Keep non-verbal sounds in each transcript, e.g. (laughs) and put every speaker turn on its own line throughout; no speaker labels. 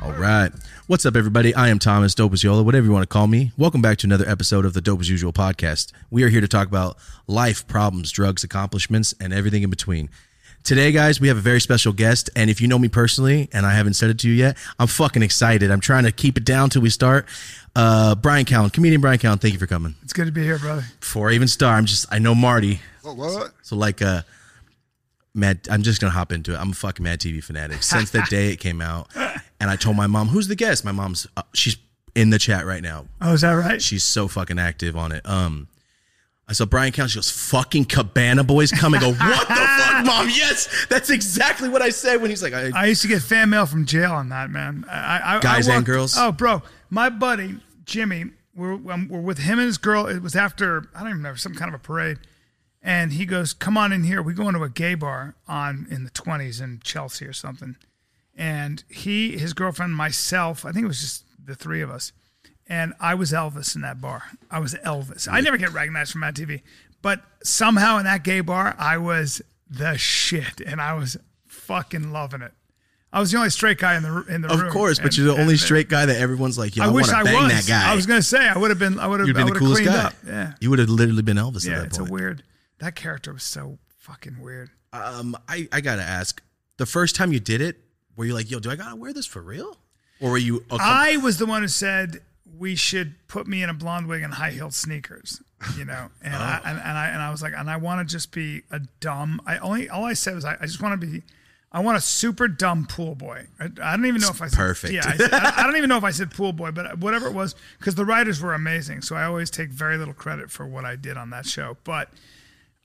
All right. What's up, everybody? I am Thomas Dope as Yola, whatever you want to call me. Welcome back to another episode of the Dope as Usual podcast. We are here to talk about life, problems, drugs, accomplishments, and everything in between. Today, guys, we have a very special guest. And if you know me personally, and I haven't said it to you yet, I'm fucking excited. I'm trying to keep it down till we start. Uh, Brian Cowan, comedian Brian Cowan, thank you for coming.
It's good to be here, brother.
Before I even start, I'm just, I know Marty.
What? what?
So, like, uh, Mad, I'm just gonna hop into it. I'm a fucking Mad TV fanatic since
(laughs)
the day it came out, and I told my mom, "Who's the guest?" My mom's uh, she's in the chat right now.
Oh, is that right?
She's so fucking active on it. Um, I saw Brian Count. She goes, "Fucking Cabana Boys coming."
(laughs)
Go, what the fuck, mom? Yes, that's exactly what I said when he's like, I,
I used to get fan mail from jail on that, man. I, I,
Guys
I
and
walked-
girls?
Oh, bro, my buddy Jimmy, we're, um, we're with him and his girl. It was after I don't even know some kind of a parade, and he goes, "Come on in here." We go into a gay bar on in the twenties in Chelsea or something, and he, his girlfriend, myself. I think it was just the three of us, and I was Elvis in that bar. I was Elvis. I never get recognized from Mad TV, but somehow in that gay bar, I was the shit, and I was fucking loving it. I was the only straight guy in the in the
of
room.
course, but
and-
you're the
and-
only
and-
straight guy that everyone's like, "Yo, I,
I,
want
wish
to
I
bang
was.
that guy."
I was gonna say I would have been. I would have.
You'd
I
been
would
the
have
coolest
cleaned
guy.
up. Yeah.
You would have literally been Elvis
Yeah.
at that
It's
point.
a weird. That character was so fucking weird.
um, I I gotta ask, the first time you did it, were you like, "Yo, do I gotta wear this for real?" Or were you? oh, come-
I was the one who said we should put me in a blonde wig and high heeled sneakers.
(laughs)
You know, and I
Oh.
and, and I and I was like, and I want to just be a dumb. I only all I said was I, I just want to be. I want a super dumb pool boy. I, I don't even know if I said
Perfect.
Yeah, I, I- I don't even know if I said pool boy, but whatever it was, because the writers were amazing. So I always take very little credit for what I did on that show. But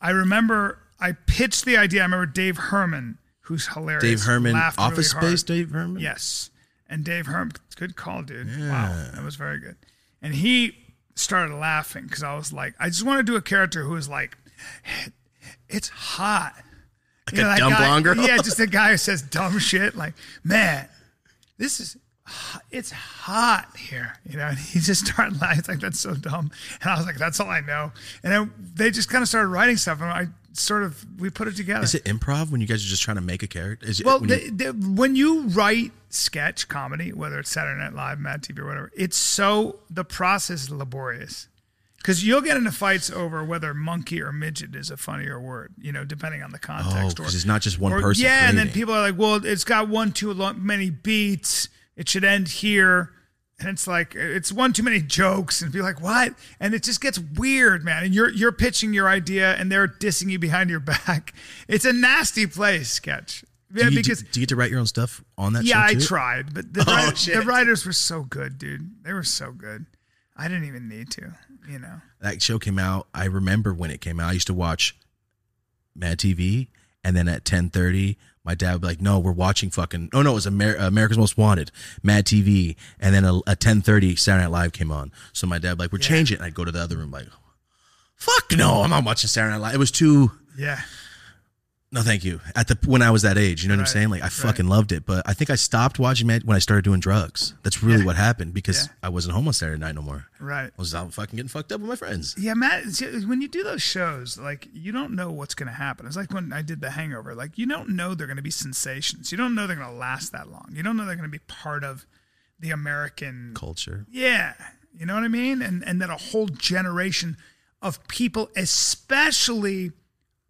I remember I pitched the idea. I remember Dave Herman, who's hilarious.
Dave Herman,
laughed really
Office
hard.
Space, Dave Herman.
Yes. And Dave Herman, good call, dude. Wow, that was very good. And he started laughing because I was like, I just want to do a character who is like, it's hot. Like
a dumb
guy,
blonde girl? (laughs)
Yeah, just a guy who says dumb shit. Like, man, this is, hot. it's hot here. You know, and he just started laughing. It's like, that's so dumb. And I was like, that's all I know. And then they just kind of started writing stuff. And I sort of, we put it together.
Is it improv when you guys are just trying to make a character? Is it-
Well,
when
the,
you-
the, when you write sketch comedy, whether it's Saturday Night Live, Mad TV, or whatever, it's so the process is laborious because you'll get into fights over whether monkey or midget is a funnier word, you know, depending on the context. or-
Oh, 'cause it's not just one
or-
person
Yeah, and then
creating.
people are like, "Well, it's got one too long, many beats. It should end here." And it's like it's one too many jokes, and be like, "What?" And it just gets weird, man. And you're you're pitching your idea, and they're dissing you behind your (laughs) back. It's a nasty place, sketch. Yeah,
do, you,
because
do, you get to write your own stuff on that
yeah,
show
I
too?
tried, but the,
(laughs) Oh,
writer- the
shit.
writers were so good, dude. They were so good. I didn't even need to, you know.
That show came out. I remember when it came out. I used to watch Mad TV, and then at ten thirty, my dad would be like, "No, we're watching fucking." Oh no, it was Amer- America's Most Wanted, Mad TV, and then a, a ten thirty Saturday Night Live came on. So my dad would be like, "We're changing." it." And I'd go to the other room like, "Fuck no, I'm not watching Saturday Night Live." It was too.
Yeah,
No, thank you. At the when I was that age, you know what I'm saying? Like I fucking loved it, but I think I stopped watching Mad when I started doing drugs. That's really what happened because
Yeah.
I wasn't home on Saturday night no more.
Right.
I was out fucking getting fucked up with my friends.
Yeah, Matt, see, when you do those shows, like you don't know what's going to happen. It's like when I did The Hangover. Like you don't know they're going to be sensations. You don't know they're going to last that long. You don't know they're going to be part of the American
Culture.
Yeah, you know what I mean? And and then a whole generation of people, especially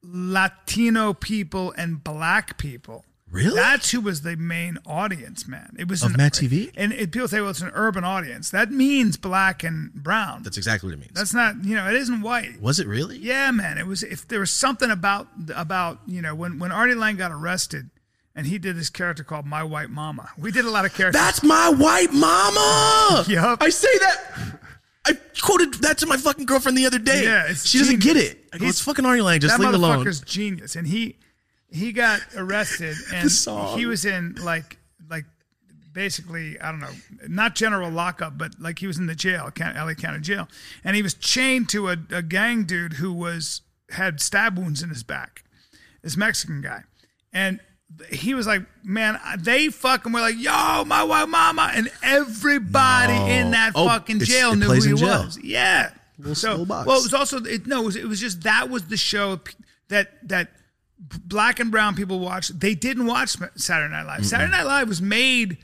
Latino people and black people.
Really?
That's who was the main audience, man. It was
Of
an-
Mad TV?
And it, people say, well, it's an urban audience. That means black and brown.
That's exactly what it means.
That's not, you know, it isn't white.
was it really?
Yeah, man. It was if there was something about about you know when when Artie Lang got arrested and he did this character called My White Mama. We did a lot of characters.
That's my white mama.
Yup.
I say that. I quoted that to my fucking girlfriend the other day.
Yeah, it's
she doesn't
genius.
get it. I go,
He's-
it's fucking Artie Lang. Just
that
leave it alone.
motherfucker's genius, and he he got arrested
(laughs)
and
The song.
he was in like like basically I don't know not general lockup, but like he was in the jail, Coun- LA County Jail, and he was chained to a, a gang dude who was had stab wounds in his back, this Mexican guy, and. He was like, man, I- they fucking were like, yo, my white mama, and everybody
No.
in that
Oh,
fucking
it's-
jail
it
knew who
plays
he
in jail.
was. Yeah.
slow box.
Well, it was also it, no, it was, it was just that was the show p- that that b- black and brown people watched. They didn't watch Ma- Saturday Night Live. Saturday Night Live was made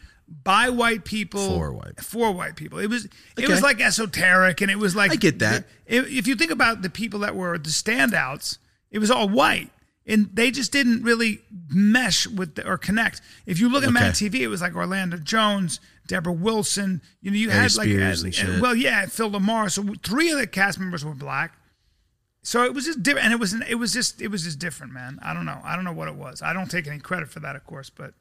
by white people
For white.
for white people. It was it
Okay.
was like esoteric, and it was like
I get that.
If, if you think about the people that were the standouts, it was all white. And they just didn't really mesh with the, or connect. If you look at
Okay.
Mad TV, it was like Orlando Jones, Deborah Wilson. You know, you
Harry
had like
Spears and shit.
well, yeah, Phil Lamar. So three of the cast members were black. So it was just different, and it was an, it was just it was just different, man. I don't know, I don't know what it was. I don't take any credit for that, of course, but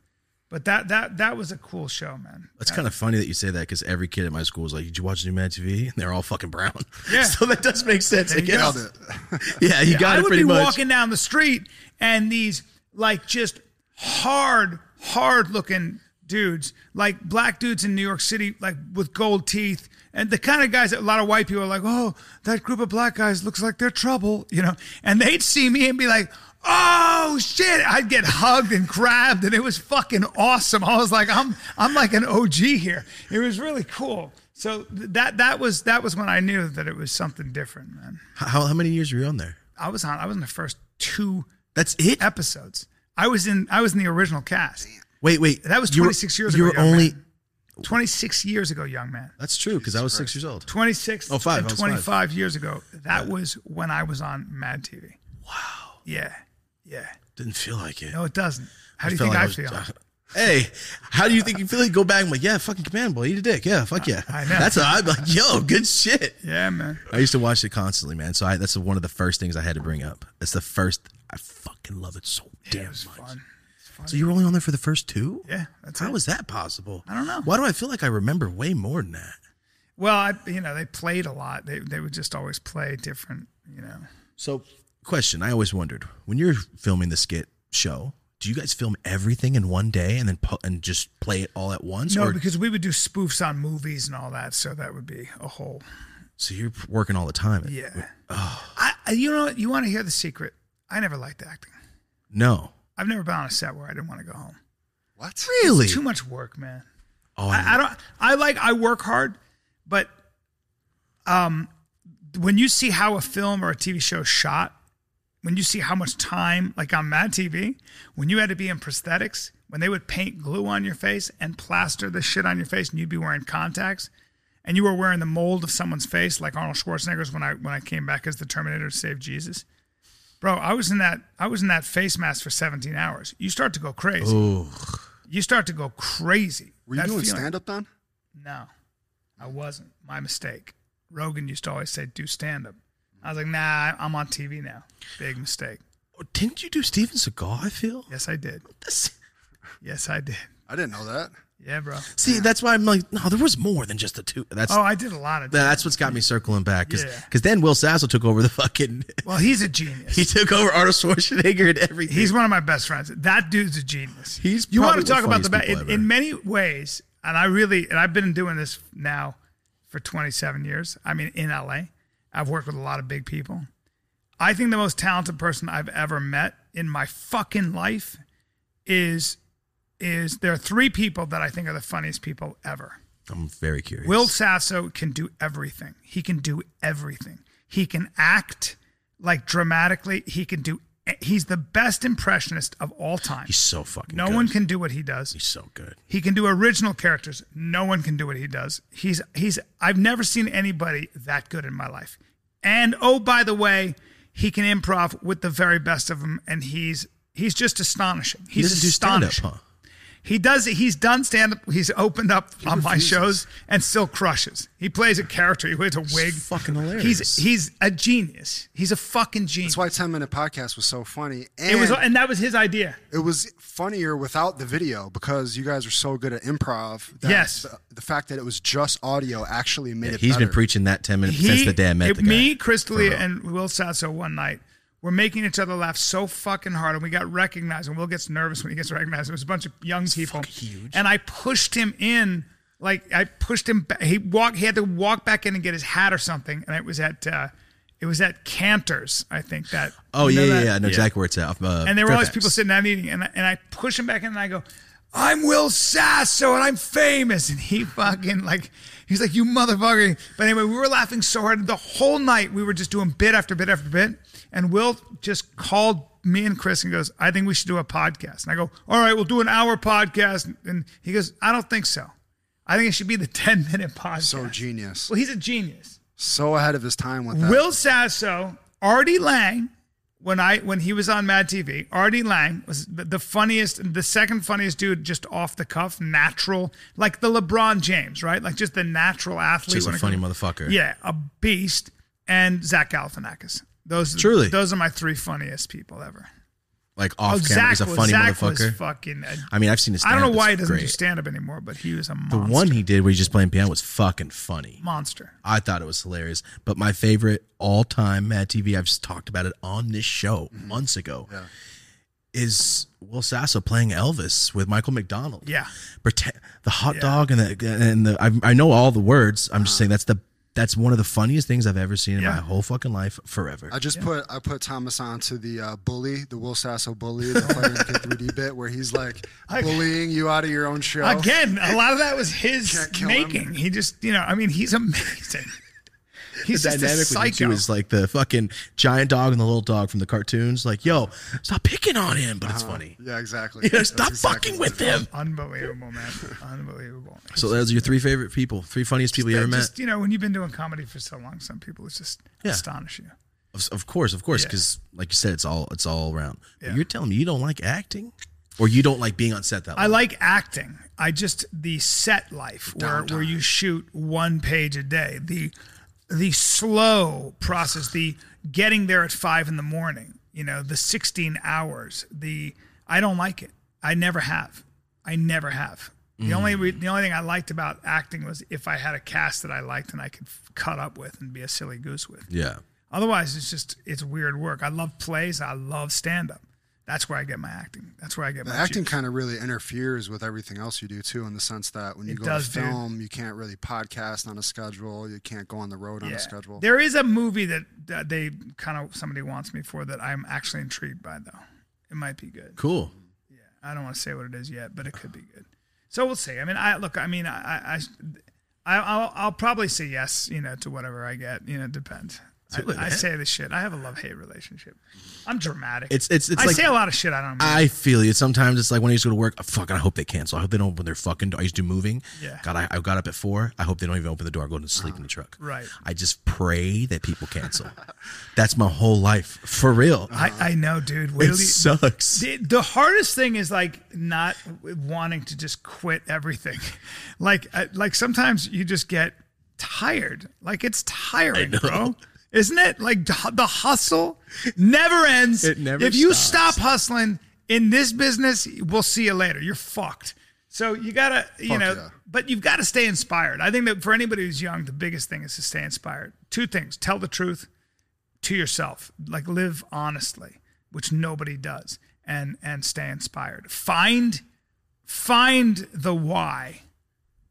but that that that was a cool show, man.
That's kind of funny that you say that because every kid at my school is like, "Did you watch New Mad TV?" And they're all fucking brown. (laughs)
Yeah.
so that does make sense. I
you
guess.
go.
(laughs) yeah, you got
I
it
would
pretty
be
much.
walking down the street, and these like just hard, hard looking dudes, like black dudes in New York City, like with gold teeth, and the kind of guys that a lot of white people are like, oh, that group of black guys looks like they're trouble, you know, and they'd see me and be like. Oh shit! I'd get hugged and grabbed, and it was fucking awesome. I was like, I'm, I'm like an OG here. It was really cool. So th- that that was that was when I knew that it was something different, man.
how, how many years were you on there?
I was on. I was in the first two
That's it.
episodes. I was in. I was in the original cast.
Wait, wait.
That was
You were-
26 years
You
ago.
were
young
only.
man. 26 years ago, young man.
That's true because I was six years old.
26
Oh, five.
and
I was
25
five.
years ago. That was when I was on Mad TV. Wow. Yeah. Yeah.
Didn't feel like it.
No, it doesn't. How do you
felt
think
like
I
was- uh,
feel?
hey, how do you think you feel? Like go back and like, yeah, fucking command boy, eat a dick. Yeah, fuck yeah.
I know.
That's how I'm like, yo, good shit.
yeah, man.
I used to watch it constantly, man. So I, that's one of the first things I had to bring up. That's the first. I fucking love it so damn
It was
much.
fun.
So you were only on there for the first two?
Yeah, that's
How
it.
is that possible?
I don't know.
Why do I feel like I remember way more than that?
Well, I, you know, they played a lot. They they would just always play different. You know.
So, question I always wondered when you're filming the skit show, do you guys film everything in one day and then pu- and just play it all at once?
No,
or,
because we would do spoofs on movies and all that, so that would be a whole
so you're working all the time.
Yeah. I, I- you know, what? you want to hear the secret. I never liked acting.
No.
I've never been on a set where I didn't want to go home.
What?
Really?
Too much work, man.
Oh,
I, I don't. I like. I work hard, but um, when you see how a film or a TV show is shot, when you see how much time, like on Mad TV, when you had to be in prosthetics, when they would paint glue on your face and plaster the shit on your face, and you'd be wearing contacts, and you were wearing the mold of someone's face, like Arnold Schwarzenegger's when I when I came back as the Terminator to save Jesus. Bro, I was in that I was in that face mask for 17 hours. You start to go crazy. You start to go crazy.
Were you
That
doing
feeling-
stand up then?
no, I wasn't. My mistake. Rogan used to always say, do stand up. I was like, nah, I'm on TV now. Big mistake.
Oh, Didn't you do Steven Seagal? I feel.
Yes, I did.
That's-
Yes, I did.
I didn't know that.
Yeah, bro.
see, that's why I'm like, no, there was more than just the two. That's
Oh, I did a lot of that.
that's what's got me circling back because
Yeah.
then Will Sasso took over the
(laughs)
fucking.
Well, he's a genius.
He took over Arnold Schwarzenegger and everything.
He's one of my best friends. That dude's a genius.
He's
you want
probably
to
the
talk about the
funniest
best
people
in,
ever.
in many ways, and I really and I've been doing this now for 27 years. I mean, in LA, I've worked with a lot of big people. I think the most talented person I've ever met in my fucking life is is there are three people that I think are the funniest people ever.
I'm very curious.
Will Sasso can do everything. He can do everything. He can act like dramatically. He can do. He's the best impressionist of all time.
He's so fucking.
no
good.
one can do what he does.
He's so good.
He can do original characters. No one can do what he does. He's he's I've never seen anybody that good in my life. And oh by the way, he can improv with the very best of them and he's he's just astonishing.
He
He's
doesn't do stand up,
astonishing.
huh?
He does he's done stand up. He's opened up on my shows and still crushes. He plays a character. He wears a wig.
fucking hilarious.
He's he's a genius. He's a fucking genius.
That's why 10 minute podcast was so funny. And
it was and that was his idea.
it was funnier without the video because you guys are so good at improv. That
Yes.
The, the fact that it was just audio actually made
Yeah,
it
He's been
better.
preaching that ten minutes since the day I met
it-
the guy.
Me, Chris D'Elia,
real.
and Will Sasso one night were making each other laugh so fucking hard, and we got recognized. And Will gets nervous when he gets recognized. It was a bunch of young people, huge. and I pushed him in. Like I pushed him. Back. He walked. He had to walk back in and get his hat or something. And it was at. Uh, it was at Cantor's, I think that.
Oh
you know
yeah, yeah,
that?
yeah. I know exactly where it's at. Uh,
and there were all these
Fairfax.
people sitting down eating, and I, and I push him back in, and I go, "I'm Will Sasso, and I'm famous." And he fucking like, he's like, "You motherfucker!" But anyway, we were laughing so hard the whole night. We were just doing bit after bit after bit, and Will just called me and Chris and goes, "I think we should do a podcast." And I go, "All right, we'll do an hour podcast." And he goes, "I don't think so. I think it should be the (laughs) ten minute podcast."
So genius.
Well, he's a genius.
So ahead of his time with that.
Will Sasso, Artie Lang, when I when he was on Mad TV, Artie Lang was the the funniest, the second funniest dude, just off the cuff, natural, like the LeBron James, right? Like just the natural athlete.
Just a
when it
funny
comes-
motherfucker.
Yeah, a beast, and Zach Galifianakis. Those
Truly.
those are my three funniest people ever. Oh,
like off camera,
Zach
he's a
was-
funny
Zach was
motherfucker.
fucking. a-
I mean, I've seen his.
I don't know
stand-up,
why he
it's
doesn't do
great.
stand up anymore, but he was a
The
monster.
one he did where he's just playing piano was fucking funny.
monster.
I thought it was hilarious. But my favorite all time Mad TV, I've just talked about it on this show
Mm-hmm.
months ago, is Will Sasso playing Elvis with Michael McDonald.
Yeah.
Pretend, the hot dog and the and the I, I know all the words. I'm just saying that's the that's one of the funniest things I've ever seen in
Uh-huh. Yeah.
my whole fucking life forever.
I just put I put Thomas on to the uh, bully, the Will Sasso bully, the playing K3D bit where
(laughs)
he's like bullying you out of your own show.
Again, a lot of that was his
Can't kill him.
making. He just, you know, I mean, he's amazing. He's
the
just
dynamic
a
with you
psycho.
two is like the fucking giant dog and the little dog from the cartoons. Like, yo, stop picking on him, but it's
Uh-huh.
funny. (laughs)
Yeah, exactly.
You know,
That's
stop
exactly
fucking
what
with him.
Unbelievable, man. Unbelievable.
So those are your three favorite people, three funniest people you ever met.
Just, you know, when you've been doing comedy for so long, some people it's just
Yeah.
astonish you.
Of, of course, of course,
Yeah.
because like you said, it's all it's all around. But
Yeah.
You're telling me you don't like acting, or you don't like being on set that
I
long?
like acting. I just the set life where, where you shoot one page a day. The the slow process, the getting there at five in the morning, you know, the sixteen hours, the I don't like it. I never have. I never have. The only re- the only thing I liked about acting was if I had a cast that I liked and I could f- cut up with and be a silly goose with.
yeah,
Otherwise, it's just it's weird work. I love plays. I love stand up. That's where I get my acting. That's where I get
The
my
acting
juice.
kind of really interferes with everything else you do too, in the sense that when you
It
go
does,
to
dude.
film, you can't really podcast on a schedule, you can't go on the road on
Yeah.
a schedule.
There is a movie that, that they kind of somebody wants me for that I'm actually intrigued by though. It might be good.
cool.
I don't want to say what it is yet, but it could be good. So we'll see. I mean, I look. I mean, I, I, I I'll, I'll probably say yes. You know, to whatever I get. You know, it depends. I,
Do it,
I
man.
say this shit. I have a love hate relationship. I'm dramatic.
It's- it's- it's
I
like-
say a lot of shit. I don't. Mean.
I feel you. Sometimes it's like when I used to go to work. oh, fuck, I hope they cancel. I hope they don't open their fucking door. I used to do moving.
Yeah. Uh-huh.
God, I, I got up at four. I hope they don't even open the door. I go to sleep in the truck.
Right.
I just pray that people cancel. That's my whole life for real.
I, I know, dude. Wait
it
till you-
sucks.
The, the hardest thing is like not wanting to just quit everything. (laughs) Like uh, like sometimes you just get tired. Like it's tiring, bro. Isn't it? Like the the hustle never ends.
It never
If you
stops.
stop hustling in this business, we'll see you later. You're fucked. So you gotta, you
Fuck
know,
yeah.
but you've got to stay inspired. I think that for anybody who's young, the biggest thing is to stay inspired. Two things: tell the truth, to yourself like live honestly which nobody does and and stay inspired find find the why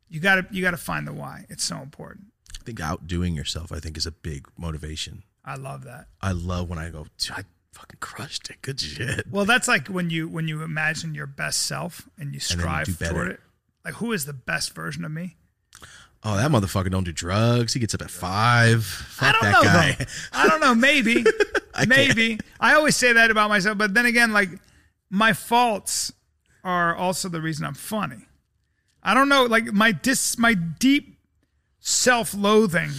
you gotta you gotta find the why it's so important
I think outdoing yourself, I think, is a big motivation.
i love that
I love when I go, "Dude, I Fucking crushed it. Good shit.
Well, that's like when you when you imagine your best self and you
then you
strive
do better.
toward it. Like who is the best version of me?
Oh, that motherfucker don't do drugs. He gets up at five. Fuck
I don't
that
know
guy.
though. I don't know.
(laughs)
Maybe. maybe. I always say that about myself, but then again, like my faults are also the reason I'm funny. I don't know. Like my dis, my deep self-loathing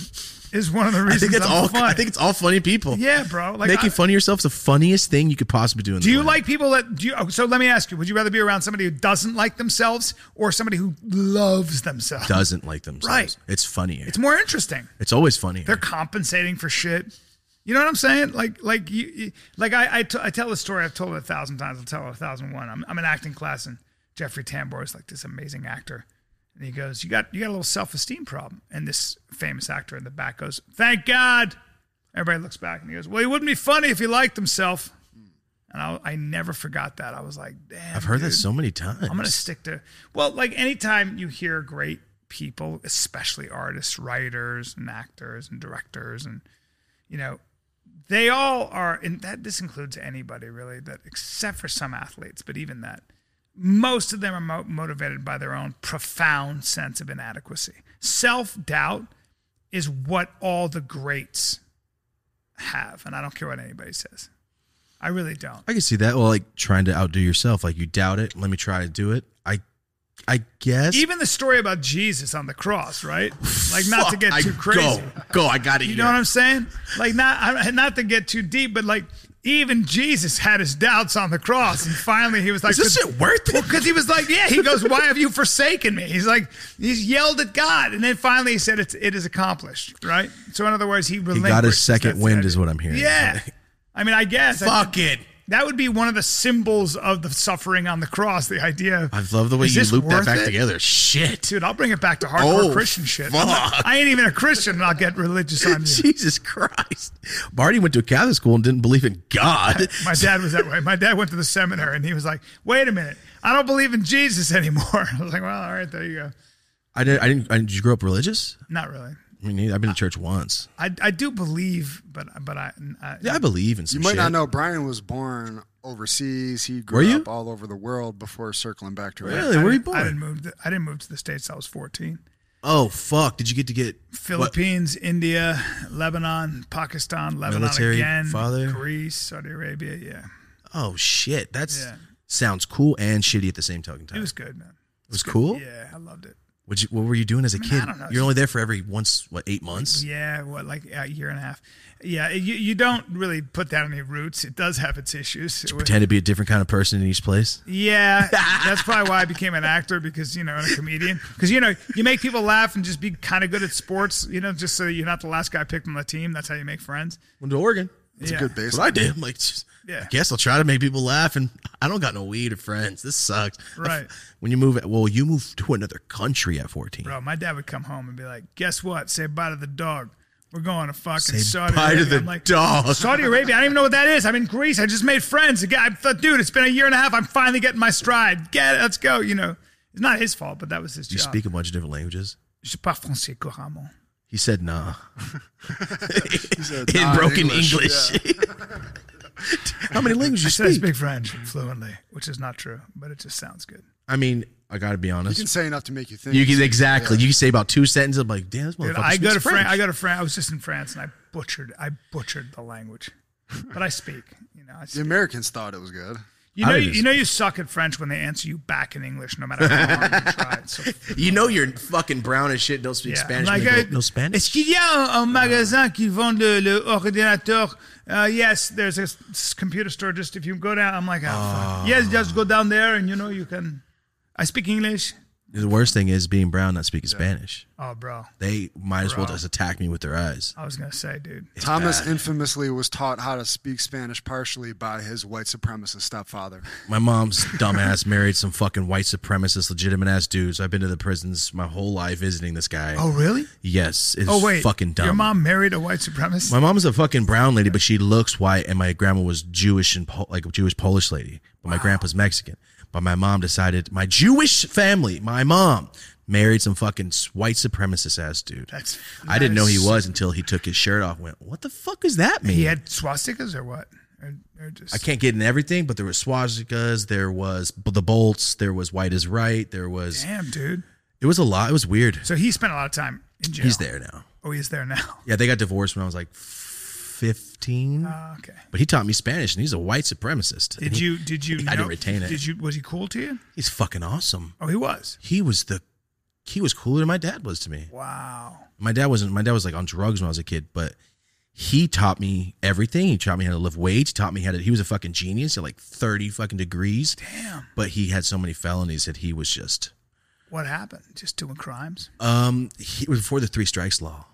is one of the reasons
I think it's
am
all.
funny.
I think it's all funny people.
yeah, bro. Like,
Making
I-
fun of yourself is the funniest thing you could possibly do. In
do
the
you
world.
like people that do? You, oh, so let me ask you: Would you rather be around somebody who doesn't like themselves or somebody who loves themselves?
doesn't like themselves?
Right.
It's funnier.
It's
It's,
more interesting.
always funnier.
they're compensating for shit. You know what I'm saying? Like, like you, you like I, I, t- I tell the story. I've told it a thousand times. I'll tell it a thousand one. I'm, I'm in acting class, and Jeffrey Tambor is like this amazing actor, and he goes, "You got, you got a little self esteem problem." And this famous actor in the back goes, "Thank God." Everybody looks back, and he goes, "Well, he wouldn't be funny if he liked himself." And I, I never forgot that. I was like, "Damn."
I've heard that
dude.
so many times.
I'm gonna stick to well, like anytime you hear great people, especially artists, writers, and actors and directors, and you know, they all are and that this includes anybody really, that except for some athletes, but even that. Most of them are mo- motivated by their own profound sense of inadequacy. Self doubt is what all the greats have, and I don't care what anybody says. I really don't.
I can see that. Well, like trying to outdo yourself. Like you doubt it. Let me try to do it. I, I guess.
even the story about Jesus on the cross, right? Like not to
Fuck,
get
I-
too crazy.
Go, go. I got it.
You know what I'm saying? Like not I- not to get too deep, but like even Jesus had his doubts on the cross, and finally he was like,
Is this
"'Cause-
shit worth
well,
it?
because he was like, yeah, he goes, why have you forsaken me? He's like, he's yelled at God, and then finally he said, it's, it is accomplished, right? So in other words, he relinquished.
second
that's the
wind is
idea.
what I'm hearing. (laughs)
Yeah, I mean, I guess I-
Fuck it.
that would be one of the symbols of the suffering on the cross. The idea. Of,
I love the way
is
you
this
loop that
worth
back
it?
together. Shit.
Dude, I'll bring it back to hardcore
Oh,
Christian shit. I'm not-
fuck.
I ain't even a Christian, and I'll get religious on
(laughs) (laughs)
you.
Jesus Christ. Marty went to a Catholic school and didn't believe in
(laughs)
God.
My dad was that way. My dad went to the seminary, and he was like, "Wait a minute, I don't believe in Jesus (laughs) anymore." I was like, "Well, all right, there you go."
I didn't, I didn't, I didn't. Did you grow up religious?
Not really.
I mean, I've been to church once.
I, I do believe, but but I, I
Yeah, I believe in some
You might
shit.
not know Brian was born overseas. He
Were
grew
you?
up all over the world before circling back to
Really?
it.
Where
I
were you
didn't- I didn't
born?
move. To, I didn't move to the states. till I was fourteen.
Oh, fuck. Did you get to get what-
Philippines, India, Lebanon, Pakistan, Lebanon
Military
again,
father?
Greece, Saudi Arabia. Yeah,
Oh, shit. That's
Yeah.
sounds cool and shitty at the same token time.
it was good, man.
It was cool.
Yeah, I loved it.
What'd you- what were you doing as a
mean, I
kid?
don't know.
You're only there for every once, what, eight months?
Yeah, what like a year and a half. Yeah, you, you don't really put down any roots. It does have its issues. It was-
Pretend to be a different kind of person in each place. (laughs)
yeah, that's probably why I became an actor because you know and a comedian because you know you make people laugh and just be kind of good at sports. You know, just so you're not the last guy picked on the team. That's how you make friends.
Went to Oregon.
It's
yeah.
a good
That's
base.
what I did. I'm like, "Just-
Yeah.
I guess I'll try to make people laugh, and I don't got no weed or friends. This sucks. I f-
Right.
When you move, well, you move to another country at 14.
Bro, my dad would come home and be like, "Guess what? Say bye to the dog. We're going to fucking
Say
Saudi
bye to
Arabia."
the
I'm like,
dog.
Saudi Arabia. I don't even know what that is. I'm in Greece. I just made friends. Again, I thought, dude, it's been a year and a half. I'm finally getting my stride. Get it. Let's go. You know, it's not his fault, but that was his
Do you
job.
speak a bunch of different languages?
Je parle français couramment.
He said,
(laughs)
nah. (laughs)
said,
in
"Nah,
broken
English."
English. (laughs) How many languages
I
you
said (laughs) I
speak?
speak French fluently, which is not true, but it just sounds good.
I mean, I got to be
You can
honest.
say enough to make you think.
You can exactly. You can say about two sentences. I'm like, damn, this motherfucker
Dude, I go
speaks
to
French.
France. I go to France. I was just in France and I butchered. I butchered the language, but I speak. You
(laughs)
know, I
The
speak.
Americans thought it was good.
You
I
know,
don't
you,
even-
you know, you suck at French when they answer you back in English, no matter how hard
(laughs)
you try. It's So,
you know you're fucking brown as shit. Don't speak
yeah.
Spanish.
Like,
I'm like,
uh,
no, no Spanish.
Est-ce qu'il y a un, un magasin qui vend le, le ordinateur? Uh, yes, there's a s- s- computer store. Just if you go down, I'm like, oh,
Ah.
fuck. yes, just go down there, and you know you can. I speak English.
The worst thing is being brown not speaking Spanish.
Oh, bro,
They might as well just attack me with their eyes.
I was gonna say, dude.
Thomas infamously was taught how to speak Spanish partially by his white supremacist stepfather.
My mom's dumbass married some fucking white supremacist, legitimate ass dude. So I've been to the prisons my whole life visiting this guy.
really?
yes, it's
Oh wait,
fucking dumb.
Your mom married a white supremacist.
My mom's a fucking brown lady, but she looks white, and my grandma was Jewish and po- like a Jewish Polish lady, but my grandpa's Mexican. But my mom decided my Jewish family, my mom married some fucking s- white supremacist ass dude.
That's-
I didn't know he
nice.
was until he took his shirt off. and Went, what the fuck does that mean?
He had swastikas or what? Or, or just,
I can't get in everything, but there was swastikas, there was b- the bolts, there was white is right, there was
Damn, dude.
it was a lot. It was weird.
So he spent a lot of time in jail.
He's there now.
Oh, he's there now.
Yeah, they got divorced when I was like fifteen.
Uh, okay.
but he taught me Spanish, and he's a white supremacist. And
Did
he-
you? Did you?
I
know,
didn't retain it.
Did you? Was he cool to you?
He's fucking awesome.
Oh, he was.
He was the he was cooler than my dad was to me.
Wow.
My dad wasn't. My dad was like on drugs when I was a kid, but he taught me everything. He taught me how to lift weights. He taught me how to. He was a fucking genius at like thirty fucking degrees.
Damn.
But he had so many felonies that he was just.
What happened? Just doing crimes.
Um, he it was before the three strikes law.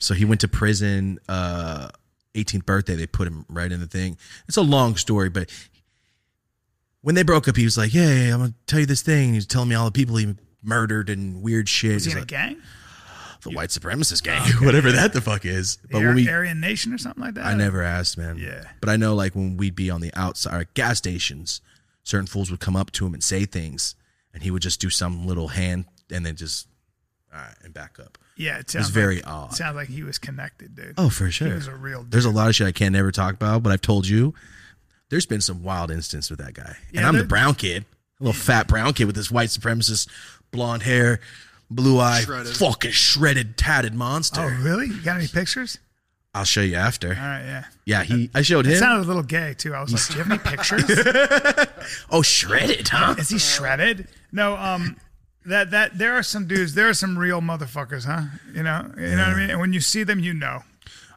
So he went to prison. Uh, 18th birthday, they put him right in the thing. It's a long story, but when they broke up, he was like, "Yeah, yeah, yeah, I'm gonna tell you this thing." And he was telling me all the people he murdered and weird shit.
Was he
He's
in a
like,
gang?
the white supremacist gang, (laughs) whatever that the fuck is. But
The
when we,
Aryan Nation or something like that.
I never asked, man.
Yeah.
But I know, like when we'd be on the outside or at gas stations, certain fools would come up to him and say things, and he would just do some little hand and then just, all right, and back up.
Yeah, it
It was
sounds
very
Like,
odd.
Sounds like he was connected, dude.
Oh, for sure.
was a real
There's a lot of shit I can't never talk about, but I've told you, there's been some wild instances with that guy. and
Yeah,
I'm the
there-
brown kid, a little fat brown kid with this white supremacist, blonde hair, blue eye,
Shredded.
fucking shredded, tatted monster.
Oh, really? You got any pictures?
I'll show you after.
All right, yeah.
Yeah, he. I showed
It
him.
sounded a little gay too. I was like,
(laughs)
"Do you have any pictures?
oh, shredded, huh?
Is he shredded?" No. Um, that that there are some dudes. There are some real motherfuckers, huh? You know, you know what I mean. And when you see them, you know.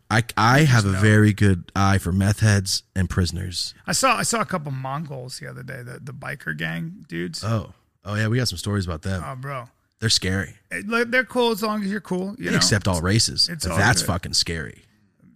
I I have a very good eye for meth heads and prisoners.
I saw I saw a couple Mongols the other day. The the biker gang dudes. Oh,
Oh, oh yeah, we got some stories about them.
bro,
They're scary,
It- like, they're cool as long as you're cool. You know?
except all races.
it's
But
all
that's
good.
fucking scary.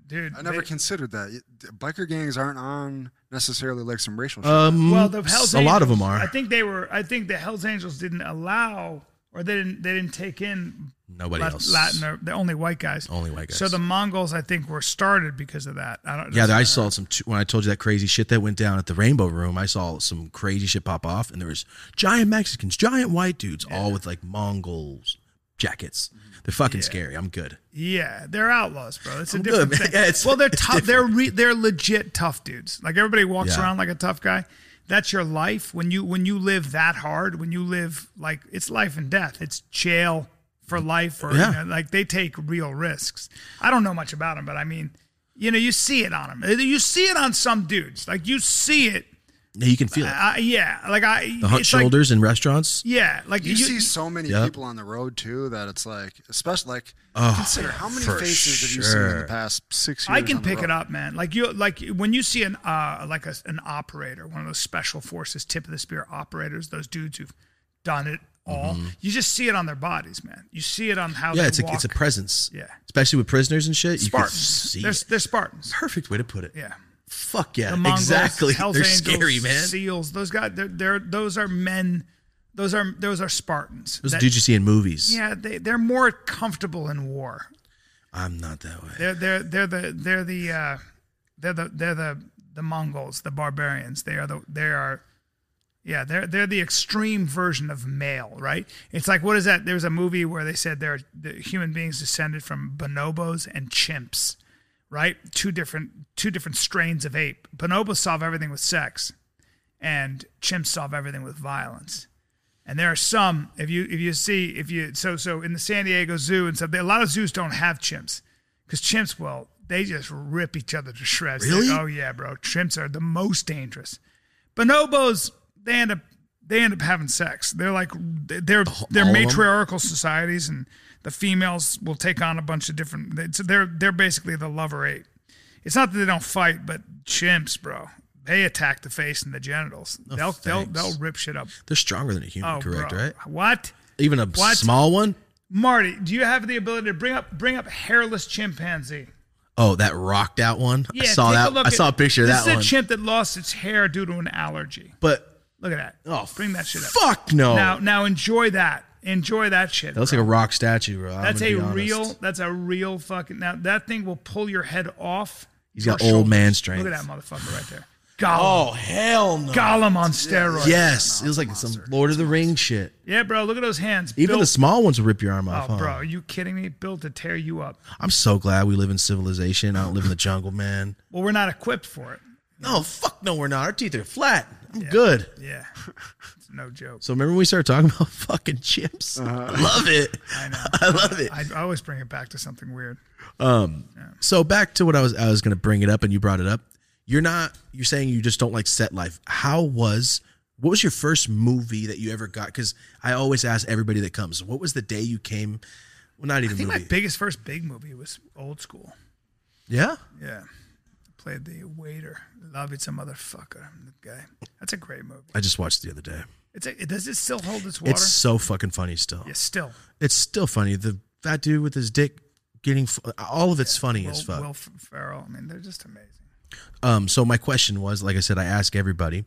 dude.
I never
they-
considered that. You- Biker gangs aren't on necessarily like some racial shit.
Um,
Well, the Hell's
a lot of
Angels-
them are.
I think they were. I think the Hell's Angels didn't allow, or they didn't. They didn't take in
Nobody
Lat-
else.
Latin or the only white guys.
Only white guys.
So the Mongols, I think, were started because of that. I don't.
yeah, I saw some t- when I told you that crazy shit that went down at the Rainbow Room. I saw some crazy shit pop off, and there was giant Mexicans, giant white dudes, all with like Mongols jackets.
Mm-hmm.
They're fucking scary. I'm good.
Yeah, they're outlaws, bro. It's a
I'm
different
good, man.
thing.
Yeah, it's-
well, they're
(laughs) it's
tough. They're re- they're legit tough dudes. Like everybody walks
Yeah.
around like a tough guy. That's your life when you when you live that hard. When you live like it's life and death. It's jail for life, or you
Yeah.
know, like they take real risks. I don't know much about them, but I mean, you know, you see it on them. You see it on some dudes. Like you see it.
Yeah, you can feel it.
I, yeah, like I
The hunt
it's like-
shoulders in restaurants.
yeah, like
you, see so many
Yep.
people on the road too that it's like, especially like
Oh,
consider how many
for
faces have you seen in
sure.
the past six years?
I can
on the
pick it
road?
up, man. Like you, like when you see an uh, like a, an operator, one of those special forces tip of the spear operators, those dudes who've done it all. You just see it on their bodies, man. You see it on how
Mm-hmm. yeah,
they
it's a,
walk.
it's a presence.
Yeah.
especially with prisoners and shit.
Spartans.
You
they're,
can see it.
they're Spartans.
perfect way to put it.
Yeah.
Fuck yeah,
The
(laughs)
Mongols,
exactly.
Hells
they're
Angels,
scary, man.
Seals. Those guys. They're, they're those are men. Those are those are Spartans.
Those
That-
dudes you see in movies.
yeah, they they're more comfortable in war.
I'm not that way.
They're they're they're the they're the uh, they're the they're the the Mongols, the barbarians. They are the they are, yeah. They're they're the extreme version of male, right? It's like what is that? There was a movie where they said they're the human beings descended from bonobos and chimps, right? Two different two different strains of ape. Bonobos solve everything with sex, and chimps solve everything with violence. And there are some if you if you see if you so so in the San Diego Zoo and stuff. they- A lot of zoos don't have chimps because chimps will they just rip each other to shreds. They're-
Really?
oh yeah, bro. Chimps are the most dangerous. Bonobos they end up they end up having sex. They're like they're they're
all of 'em?
matriarchal societies, and the females will take on a bunch of different. It's, they're they're basically the lover ape. It's not that they don't fight, but chimps, bro. They attack the face and the genitals. they'll, they'll
Oh, thanks.
they'll rip shit up.
They're stronger than a human,
Oh,
correct?
bro.
Right?
What,
Even a
What?
small one.
Marty? Do you have the ability to bring up bring up hairless chimpanzee?
Oh, that rocked out one. I saw
take a
that.
look
I
at-
saw a picture of
this
that
is
one.
a chimp that lost its hair due to an allergy.
but
Look at that.
oh,
bring that shit up.
Fuck no.
Now now enjoy that. Enjoy that shit.
that looks
bro.
like a rock statue, bro. I'm
That's
gonna
a
be honest.
real. That's a real fucking. Now that thing will pull your head off.
He's got
your
old man
shoulders. Look at that
strength.
motherfucker right there. Gollum.
Oh hell no!
Gollum on steroids.
Yes, it was like some Lord of the Ring shit.
Yeah, bro. Look at those hands.
Even
Built-
the small ones will rip your arm
Oh,
off. huh?
bro, are you kidding me? Built to tear you up.
I'm so glad we live in civilization. I don't live in the jungle, man.
Well, we're not equipped for it.
No, fuck no, we're not. Our teeth are flat. I'm good.
Yeah. It's no joke.
So remember when we started talking (laughs) about fucking chips? I love it.
I
(laughs) I,
know.
love it.
I I always bring it back to something weird.
Um, So back to what I was I was gonna bring it up and you brought it up. You're not you're saying you just don't like set life. How was what was your first movie that you ever got? Because I always ask everybody that comes, what was the day you came? Well, not
I
even
think
movie.
my biggest first big movie was Old School.
yeah,
Yeah. Played the waiter. Love it's a motherfucker. The guy. That's a great movie.
I just watched it the other day.
It's a, does it still hold its water?
It's so fucking funny still.
yeah, still.
It's still funny. The fat dude with his dick getting f- all of it's funny
Will,
as fuck.
Will F- Ferrell. I mean, they're just amazing.
Um, so my question was, like I said, I ask everybody,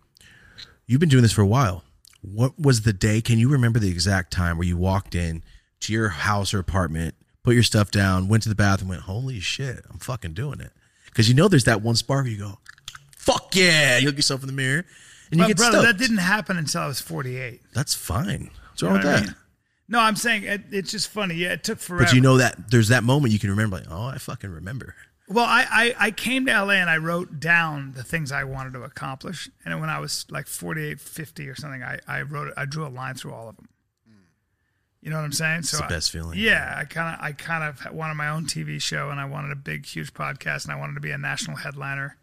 you've been doing this for a while. What was the day? Can you remember the exact time where you walked in to your house or apartment, put your stuff down, went to the bathroom, went, holy shit, I'm fucking doing it. Cause you know, there's that one spark where you go, fuck yeah. You look yourself in the mirror and you
But
get
brother,
stoked.
that didn't happen until I was 48.
That's fine. What's wrong
You know
with
what I
that?
mean? No, I'm saying it, it's just funny. Yeah, it took forever.
But you know that there's that moment you can remember like, oh, I fucking remember.
Well, I, I, I came to LA and I wrote down the things I wanted to accomplish. And when I was like 48, 50 or something, I, I wrote, I drew a line through all of them. You know what I'm saying?
Hmm. It's the best feeling.
Yeah, I kind of, I kind of wanted my own TV show, and I wanted a big, huge podcast, and I wanted to be a national headliner,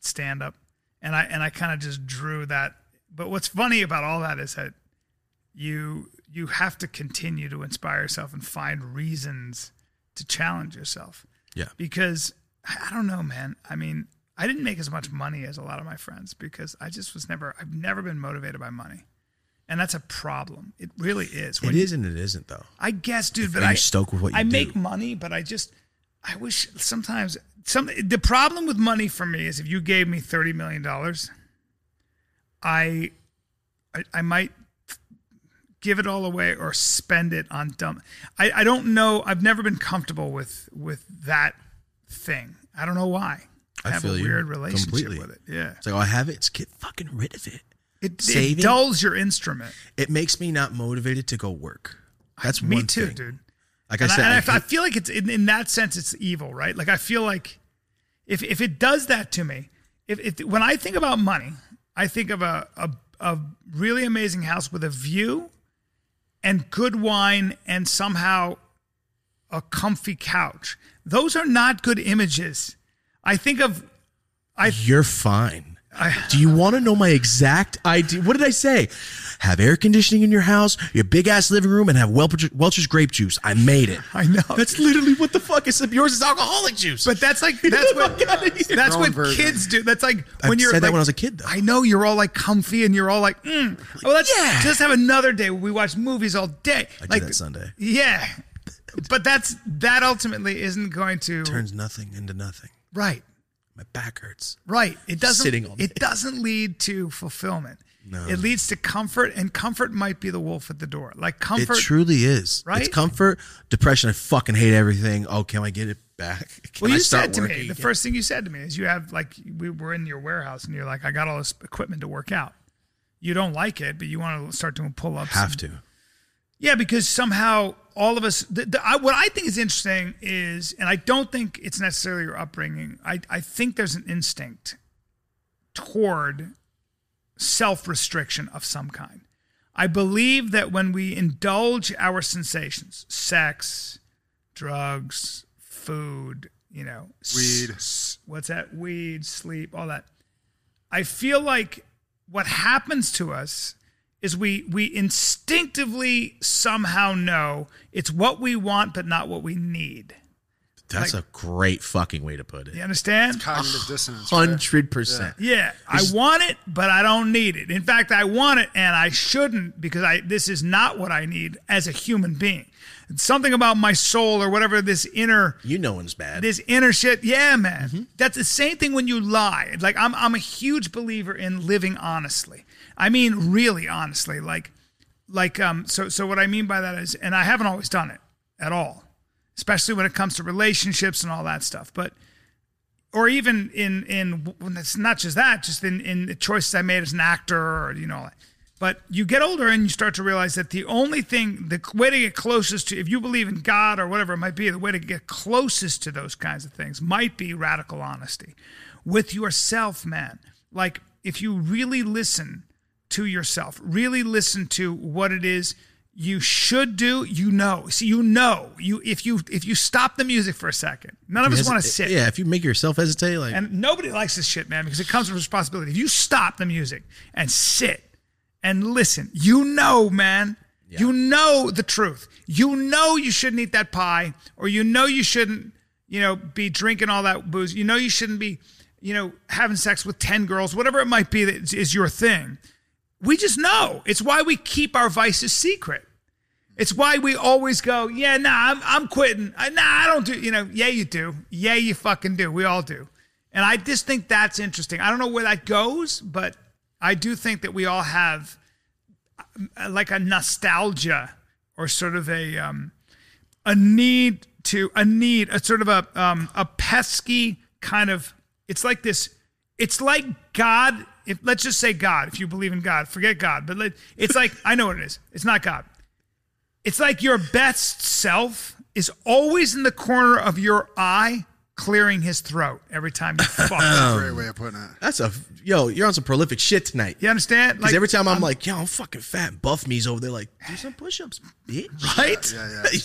stand up, and I, and I kind of just drew that. But what's funny about all that is that you, you have to continue to inspire yourself and find reasons to challenge yourself
Yeah.
because I I don't know, man. I mean, I didn't make as much money as a lot of my friends because I just was never, I've never been motivated by money. And that's a problem. It really is.
It
When-
is and it isn't though.
I guess, dude, but
you're
I,
stoked with what you
I
do.
make money, but I just, I wish sometimes, some the problem with money for me is if you gave me $30 million, I, I, I might give it all away or spend it on dumb. I, I don't know. I've never been comfortable with with that thing. I don't know why. I,
I
have
feel
a
you
weird relationship
completely.
with it. Yeah,
It's like, oh, I have it. Let's get fucking rid of it.
it, it
saving-
dulls your instrument.
It makes me not motivated to go work. That's
Me
one
too,
thing.
dude.
Like I
And, I,
said,
and
I
I, I
hate-
feel like it's in, in that sense it's evil, right? Like I feel like if if it does that to me, if, if when I think about money, I think of a, a a really amazing house with a view and good wine and somehow a comfy couch. Those are not good images. I think of
you're fine. Do you want to know my exact idea? What did I say? Have air conditioning in your house, your big ass living room, and have Welch- Welch's grape juice. I made
(laughs)
it.
I know.
That's literally what the fuck is yours is alcoholic juice.
But that's
(laughs)
like that's what that's (laughs)
Grown
what
version.
kids do. That's like
I
when you're
said that
like-
when I was a kid, though.
I know you're all like comfy and you're all like, mm. oh, let's
Yeah.
just have another day where we watch movies all day.
I did
like
that Sunday.
Yeah, but that's that ultimately isn't going to
turns nothing into nothing.
right.
My back hurts.
Right. It doesn't
Sitting all day.
it doesn't lead to fulfillment.
No.
It leads to comfort, and comfort might be the wolf at the door. Like comfort.
It truly is. It's
Right?
comfort, depression. I fucking hate everything. Oh, can I get it back? (laughs) Can
Well,
I
you
start
said to
working
me, the
again?
first thing you said to me is you have like we were in your warehouse and you're like, I got all this equipment to work out. You don't like it, but you want to start doing pull ups.
have to.
Yeah, because somehow all of us, the, the, I, what I think is interesting is, and I don't think it's necessarily your upbringing. I, I think there's an instinct toward self restriction of some kind. I believe that when we indulge our sensations, sex, drugs, food, you know,
Weed.
s- what's that? Weed, sleep, all that. I feel like what happens to us is we we instinctively somehow know it's what we want but not what we need.
That's a great fucking way to put it.
You understand?
Cognitive dissonance. right?
hundred percent.
Yeah, I want it, but I don't need it. In fact, I want it and I shouldn't because I this is not what I need as a human being. It's something about my soul or whatever this inner
You know one's bad.
this inner shit. Yeah, man. That's the same thing when you lie. Like I'm I'm a huge believer in living honestly. I mean really honestly. Like like um so so what I mean by that is and I haven't always done it at all. Especially when it comes to relationships and all that stuff. But or even in in when it's not just that, just in in the choices I made as an actor, or you know. But you get older and you start to realize that the only thing, the way to get closest to, if you believe in God or whatever it might be, the way to get closest to those kinds of things might be radical honesty with yourself, man. Like if you really listen to yourself, really listen to what it is you should do, you know. See, you know. You if you if you stop the music for a second, none of us want to sit.
Yeah, if you make yourself hesitate, like
And nobody likes this shit, man, because it comes with responsibility. If you stop the music and sit and listen, you know, man, you know the truth. You know you shouldn't eat that pie, or you know you shouldn't, you know, be drinking all that booze. You know you shouldn't be, you know, having sex with 10 girls, whatever it might be that is- is your thing. We just know. It's why we keep our vices secret. It's why we always go, yeah, nah, I'm, I'm quitting. I, nah, I don't do, you know, yeah, you do. Yeah, you fucking do. We all do. And I just think that's interesting. I don't know where that goes, but I do think that we all have uh, like a nostalgia or sort of a, um, a need to, a need, a sort of a, um, a pesky kind of, it's like this, it's like God. If, let's just say God, if you believe in God, forget God, but let, it's like, I know what it is. It's not God. It's like your best self is always in the corner of your eye, clearing his throat every time you
(laughs) Oh.
fuck.
Great way of putting it.
that's a yo. You're on some prolific shit tonight.
You understand?
Because every time I'm, like, yo, I'm fucking fat. And Buff me's over there, like, do some push-ups, bitch.
right,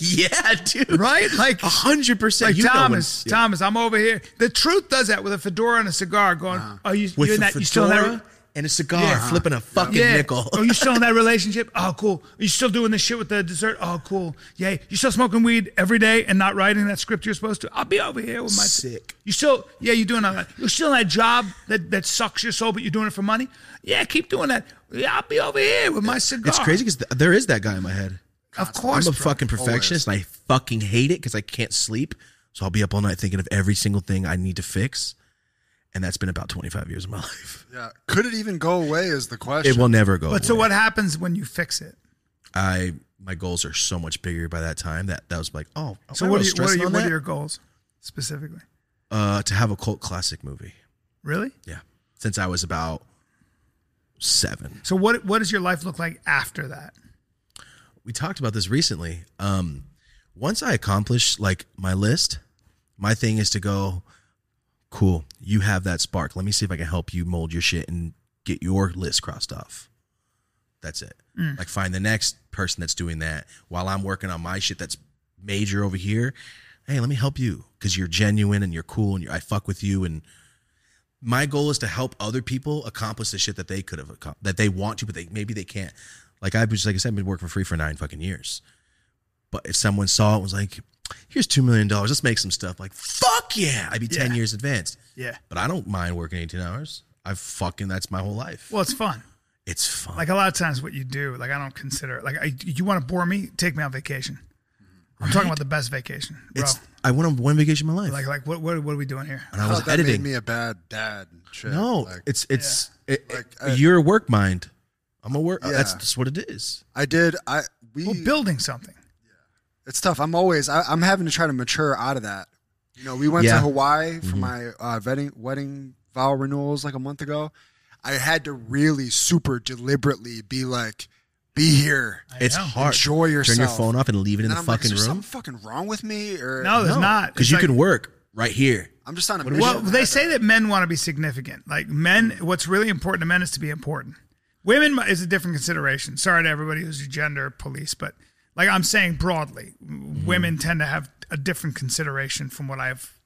(laughs) yeah, dude.
right, like.
A hundred percent.
Like
You know when-
Thomas,
yeah.
Thomas, I'm over here. The truth does that with a fedora and a cigar. Going, oh, you,
Uh-huh. with
you in
a
that? You still in
fedora
that?
and a cigar,
Yeah.
flipping a fucking
Yeah.
nickel.
oh,
(laughs)
you still in that relationship? Oh, cool. Are you still doing this shit with the dessert? Oh, cool. Yay. You still smoking weed every day and not writing that script you're supposed to? I'll be over here with my
Sick.
You still, yeah, you're doing all that. You're still in that job that, that sucks your soul, but you're doing it for money. Yeah, keep doing that. Yeah, I'll be over here with my cigar.
It's crazy because th- there is that guy in my head.
Of
I'm
course,
a fucking perfectionist and I fucking hate it because I can't sleep. So I'll be up all night thinking of every single thing I need to fix. And that's been about 25 years of my (laughs) life.
Yeah. Could it even go away? Is the question.
It will never go.
but so
away.
what happens when you fix it?
I my goals are so much bigger by that time that that was like, oh,
So
I
what are,
was
you, what, are
stressing
you,
on
what
that.
are your goals specifically?
uh, to have a cult classic movie?
Really?
Yeah, since I was about seven.
So what what does your life look like after that?
we talked about this recently. Um, once I accomplish like my list, my thing is to go, cool, you have that spark. Let me see if I can help you mold your shit and get your list crossed off. That's it. Like find the next person that's doing that while I'm working on my shit that's major over here. Hey, let me help you because you're genuine and you're cool and you're, I fuck with you. And my goal is to help other people accomplish the shit that they could have accom- that they want to, but they maybe they can't. Like I was, like I said, I've been working for free for nine fucking years. But if someone saw it and was like, "Here's two million dollars, let's make some stuff," like fuck yeah, I'd be ten years advanced.
Yeah.
But I don't mind working eighteen hours. I fucking that's my whole life.
Well, it's fun.
it's fun.
Like a lot of times, what you do, like I don't consider it. Like I, you want to bore me, take me on vacation. I'm talking about the best vacation, bro.
it's I went on one vacation of my life,
like like what, what what are we doing here?
and I,
I
was
thought that
editing.
made me a bad dad. and Shit.
no,
Like,
it's it's it, it-
Like, I-
you're a work mind. I'm a work.
Yeah.
That's just what it is.
I did. I we.
Well, building something.
it's tough. I'm always. I, I'm having to try to mature out of that. You know, we went
Yeah. Mm-hmm.
to Hawaii for my uh, wedding wedding vow renewals like a month ago. I had to really super deliberately be like, be here.
It's hard.
Enjoy
Turn your
yourself.
phone off and leave it in
And
the
I'm like,
fucking
is there
room.
something fucking wrong with me? Or
No, there's not.
because
It's
you
like-
can work right here.
I'm just on a mission.
Well, they say that men want to be significant. Like men, what's really important to men is to be important. Women mi- is a different consideration. Sorry to everybody who's a gender police, but like I'm saying broadly, w
Mm-hmm.
women tend to have a different consideration from what I've,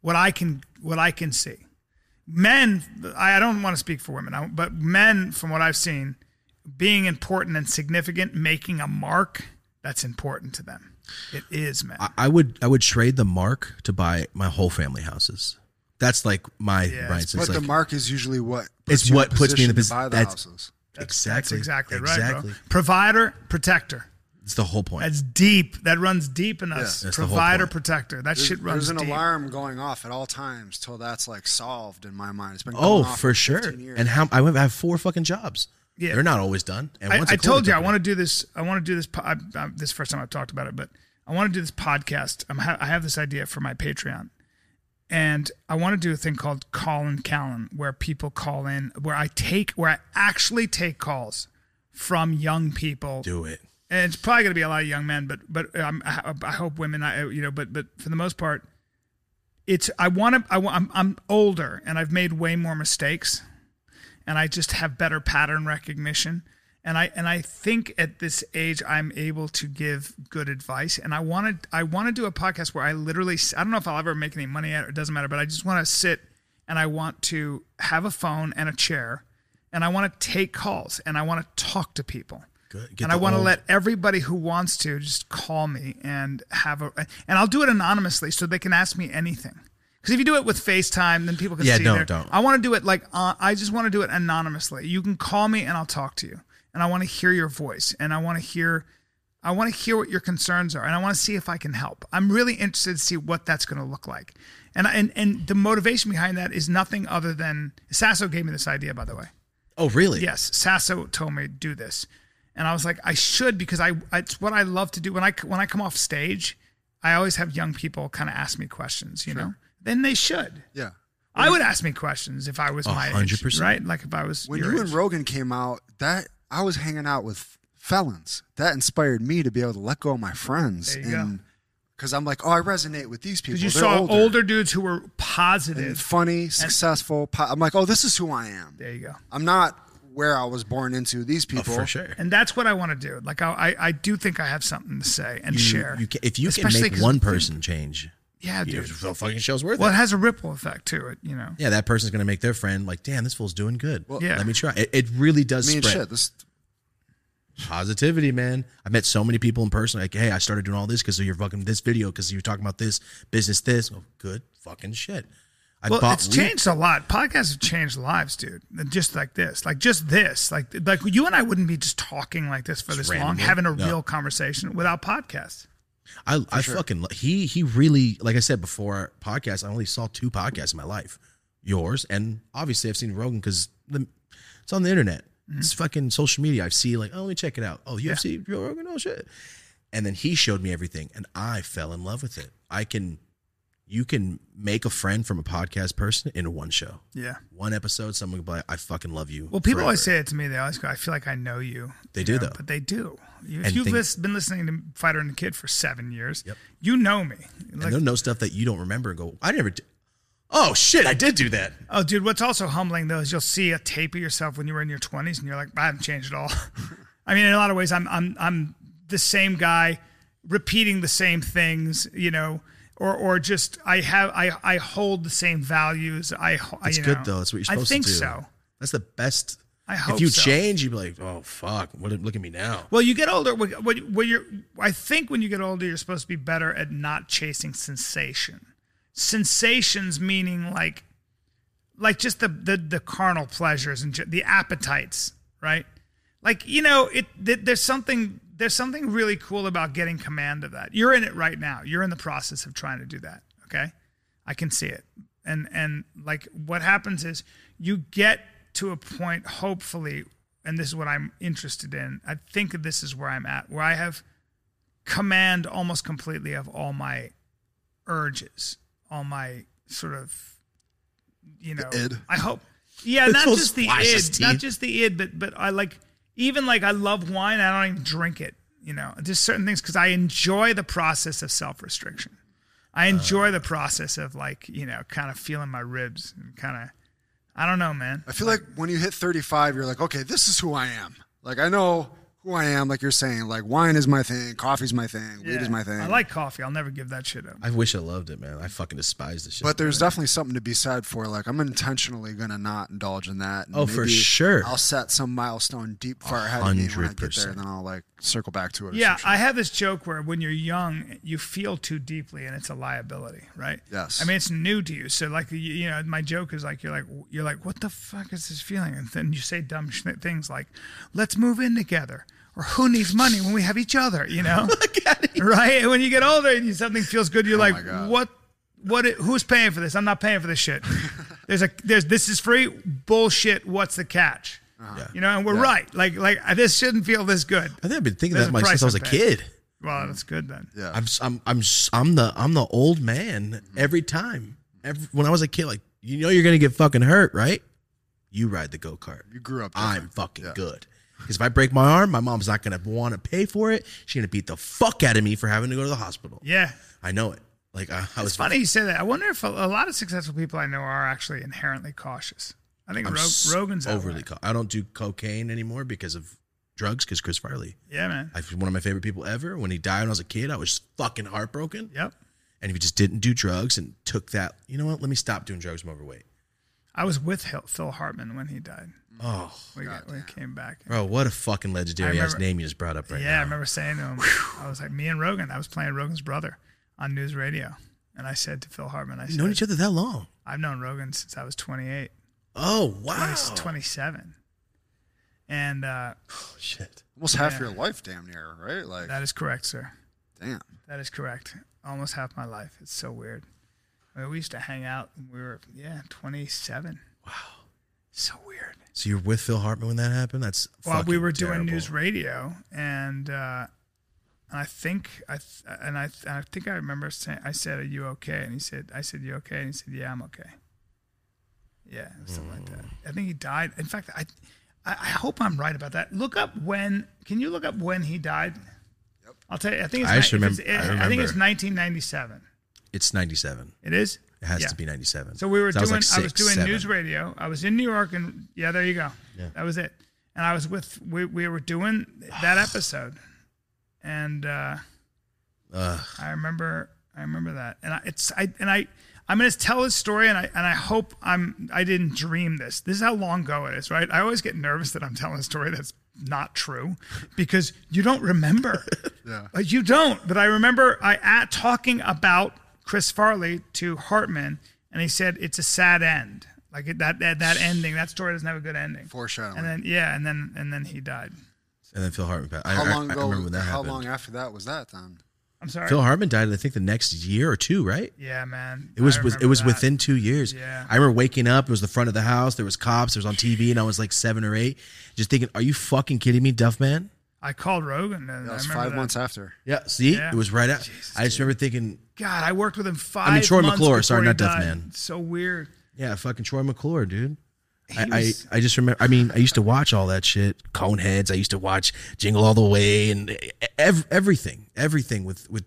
what I can, what I can see. Men, I, I don't want to speak for women, I- but men, from what I've seen, being important and significant, making a mark, that's important to them. It is, man.
I, I would I would trade the mark to buy my whole family houses. That's like my
Yeah,
Brian
it's
says,
but
like,
the mark is usually what.
It's
you in
what puts me in the
position
posi-
to buy the
that's-
houses.
exactly,
that's exactly right,
exactly.
bro. Provider, protector.
It's the whole point.
That's deep. That runs deep in us.
Yeah. That's the whole
Provider,
point.
protector. That
There's,
shit runs
there's an
deep.
alarm going off at all times till that's like solved in my mind. It's been
oh,
going off
for
for
sure.
15 years.
And how I have I have four fucking jobs.
Yeah.
they're not always done. And
I,
once
I told you I want to do this. I want to do this. po- I, I, this is the first time I've talked about it, but I want to do this podcast. I'm ha- I have this idea for my Patreon, and I want to do a thing called call and Callan, where people call in, where I take, where I actually take calls from young people.
Do it.
And it's probably going to be a lot of young men, but but um, I, I hope women, I, you know, but but for the most part, it's I want to. I, wa- I'm I'm older, and I've made way more mistakes, and I just have better pattern recognition. And I and I think at this age I'm able to give good advice. And I want to I want to do a podcast where I literally s- I don't know if I'll ever make any money at it. It doesn't matter, but I just want to sit and I want to have a phone and a chair, and I want to take calls and I want to talk to people
Good.
and I want to
old-
let everybody who wants to just call me and have a and I'll do it anonymously so they can ask me anything. Because if you do it with FaceTime, then people can
Yeah,
see.
don't,
their-
don't.
I want to do it like uh, I just want to do it anonymously. You can call me and I'll talk to you, and I want to hear your voice, and I want to hear, I want to hear what your concerns are, and I want to see if I can help. I'm really interested to see what that's going to look like, and and and the motivation behind that is nothing other than Sasso gave me this idea, by the way.
Oh, really?
Yes, Sasso told me to do this, and I was like, I should because I it's what I love to do when I when I come off stage. I always have young people kind of ask me questions, you know. Then they should.
Yeah.
I would ask me questions if I was
A
my
hundred
age,
percent.
right? Like if I was
When
your
you
age.
and Rogan came out, that I was hanging out with felons. That inspired me to be able to let go of my friends.
There you go.
Because I'm like, oh, I resonate with these people.
because you
They're
saw
older,
older. dudes who were
and
positive.
funny, successful. po- I'm like, oh, this is who I am.
There you go.
I'm not where I was born into. These
Oh,
people.
for sure.
And that's what I want to do. Like I, I, I do think I have something to say and
You-
share.
you can- if you
Especially
can make
'cause-
one person change,
yeah,
you-
dude.
the fucking show's worth
Well, it
it.
has a ripple effect to it, you know.
Yeah, that person's gonna make their friend like, damn, this fool's doing good.
Well,
Yeah.
Let me try. It, it really
I
does
mean,
spread
shit. This
positivity, man. I met so many people in person. Like, hey, I started doing all this because of your fucking this video because you were talking about this business, this. Oh, good fucking shit. I
well, it's
weed.
changed a lot. Podcasts have changed lives, dude. And Just like this, like just this, like like you and I wouldn't be just talking like this for
Just
this long,
randomly?
having a
No.
real conversation without podcasts.
I, I fucking lo- he he really like I said before our podcast. I only saw two podcasts in my life, yours and obviously I've seen Rogan because it's on the internet.
Mm-hmm.
It's fucking social media. I see like oh let me check it out. Oh UFC Joe Rogan oh shit, and then he showed me everything and I fell in love with it. I can, you can make a friend from a podcast person in one show,
Yeah.
one episode. Someone will be like I fucking love you.
Well, people always
forever."
say it to me. They always go, "I feel like I know you."
They
You
do,
know,
though.
but they do. You- If
And
you've
think-
lis- been listening to Fighter and the Kid for seven years,
Yep.
you know me.
and
Like,
they'll know stuff that you don't remember and go I never. Did. Oh shit, I did do that.
oh, dude, what's also humbling though is you'll see a tape of yourself when you were in your twenties, and you're like, "I haven't changed at all." (laughs) I mean, in a lot of ways, I'm I'm I'm the same guy, repeating the same things, you know. Or, or just I have I, I hold the same values I ho-
It's
you
good
know.
though. That's what you're
I
supposed
think
to do.
so
That's the best.
I hope
if you
so.
change, you'd be like, oh fuck, what, look at me now.
Well, you get older. When, when when you're, I think when you get older, you're supposed to be better at not chasing sensation. Sensations meaning like, like just the the, the carnal pleasures and ju- the appetites, right? Like you know, it th- there's something there's something really cool about getting command of that. You're in it right now. You're in the process of trying to do that. Okay, I can see it. And and like what happens is you get to a point, hopefully, and this is what I'm interested in. I think this is where I'm at, where I have command almost completely of all my urges, all my sort of you know
id.
I hope.
(laughs)
Yeah,
This
not
will
just the
splash
id,
his
not
teeth.
just the id, but but I like even like I love wine. I don't even drink it. You know, just certain things because I enjoy the process of self restriction. I enjoy the process of like you know kind of feeling my ribs and kind of I don't know, man.
I feel like when you hit 35, you're like, okay, this is who I am. Like, I know who I am, like you're saying. Like, wine is my thing, coffee's my thing, weed
Yeah.
is my thing.
I like coffee. I'll never give that shit up.
I wish I loved it, man. I fucking despise this shit.
But there's definitely something to be said for like I'm intentionally gonna not indulge in that. and
Oh, for
maybe
sure.
I'll set some milestone deep far ahead of me when I get there,
100%.
and then I'll like circle back to it. or
Yeah,
some shit.
I have this joke where when you're young, you feel too deeply, and it's a liability, right?
Yes.
I mean, it's new to you, so like you, you know, my joke is like you're like you're like, what the fuck is this feeling? And then you say dumb sh- things like, "Let's move in together," or "Who needs money when we have each other?" You
(laughs)
know, right? And when you get older and you, something feels good, you're
Oh my
like,
God.
what? What? i- Who's paying for this? I'm not paying for this
(laughs)
shit. there's a there's this is free bullshit. What's the catch?
Uh-huh.
You know, and we're right. Like like this shouldn't feel this good.
I think I've been thinking
There's
that
a
much since
price
I was
I
a
pay.
kid. Mm.
Well, that's good then.
yeah.
I'm s- I'm I'm s- I'm the I'm the old man every time. every, when I was a kid, like you know you're gonna get fucking hurt, right? You ride the go kart.
You grew up
I'm
different.
fucking
Yeah.
good. Because if I break my arm, my mom's not gonna want to pay for it. She's gonna beat the fuck out of me for having to go to the hospital.
Yeah.
I know it. Like I, I was
It's funny you say that. I wonder if a, a lot of successful people I know are actually inherently cautious. I think
I'm
Rog-
s-
Rogan's that
overly.
way.
Co- I don't do cocaine anymore because of drugs. Because Chris Farley,
Yeah, man.
I, one of my favorite people ever. When he died when I was a kid, I was fucking heartbroken.
Yep.
And if you just didn't do drugs and took that, you know what? Let me stop doing drugs. I'm overweight.
I was with Hil- Phil Hartman when he died.
Oh,
We, got, we came back.
bro, what a fucking legendary
I
ass
remember-
name you just brought up right
yeah,
now.
I remember saying to him, I was like, me and Rogan, I was playing Rogan's brother on news radio. And I said to Phil Hartman, I
We've
said,
known each other that long.
I've known Rogan since I was 28,
Oh wow,
20, 27. And uh,
Oh, shit.
Almost half
Yeah.
your life, damn near, right? Like,
that is correct, sir.
damn.
That is correct. Almost half my life. It's so weird. I mean, we used to hang out when we were, yeah, 27. Wow. So weird.
So you're with Phil Hartman when that happened? That's
Well, we
fucking
were doing
terrible.
news radio, and uh, and I think I th- and I th- I think I remember saying I said, "Are you okay?" And he said, "I said you okay?" And he said, "Yeah, I'm okay." Yeah, something like that.
Mm.
I think he died. In fact, I I I hope I'm right about that. Look up when. Can you look up when he died? I'll tell you. I think it's.
I
ni-
actually
if it's-
remem- I
I think it's
remember.
1997.
It's 97.
It is.
It has
Yeah.
to be 97.
So we were
I
doing.
was, like
I was
six,
doing
seven.
news radio. I was in New York, and yeah, there you go. That was it. And I was with. We we were doing that episode, and uh,
Ugh.
I remember. I remember that. And I, it's. I and I. I'm going to tell his story, and I and I hope I'm. I didn't dream this. This is how long ago it is, right? I always get nervous that I'm telling a story that's not true, because you don't remember.
(laughs) Yeah.
Uh, You don't, but I remember I at talking about Chris Farley to Hartman, and he said it's a sad end, like it, that, that that ending. That story doesn't have a good ending.
Foreshadowing.
And then yeah, and then and then he died.
And then Phil Hartman passed.
How
I,
long
I,
ago?
I remember when that
how
happened.
long after that was that then?
I'm sorry.
Phil Hartman died, I think, the next year or two, right?
yeah, man.
It was
I
with, it
remember
was
that.
within two years.
Yeah.
I remember waking up. It was the front of the house. There was cops. There was on TV, and I was like seven or eight, just thinking, "Are you fucking kidding me, Duff Man?"
I called Rogan. And
That
I
was
remember
five
that.
months after.
Yeah. See,
Yeah.
it was right out. I just remember thinking,
God, I worked with him five.
Troy
months
McClure, sorry,
before he
not Deaf
died.
Man.
So weird.
"Yeah, fucking Troy McClure, dude."
He
I,
was-
I I just remember. I mean, I used to watch all that shit, Coneheads. I used to watch Jingle All the Way and e, ev- everything, everything with with.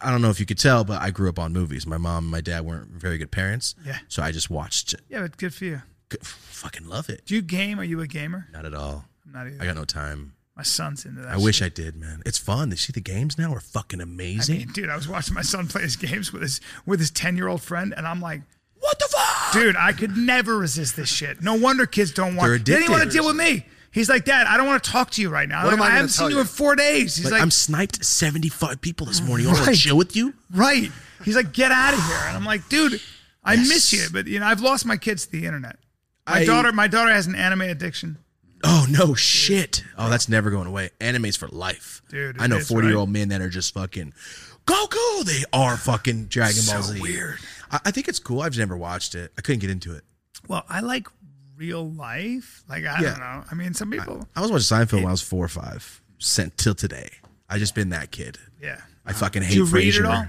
I don't know if you could tell, but I grew up on movies. My mom and my dad weren't very good parents.
Yeah.
So I just watched.
Yeah, but good for you.
Fucking love it.
Do you game? Are you a gamer?
Not at all.
I'm not either.
I got no time.
My son's into that.
I wish I did, man. It's fun. You see the games now are fucking
I
amazing.
mean, dude, I was watching my son play his games with his with his ten year old friend, and I'm like,
what the fuck?
dude, I could never resist this shit. No wonder kids don't want.
They're
They didn't want to
addicted.
deal with me. He's like, Dad, I don't want to talk to you right now.
What
Like,
am I
I,
gonna
haven't seen
tell
you
you?"
in four days. He's
Like,
like,
I'm sniped 75 people this
(sighs)
morning. You want
Right.
to chill with you?
right. He's like, get out of here. And I'm like, dude, I miss you, but you know, I've lost my kids to the internet. My
I-
daughter, my daughter has an anime addiction.
Oh no, shit. Oh, that's never going away. Anime's for life,
Dude,
I know
it is,
40 year old men that are just fucking Goku. They are fucking Dragon Ball
So
Z.
weird.
I, I think it's cool. I've never watched it. I couldn't get into it.
Well, I like real life. Like I
Yeah.
don't know. I mean, some people.
I was watching Seinfeld when I was four or five. Sent till today. I just been that kid.
yeah.
I fucking hate
Did you read it
Frasier.
all?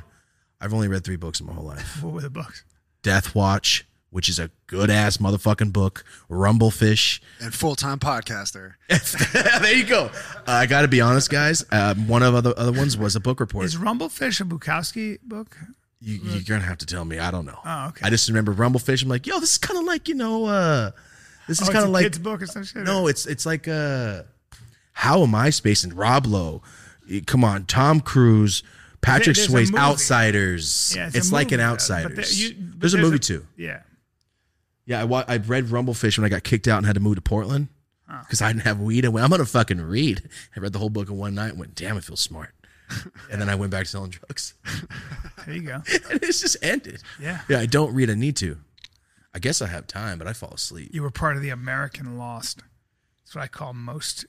I've only read three books in my whole life.
What were the books?
Death Watch, which is a good ass motherfucking book. Rumblefish.
And full time podcaster.
(laughs) there you go. Uh, I got to be honest, guys. Um, one of other other ones was a book report.
Is Rumblefish a Bukowski book?
You, you're gonna have to tell me. I don't know.
Oh, okay.
I just remember Rumblefish. I'm like, yo, this is kind of like you know, uh, this is
Oh,
kind
a
of like
kids book or some shit.
no, it's it's like uh, how am I spacing? Rob Lowe, eh, come on, Tom Cruise, Patrick
there's a
Swayze,
movie.
Outsiders.
Yeah,
it's
a
like an
movie, though. But
Outsiders.
there- you- but
there's, a movie too.
Yeah.
Yeah, I, wa- I read Rumblefish when I got kicked out and had to move to Portland because I didn't have weed. I went, I'm going to fucking read. I read the whole book in one night and went, damn, I feel
(laughs)
smart. And then I went back to selling drugs. (laughs)
There you go.
and it's just ended. (laughs)
Yeah.
Yeah, I don't read. I need to. I guess I have time, but I fall asleep.
You were part of the American Lost. That's what I call most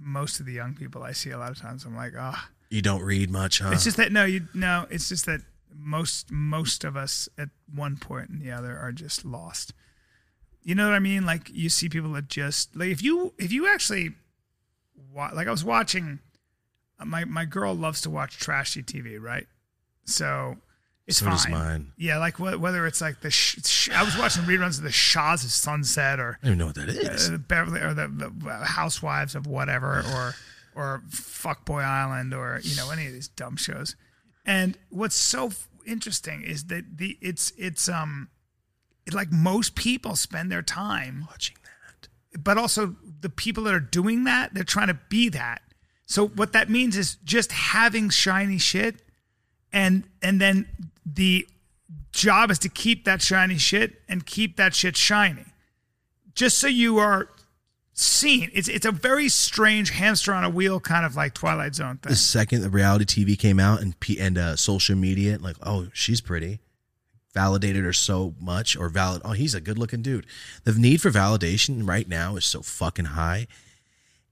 most of the young people I see a lot of times. I'm like, ah,
You don't read much, huh?
it's just that no, you no, it's just that most most of us at one point and the other are just lost. You know what I mean? Like you see people that just like if you if you actually wa- like I was uh, watching my my girl loves to watch trashy TV, right? So It's
So
fine.
does mine.
Yeah, like wh- whether it's like the sh- sh- I was watching reruns of the Shaw's of Sunset or
I don't even know what that is.
uh, Beverly or the, the uh, Housewives of whatever or or Fuckboy Island or you know any of these dumb shows. And what's so f- interesting is that the it's it's um it, like most people spend their time
Watching that.
but also the people that are doing that, they're trying to be that. So what that means is just having shiny shit and and then the job is to keep that shiny shit and keep that shit shiny. Just so you are seen. It's it's a very strange hamster on a wheel kind of like Twilight Zone thing.
The second the reality TV came out and P- and uh, social media, like, oh, she's pretty, validated her so much, or valid. Oh, he's a good looking dude. The need for validation right now is so fucking high,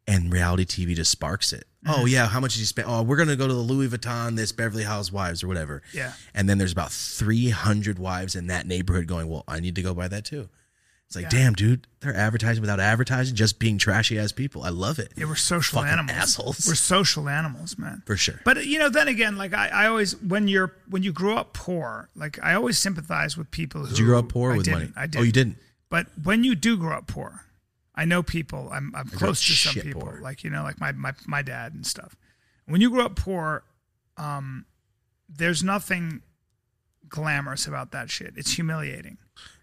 and reality TV just sparks it.
Mm-hmm.
Oh yeah, how much did you spend? Oh, we're gonna go to the Louis Vuitton, this Beverly Hills Wives or whatever.
Yeah.
and then there's about three hundred wives in that neighborhood going. Well, I need to go buy that too. It's like,
Yeah.
damn, dude, they're advertising without advertising, just being trashy ass people. I love it.
Yeah, we're social
Fucking
animals.
assholes.
We're social animals, man.
For sure.
But you know, then again, like I, I always when you're when you grow up poor, like I always sympathize with people who
Did you grow up poor
I
with
didn't,
money?
I did.
Oh, you didn't.
But when you do grow up poor, I know people. I'm I'm
grew
close
up
to some
shit
people,
poor.
like you know, like my my my dad and stuff. When you grow up poor, um, there's nothing glamorous about that shit. It's humiliating.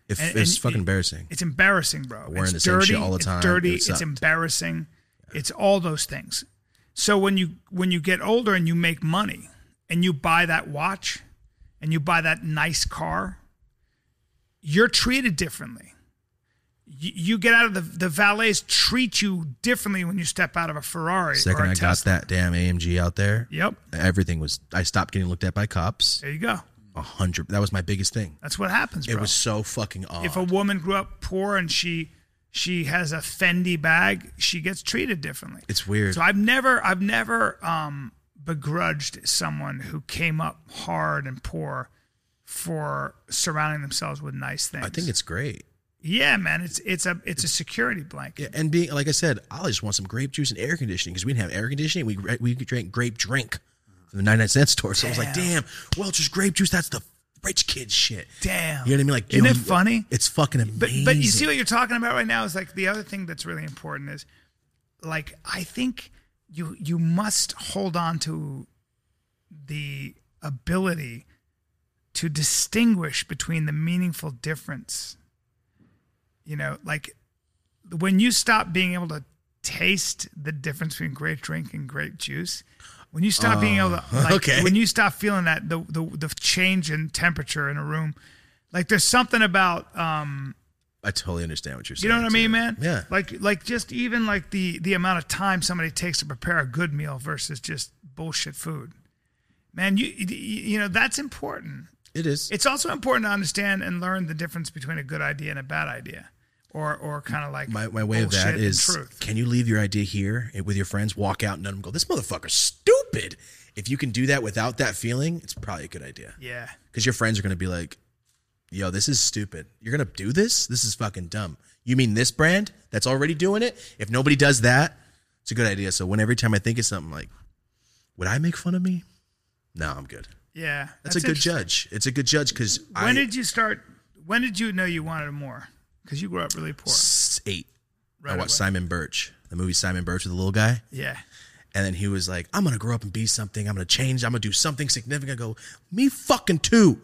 If
And-
it's
and
fucking
it-
embarrassing.
It's embarrassing, bro.
Wearing
it's
the same
dirty,
shit all the time,
It's dirty.
it
It's
sucked.
embarrassing. It's all those things. So when you when you get older and you make money and you buy that watch and you buy that nice car, you're treated differently. You, you get out of the the valets treat you differently when you step out of a Ferrari.
Second,
or a
I got
Tesla.
that damn AMG out there.
Yep.
Everything was. I stopped getting looked at by cops.
There you go.
A hundred. That was my biggest thing.
That's what happens, bro.
It was so fucking odd.
if a woman grew up poor and she she has a Fendi bag, she gets treated differently.
it's weird.
So I've never, I've never um, begrudged someone who came up hard and poor for surrounding themselves with nice things.
I think it's great.
yeah, man. It's it's a it's a security blanket.
Yeah, and being like I said, I just want some grape juice and air conditioning because we didn't have air conditioning. We we drank grape drink from the 99 cent store. So I was like, damn, Welch's grape juice. That's the rich kid shit.
Damn.
You know what I mean? Like,
isn't
yo,
it
you-
funny?
It's fucking
But
amazing.
but you see what you're talking about right now is like the other thing that's really important is like I think you you must hold on to the ability to distinguish between the meaningful difference. You know, like when you stop being able to taste the difference between great drink and grape juice, when you stop being able to
(laughs)
like
Oh, okay.
when you stop feeling that the, the the change in temperature in a room, like there's something about um
I totally understand what you're
you
saying.
know what I
too.
mean, man?
Yeah.
Like like just even like the the amount of time somebody takes to prepare a good meal versus just bullshit food. Man, you you- you know that's important.
it is.
It's also important to understand and learn the difference between a good idea and a bad idea, or or kind of like
my, my way of that
bullshit and
is
truth.
can you leave your idea here eh, with your friends walk out and none of them go this motherfucker's stupid if you can do that without that feeling it's probably a good idea
Yeah,
because your friends are going to be like yo this is stupid you're going to do this this is fucking dumb you mean this brand that's already doing it if nobody does that it's a good idea so when every time i think of something like would i make fun of me no i'm good
yeah.
that's, a good
interesting.
judge it's a good judge because
When
i
did you start? When did you know you wanted more? Because you grew up really poor.
s- eight
Right
i watched
away.
simon birch the movie simon birch with the little guy
Yeah,
And then he was like, I'm gonna grow up and be something. I'm gonna change. I'm gonna do something significant. I go, me fucking too.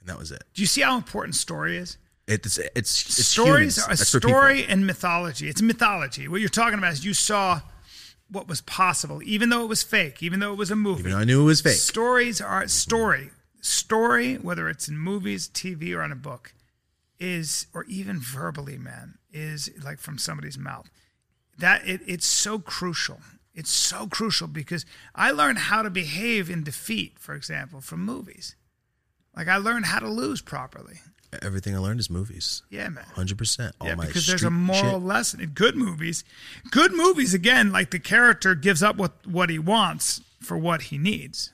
And that was it.
do you see how important story is?
It's it's, it's
stories
humans.
are a
That's for people.
story and mythology. It's mythology. What you're talking about is you saw what was possible, even though it was fake, even though it was a movie.
Even though I knew it was fake.
Stories are story. Story, whether it's in movies, TV, or on a book, is or even verbally, man, is like from somebody's mouth. That it, it's so crucial. It's so crucial because I learned how to behave in defeat, for example, from movies. Like I learned how to lose properly.
Everything I learned is movies.
Yeah, man
Hundred percent. All
yeah,
my
because there's a
street
moral
shit.
lesson in good movies. Good movies, again, like the character gives up what what he wants for what he needs.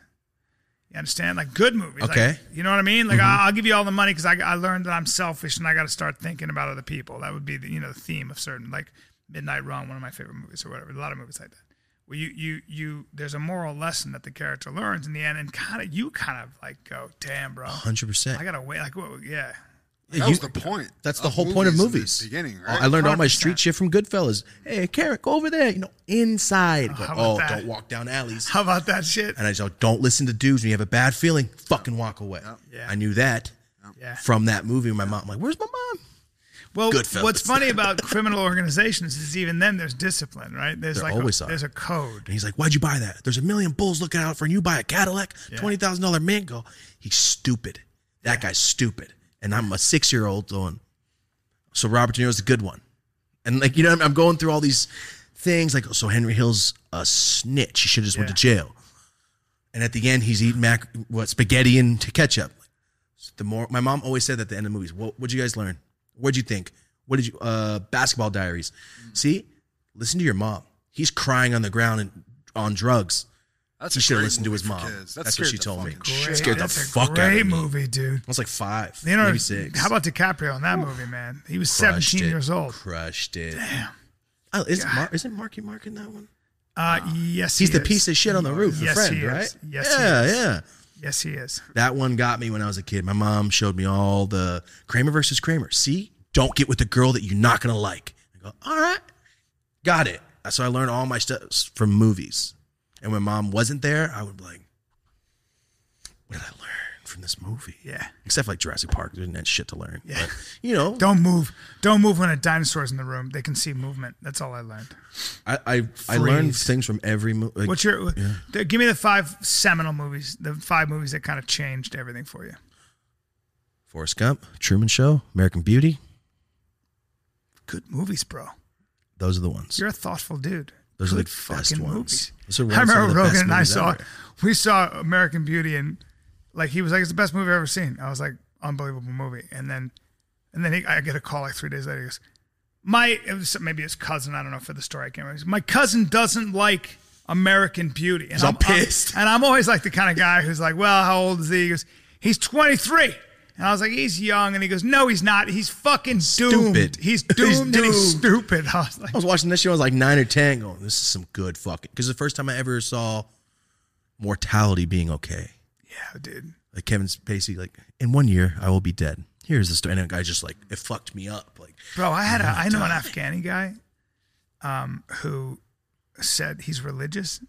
You understand? Like good movies. like-
Okay. Mm-hmm.
you know what I mean? Like I I'll give you all the money because I, I learned that I'm selfish and I got to start thinking about other people. That would be the you know the theme of certain like Midnight Run, one of my favorite movies or whatever. A lot of movies like that. where you you you there's a moral lesson that the character learns in the end, and kind of you kind of like go, damn, bro,
hundred percent.
I gotta wait. Like, whoa, yeah, (laughs)
That was the point.
That's the whole point of
in the
movies.
beginning,
I-
right?
I learned all my
100%.
street shit from Goodfellas. Hey, Carrick, go over there. You know, inside. Go,
how about
oh,
that?
don't walk down alleys.
how about that shit?
And I just don't listen to dudes when you have a bad feeling. Fucking walk away.
Yeah.
I knew that
Yeah.
from that movie. My mom, I'm like, where's my mom?
Well,
Goodfellas.
what's funny about criminal organizations is even then there's discipline, right? There's
There
like
always
a,
are.
there's a code.
And he's like, why'd you buy that? There's a million bulls looking out for you. You buy a Cadillac, $20,000 Mango. He's stupid. That guy's stupid. And I'm a six year old going, so Robert De Niro's the good one. And like, you know, I'm- I'm going through all these things like, so Henry Hill's a snitch. He should have just went to jail. And at the end, he's eating mac, what, spaghetti and t- ketchup. The more my mom always said that at the end of movies, what would you guys learn? What'd you think? What did you uh basketball diaries?
Mm.
See, listen to your mom. He's crying on the ground and on drugs.
That's
he
a
should have
great
listened to
movie
his
for
mom.
kids. That
That's what
scared
she
the
told me.
fucking
I
shit
Great-
scared the
that's a
fuck out of
great
me.
movie, dude.
was like five,
Leonardo,
maybe six.
How about DiCaprio in that movie, man? He was
Crushed
17
it.
years old.
Crushed it. Damn. Oh, is Mar- isn't Marky Mark in that one?
Uh, yes,
Ah. He's
he
the
is.
piece of shit on the roof.
Yes,
the friend,
he is.
right?
Yes, he
yeah, yeah.
Yes, he is.
That one got me when I was a kid. My mom showed me all the Kramer versus Kramer. See, don't get with the girl that you're not gonna like. I go, all right, got it. So I learned all my stuff from movies. And when mom wasn't there, I would be like, what did I learn from this movie?
Yeah.
Except for like Jurassic Park, there isn't that shit to learn. Yeah. you know,
Don't move. Don't move when a dinosaur's in the room. They can see movement. That's all I learned.
I I, I learned
Freeze.
things from every movie. Like,
What's your? th- Give me the five seminal movies. The five movies that kind of changed everything for you.
Forrest Gump, Truman Show, American Beauty.
Good movies, bro.
Those are the ones.
You're a thoughtful dude.
Those are
Good
the best
fucking
ones.
movies.
Those are
I
some of
remember
the best
Rogan and I
movies
saw.
ever.
We saw American Beauty and like he was like, "It's the best movie I've ever seen." I was like, "Unbelievable movie." And then, and then he, I get a call like three days later. He goes, "My it was maybe his cousin. I don't know for the story. I can't remember. He goes, My cousin doesn't like." American Beauty, and
So pissed.
and I'm always like the kind of guy who's like, "Well, how old is he?" He goes, "He's 23," and I was like, "He's young," and he goes, "No, he's not. He's fucking
Stupid.
doomed. He's
(laughs) He's
doomed, and he's
doomed.
stupid." (laughs) I was like,
I was watching this show. I was like nine or ten, going, "This is some good fucking." Because the first time I ever saw mortality being okay,
Yeah, dude.
like Kevin Spacey, like in one year I will be dead. Here's the story, and the guy just like it fucked me up. Like
Bro, I had a I know an Afghani guy um who said he's religious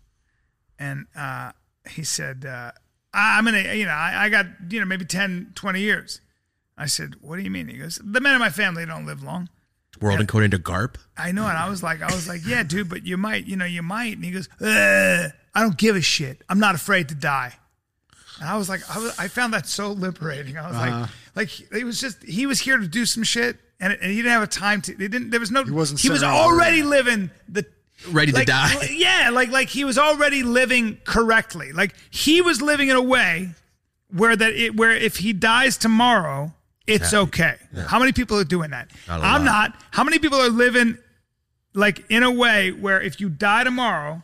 and uh he said uh I, I'm gonna you know, I, I got, you know, maybe 10, 20 years. I said, What do you mean? He goes, The men in my family don't live long.
world encoded into Garp.
I know, and I was like, I was like, Yeah, dude, but you might, you know, you might. And he goes, Ugh, I don't give a shit. I'm not afraid to die. And I was like, I, was, I found that so liberating. I was like, like it was just he was here to do some shit, and, and he didn't have a time to. They didn't. There was no. He
wasn't
He was
sitting around
already living the.
Ready to
like,
die.
li- Yeah, like like he was already living correctly. Like he was living in a way where that it where if he dies tomorrow, it's okay. How many people are doing that?
Not a
I'm
lot.
not. How many people are living like in a way where if you die tomorrow,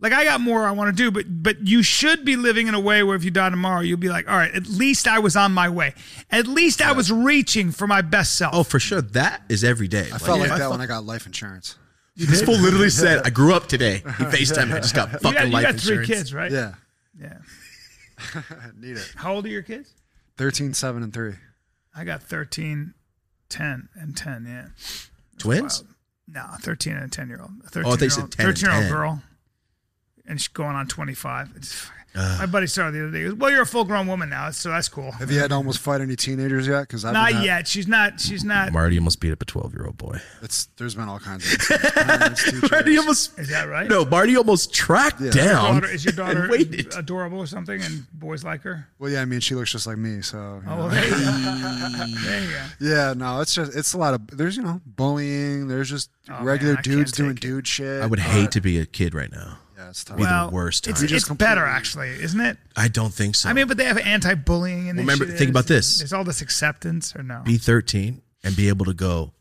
like I got more I want to do, but but you should be living in a way where if you die tomorrow, you'll be like, all right, at least I was on my way. At least I was reaching for my best self.
Oh, for sure, that is every day.
I felt like that when I got life insurance.
This fool literally said, "I grew up today."
(laughs)
He Facetime. I just got fucking
you got, you
life
got three
insurance.
kids, right?
(laughs) Yeah,
Yeah.
need it.
How old are your kids?
13, 7, and three.
I got 13, 10, and 10, yeah.
Twins.
No, 13 and a 10 year old. A 13
Oh, I thought you
year
said
old,
10 and
13 year old
10.
girl. And she's going on 25. It's, my buddy started the other day. He goes, Well, you're a full grown woman now, so that's cool.
Have you had to almost fight any teenagers yet? Because I've
Not
been at-
yet. She's not. She's not.
Marty almost beat up a twelve-year-old boy.
It's there's been all
(laughs)
kinds of incidents. parents, teachers.
almost.
Is that right?
No, Marty almost tracked down.
Daughter,
(laughs)
is your
and
daughter
waited.
adorable or something, and boys like her?
Well, yeah, I mean, she looks just like me, so. you
Oh,
know.
well, there you go. there you go.
Yeah, no, it's just it's a lot of there's you know bullying. There's just
Oh,
regular
man, I can't
dudes doing
take it.
dude shit.
I would hate to be a kid right now.
Yeah, it's tough.
Be the
Well,
worst
It's,
time.
You just
it's better
completely-
actually, isn't it?
I don't think so.
I mean, but they have anti-bullying and
Remember- think about this.
There's all this acceptance, or no?
be 13 and be able to go.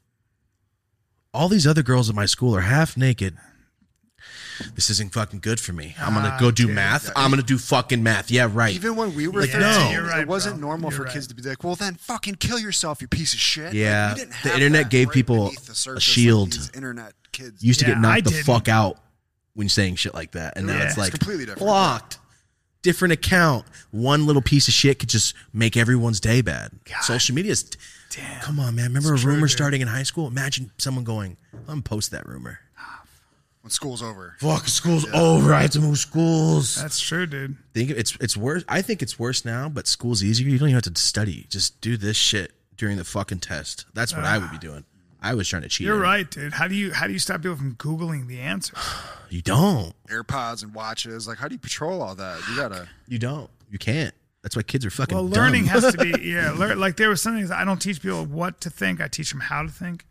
All these other girls at my school are half naked. This isn't fucking good for me. I'm gonna
Ah,
go do math. I'm gonna do fucking math. Yeah, right.
Even when we were
Like,
thirteen,
no.
You're right,
it wasn't
bro.
normal
You're
for
right.
kids to be like, "Well, then fucking kill yourself, you piece of shit."
Yeah.
Like, we didn't
The
have
internet
that
gave
right
people
beneath the
a
surface like
shield.
these internet kids.
used to
Yeah,
get knocked
I
the
didn't.
fuck out when saying shit like that. And now
Yeah,
it's
it's
like
completely different.
blocked, different account. One little piece of shit could just make everyone's day bad. Social media is. Damn. Come on, man. Remember a rumor starting in high school? Imagine someone going, I'm going to post that rumor.
when school's over.
Fuck, school's over. I have to move schools.
That's true, dude.
think it's it's worse. I think it's worse now, but school's easier. You don't even have to study. Just do this shit during the fucking test. That's what I would be doing. I was trying to cheat.
You're
on it.
right, dude. How do you how do you stop people from googling
(sighs)
the answer?
You don't.
AirPods and watches. Like, how do you patrol all that? You gotta.
You don't. You can't. That's why kids are fucking.
Well,
dumb. (laughs)
learning has to be yeah. Lear, like there was some things I don't teach people what to think. I teach them how to think.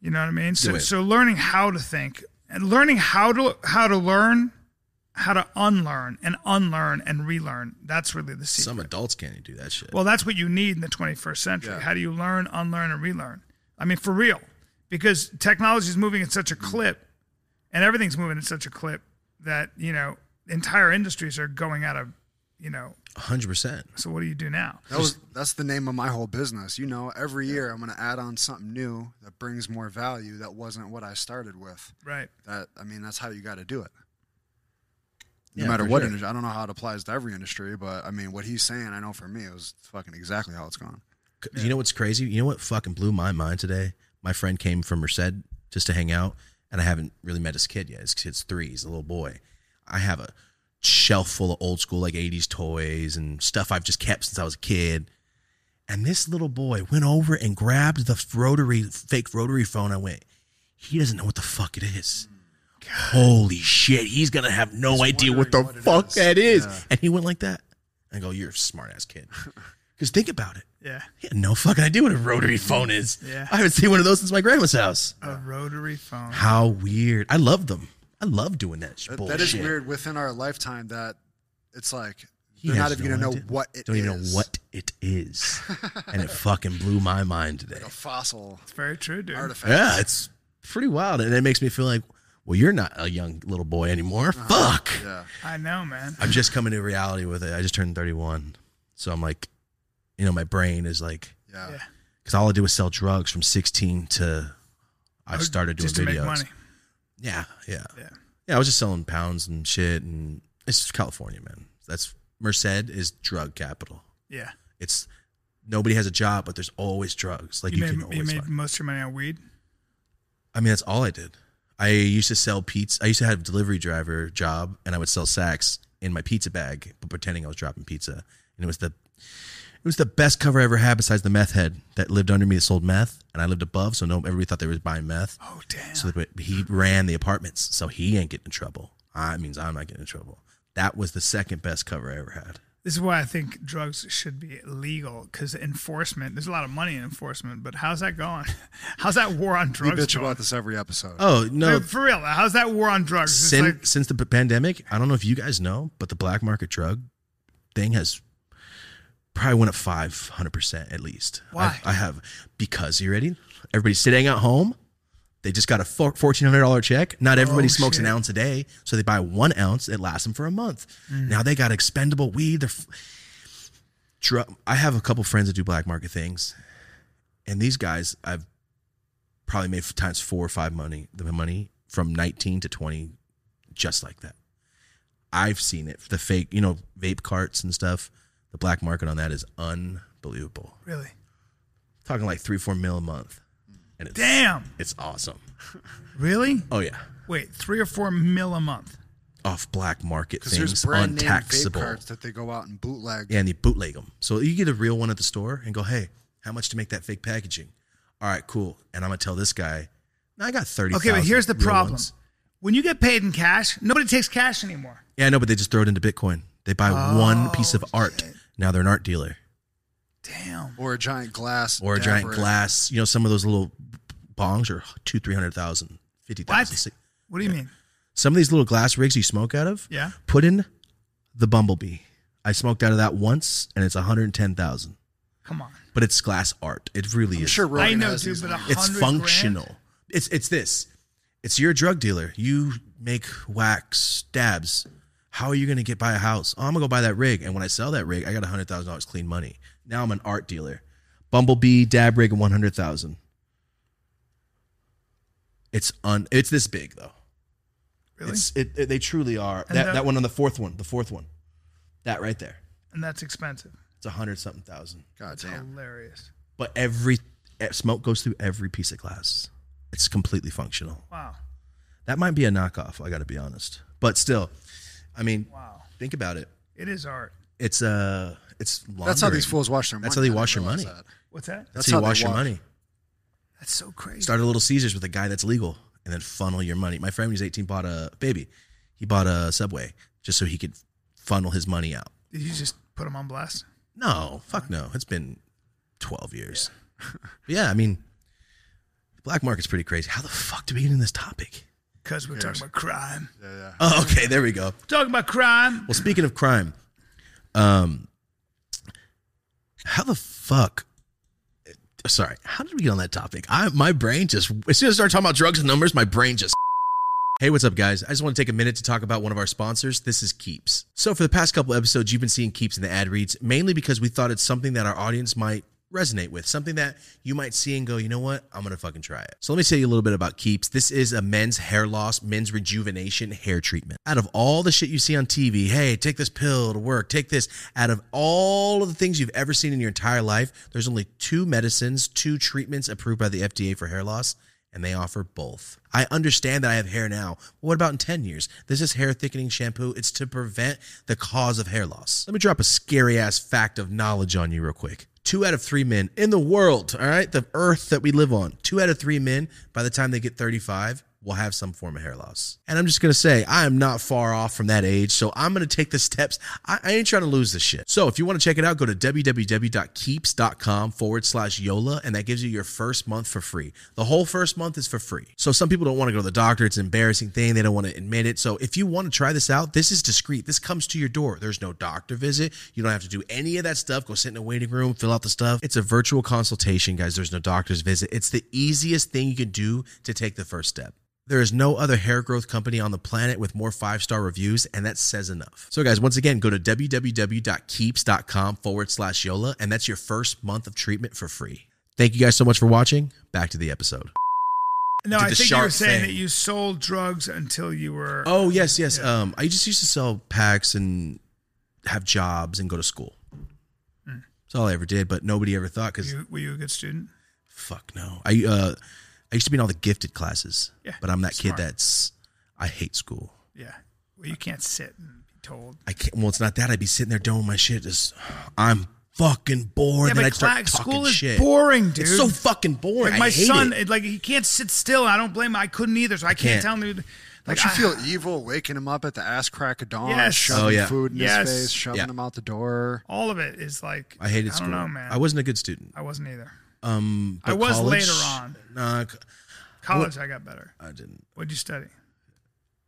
You know what I mean? So
it.
so learning how to think and learning how to how to learn, how to unlearn and unlearn and relearn. That's really the secret.
Some adults can't do that shit.
Well, that's what you need in the 21st century.
Yeah.
How do you learn, unlearn, and relearn? I mean, for real, because technology is moving at such a clip, and everything's moving at such a clip that you know entire industries are going out of, you know.
hundred percent.
So what do you do now?
That was that's the name of my whole business. You know, every year I'm gonna add on something new that brings more value that wasn't what I started with.
Right.
That I mean, that's how you got to do it. No
Yeah,
matter
for
what
sure.
industry, I don't know how it applies to every industry, but I mean, what he's saying, I know for me, it was fucking exactly how it's gone.
You know what's crazy? You know what fucking blew my mind today? My friend came from Merced just to hang out, and I haven't really met his kid yet. His kid's three. He's a little boy. I have a shelf full of old school like '80s toys and stuff I've just kept since I was a kid. And this little boy went over and grabbed the rotary fake rotary phone. I went, he doesn't know what the fuck it is. Holy shit, he's gonna have no idea what the
wondering what it
fuck
is.
that is.
Yeah.
And he went like that. I go, you're a smart ass
(laughs)
kid. Because think about it.
Yeah.
He had no fucking idea what a rotary phone is.
Yeah.
I haven't seen one of those since my grandma's house.
A rotary phone.
How weird. I love them. I love doing that, sh-
That,
bullshit.
that is weird within our lifetime that it's like
He
you're not
has
even gonna
no
know
idea.
what it
Don't even know
is.
what it
(laughs)
is. and it fucking blew my mind today.
a fossil
It's very true, dude.
artifact.
Yeah, it's pretty wild. And it makes me feel like, well, you're not a young little boy anymore. Fuck.
Uh-huh. Yeah.
I know, man.
I'm just coming to reality with it. I just turned 31. So I'm like, you know, my brain is like,
Yeah.
Yeah.
because all I did was sell drugs from 16 to
Oh,
I started doing
just to
videos.
make money.
Yeah, yeah,
Yeah.
yeah. I was just selling pounds and shit, and it's California, man. That's Merced is drug capital.
Yeah.
It's nobody has a job, but there's always drugs. Like you,
you made,
can
you
always.
made
find-
most of your money on weed.
I mean, that's all I did. I used to sell pizza. I used to have a delivery driver job, and I would sell sacks in my pizza bag, but pretending I was dropping pizza. And it was the, it was the best cover I ever had. Besides the meth head that lived under me that sold meth, and I lived above, so no, everybody thought they was buying meth.
Oh damn.
So but he ran the apartments, so he ain't getting in trouble. I means I'm not getting in trouble. That was the second best cover I ever had.
This is why I think drugs should be legal because enforcement. There's a lot of money in enforcement, but how's that going? (laughs) How's that war on
We
drugs?
bitch
going?
about this every episode.
Oh no!
Dude, for real. How's that war on drugs? It's
Sin,
like-
since the p- pandemic, I don't know if you guys know, but the black market drug thing has probably went up five hundred percent at least.
Why?
I, I have because you ready? Everybody's sitting at home. They just got a fourteen hundred dollar check. Not everybody
Oh,
smokes an
shit.
ounce a day, so they buy one ounce. It lasts them for a month.
Mm.
Now they got expendable weed. They're f- drug. I have a couple friends that do black market things, and these guys I've probably made times four or five money the money from nineteen to twenty, just like that. I've seen it. The fake, you know, vape carts and stuff. The black market on that is unbelievable.
really?
Talking like three, four mil a month, and it's,
Damn.
it's awesome.
Really?
Oh yeah,
Wait, three or four mil a month.
off black market
Because there's
things,
brand name vape
untaxable,
cards that they go out and bootleg.
yeah, and they bootleg them. So you get a real one at the store and go, hey, how much to make that fake packaging? All right, cool. And I'm gonna tell this guy, I got thirty.
Okay, but here's the
real
problem.
ones."
When you get paid in cash, nobody takes cash anymore.
Yeah, I know, but they just throw it into Bitcoin. They buy
Oh,
one piece of art. Now they're an art dealer
Damn.
Or a giant glass.
or a giant
dabber.
glass. You know, some of those little bongs are two, three hundred thousand, fifty thousand.
What?
si-
What do you mean?
Some of these little glass rigs you smoke out of.
Yeah.
Put in the bumblebee. I smoked out of that once, and it's one hundred ten thousand.
Come on.
But it's glass art. It really
I'm
is.
sure Rogan
I know,
has
dude,
these
but
ones.
a
it's
100
functional.
grand?
It's it's this. It's you're a drug dealer. You make wax dabs. How are you going to get buy a house? Oh, I'm gonna go buy that rig, and when I sell that rig, I got hundred thousand dollars clean money. Now I'm an art dealer. Bumblebee dab rig one hundred thousand. It's un. It's this big though.
Really?
It's it, it- They truly are.
And
That,
the-
that one on the fourth one, the fourth one, that right there.
and that's expensive.
It's a hundred something thousand.
God
That's
damn.
hilarious.
But every eh, smoke goes through every piece of glass. It's completely functional.
Wow.
That might be a knockoff. I got to be honest. But still, I mean,
Wow.
think about it.
It is art.
It's uh, it's laundering.
That's how these fools wash their money.
That's how they
I didn't
wash your
realize
money.
that.
What's that?
That's,
That's
how
how
you
they
wash your
wash.
money.
That's so crazy.
Start a little Caesars with a guy that's legal, and then funnel your money. My friend, who's eighteen, bought a baby. He bought a Subway just so he could funnel his money out.
Did you just put them on blast?
No, fuck no. It's been 12 years.
(laughs)
Yeah, I mean, the black market's pretty crazy. How the fuck do we get in this topic?
Because we're talking about crime.
Yeah, yeah.
Oh, okay, there we go.
Talking about crime.
Well, speaking of crime, um, how the fuck? Sorry, how did we get on that topic? I my brain just as soon as I started talking about drugs and numbers, my brain just. Hey, what's up, guys? I just want to take a minute to talk about one of our sponsors. This is Keeps. So, for the past couple episodes, you've been seeing Keeps in the ad reads, mainly because we thought it's something that our audience might resonate with, something that you might see and go, you know what? I'm going to fucking try it. So, let me tell you a little bit about Keeps. This is a men's hair loss, men's rejuvenation hair treatment. Out of all the shit you see on TV, hey, take this pill to work, take this. Out of all of the things you've ever seen in your entire life, there's only two medicines, two treatments approved by the FDA for hair loss and they offer both. I understand that I have hair now. What about in 10 years? This is hair thickening shampoo. It's to prevent the cause of hair loss. Let me drop a scary ass fact of knowledge on you, real quick. Two out of three men in the world, all right, the earth that we live on, two out of three men by the time they get 35 will have some form of hair loss. And I'm just gonna say, I am not far off from that age, so I'm gonna take the steps. I, I ain't trying to lose this shit. So if you wanna check it out, go to www.keeps.com forward slash YOLA, and that gives you your first month for free. The whole first month is for free. So some people don't wanna go to the doctor, it's an embarrassing thing, they don't wanna admit it. So if you wanna try this out, this is discreet. This comes to your door. There's no doctor visit, you don't have to do any of that stuff. Go sit in a waiting room, fill out the stuff. It's a virtual consultation, guys. There's no doctor's visit. It's the easiest thing you can do to take the first step. There is no other hair growth company on the planet with more five star reviews, and that says enough. So, guys, once again, go to www.keeps.com forward slash YOLA, and that's your first month of treatment for free. Thank you guys so much for watching. Back to the episode.
No,
Did
I
the
think you were
shark
saying
thing.
that you sold drugs until you were.
Oh, yes, yes. Um, I just used to sell packs and have jobs and go to school. That's all I ever did, but nobody ever thought because
You, were you a good student?
Fuck no. I uh, I used to be in all the gifted classes.
Yeah,
But I'm that
smart.
kid that's I hate school.
Yeah. Well, you can't sit and be told.
I can't. Well, it's not that. I'd be sitting there doing my shit. Just I'm fucking bored.
yeah,
then I
cla-
start talking
school is
shit.
boring, dude.
It's so fucking boring.
Like
I
my
hate
son,
it.
it- like he can't sit still. I don't blame him. I couldn't either, so I,
can't.
can't, tell him. Like
Don't
(laughs)
you
I-
feel evil waking him up at the ass crack of dawn,
Yes.
shoving
Oh, yeah.
food in
Yes.
his face, shoving
Yeah.
him out the door?
all of it is like
I hated school.
I don't know, man.
I wasn't a good student.
I wasn't either.
Um,
I
but
was
college-
later on.
Nah, c-
College, I got better.
I didn't.
What'd you study?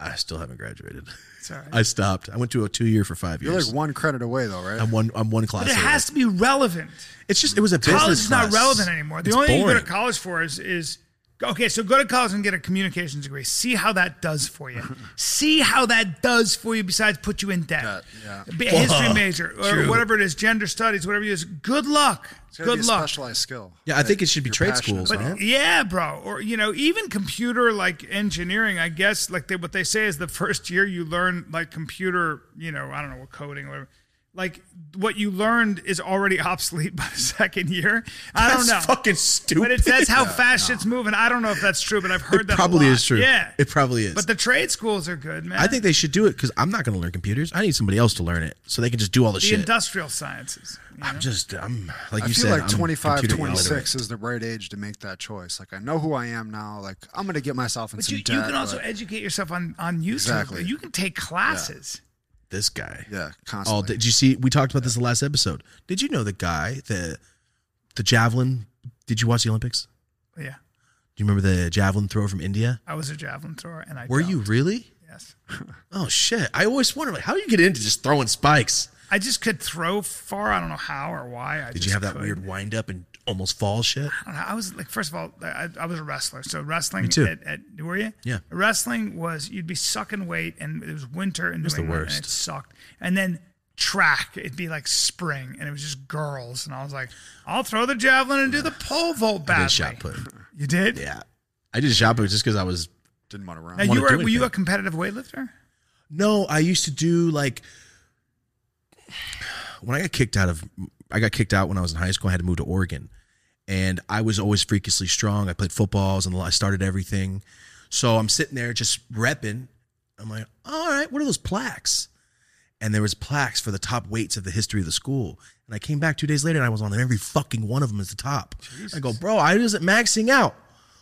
I still haven't graduated. (laughs)
Sorry.
I stopped. I went to a two year for 5
You're
years.
like one credit away, though, right?
I'm one. I'm one class.
but it
away.
has to be relevant.
It's just. It was a business
College is not
class.
relevant anymore. The
It's
only thing you go
boring.
to college for is is okay. So go to college and get a communications degree. See how that does for you. See how that does for you. Besides, put you in debt.
Debt, yeah.
Be a history major or
true.
whatever it is, gender studies, whatever it is. Good luck.
It's gotta
Good
be a
luck.
specialized skill.
Yeah, I think it should be
You're
trade
passionate
schools,
about.
man.
Yeah, bro. Or you know, even computer like engineering, I guess like they, what they say is the (laughs) first year you learn like computer, you know, I don't know what coding or whatever. Like what you learned is already (laughs) obsolete by the second year. I don't
That's
know.
Fucking stupid.
but it's that's how fast shit's moving. I don't know if that's true, but I've heard
It
that a
probably
lot.
is true.
Yeah,
It probably is.
But the trade schools are good, man.
I think they should do it because I'm not going to learn computers. I need somebody else to learn it so they can just do all the,
the
shit.
industrial sciences. you know?
I'm just, I'm like
I
you
feel
said,
like
I'm
25,
computer
26
illiterate.
is the right age to make that choice. Like, I know who I am now. Like, I'm going to get myself in
But
some
you, you
debt.
can also
but-
educate yourself on on YouTube.
Exactly.
You can take classes.
This guy.
yeah,
All
constantly.
Oh, did you see? We talked about this the last episode. Did you know the guy the the javelin? Did you watch the Olympics?
Oh, Yeah.
Do you remember the javelin thrower from India?
I was a javelin thrower, and I
Were
dunked.
you really?
Yes.
Oh shit! I always wonder like how do you get into just throwing spikes?
I just could throw far. I don't know how or why. I
Did
just
you have that
could.
weird wind up and almost fall shit?
I don't know. I was like, first of all, I, I was a wrestler, so wrestling.
Me too.
At, at, were you?
Yeah.
Wrestling was you'd be sucking weight, and it was winter in New
was the
England, and
worst.
it sucked. And then track, it'd be like spring, and it was just girls, and I was like, I'll throw the javelin and do the pole vault
I
badly.
did shot put.
You did?
Yeah, I did shot put just because I was
Didn't want to run.
Now you
wanna
were
do
were you a
anything.
competitive weightlifter?
No, I used to do like when I got kicked out of I got kicked out when I was in high school. I had to move to Oregon, and I was always freakishly strong. I played football, I was on the- I started everything. So I'm sitting there just repping. I'm like, all right, what are those plaques? And there was plaques for the top weights of the history of the school. And I came back two days later and I was on every fucking one of them as the top. I go, bro, I wasn't maxing out.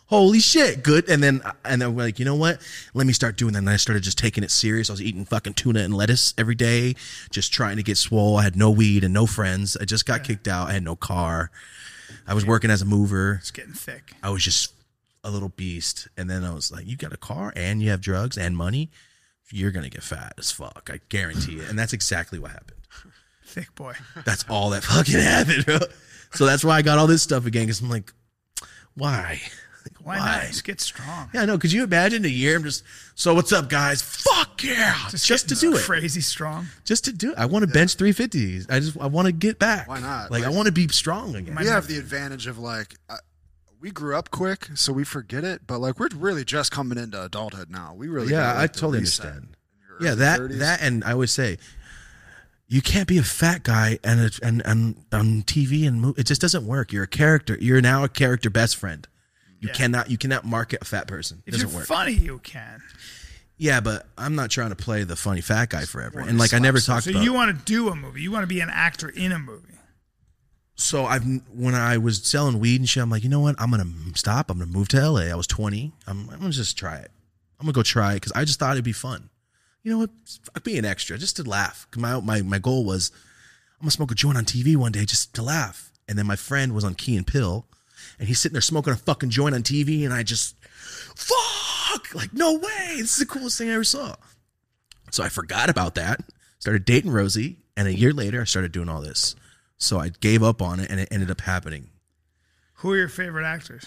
Holy shit, good. And then and then we're like, you know what? Let me start doing that. And I started just taking it serious. I was eating fucking tuna and lettuce every day, just trying to get swole. I had no weed and no friends. I just got kicked out. I had no car. I was working as a mover.
It's getting thick.
I was just a little beast. And then I was like, you got a car and you have drugs and money. You're going to get fat as fuck. I guarantee it. And that's exactly what happened.
Thick
(laughs)
boy.
That's all that fucking happened, bro. So that's why I got all this stuff again. Cause I'm like, why? Like,
Why not? Just get strong.
Yeah, I know. Could you imagine a year? I'm just, so what's up, guys? Fuck yeah. Just, to
getting
do it.
Crazy strong.
Just to do it. I want to bench 350s. I just, I want to get back.
Why not?
Like, I
Like-
want to be strong again.
we have the advantage of like uh, we grew up quick, so we forget it. But like we're really just coming into adulthood now. We really
yeah,
got,
I
like, the
totally
reset.
understand.
your
Yeah,
early
that
30s.
that, and I always say, you can't be a fat guy and it- and and on TV and mo- it just doesn't work. You're a character. You're now a character best friend. You
Yeah.
cannot you cannot market a fat person. It
If you're
doesn't work.
funny, you can.
yeah, but I'm not trying to play the funny fat guy forever. And like I never talked
So
about.
you want to do a movie. You want to be an actor in a movie.
so I've when I was selling weed and shit, I'm like, you know what? I'm gonna stop. I'm gonna move to LA. I was 20. I'm, I'm gonna just try it. I'm gonna go try it because I just thought it'd be fun. You know what? Fuck being extra just to laugh. 'Cause My my my goal was I'm gonna smoke a joint on TV one day just to laugh. And then my friend was on Key and Pill, and he's sitting there smoking a fucking joint on TV, and I just fuck like no way. This is the coolest thing I ever saw. So I forgot about that. Started dating Rosie, and a year later I started doing all this. So I gave up on it, and it ended up happening.
Who are your favorite actors?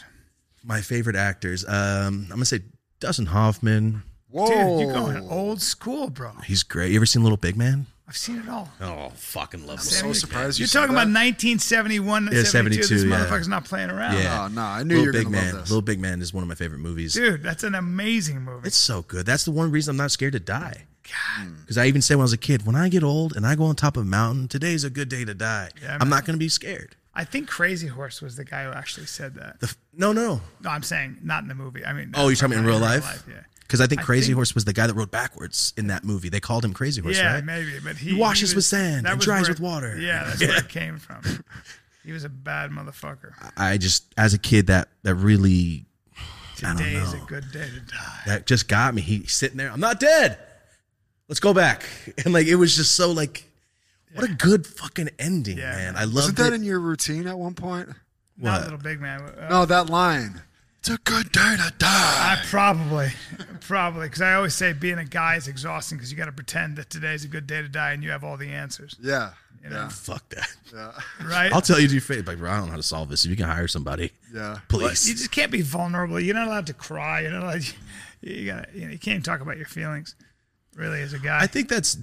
My favorite actors, um, I'm gonna say Dustin Hoffman.
Whoa,
Dude, you're
Oh.
going old school, bro.
He's great. You ever seen Little Big Man?
I've seen it all.
Oh, fucking love.
so surprised you
You're
said
talking about
that.
1971,
Yeah,
72.
72,
This
yeah.
motherfucker's not playing around.
Yeah,
Oh, no, I knew
Little
you were
Big
gonna love
Man.
this.
Little Big Man is one of my favorite movies.
Dude, that's an amazing movie.
It's so good. That's the one reason I'm not scared to die. God. Because I even said when I was a kid, when I get old and I go on top of a mountain, today's a good day to die.
Yeah,
I'm
man.
not going to be scared.
I think Crazy Horse was the guy who actually said that.
The f- no, no.
No, I'm saying not in the movie. I mean,
Oh, you're talking about in real life?
yeah.
Because I think
I
Crazy
think-
Horse was the guy that rode backwards in that movie. They called him Crazy Horse,
yeah,
right?
maybe. But he,
He washes
was-
with sand
that
and
was
dries
where-
with water.
Yeah,
(laughs)
that's where it came from. He was a bad motherfucker.
I just, as a kid, that that really I don't
Today's a
know.
good day to die.
that just got me. He's sitting there. I'm not dead. Let's go back. (laughs) And like it was just so like, what a good fucking ending,
Yeah,
man.
man.
I
Wasn't
loved
that
it.
in your routine at one point?
Not
What?
little big man. Uh,
No, that line. It's a good day to die.
I probably, probably, because I always say being a guy is exhausting because you got to pretend that today's a good day to die and you have all the answers,
Yeah,
know.
(laughs)
yeah,
Fuck that.
right?
I'll tell you to your face, like, bro, I don't know how to solve this. If you can hire somebody,
yeah.
please.
You just can't be vulnerable. You're not allowed to cry. You're not allowed. You got. You, know, you can't talk about your feelings, really, as a guy.
I think that's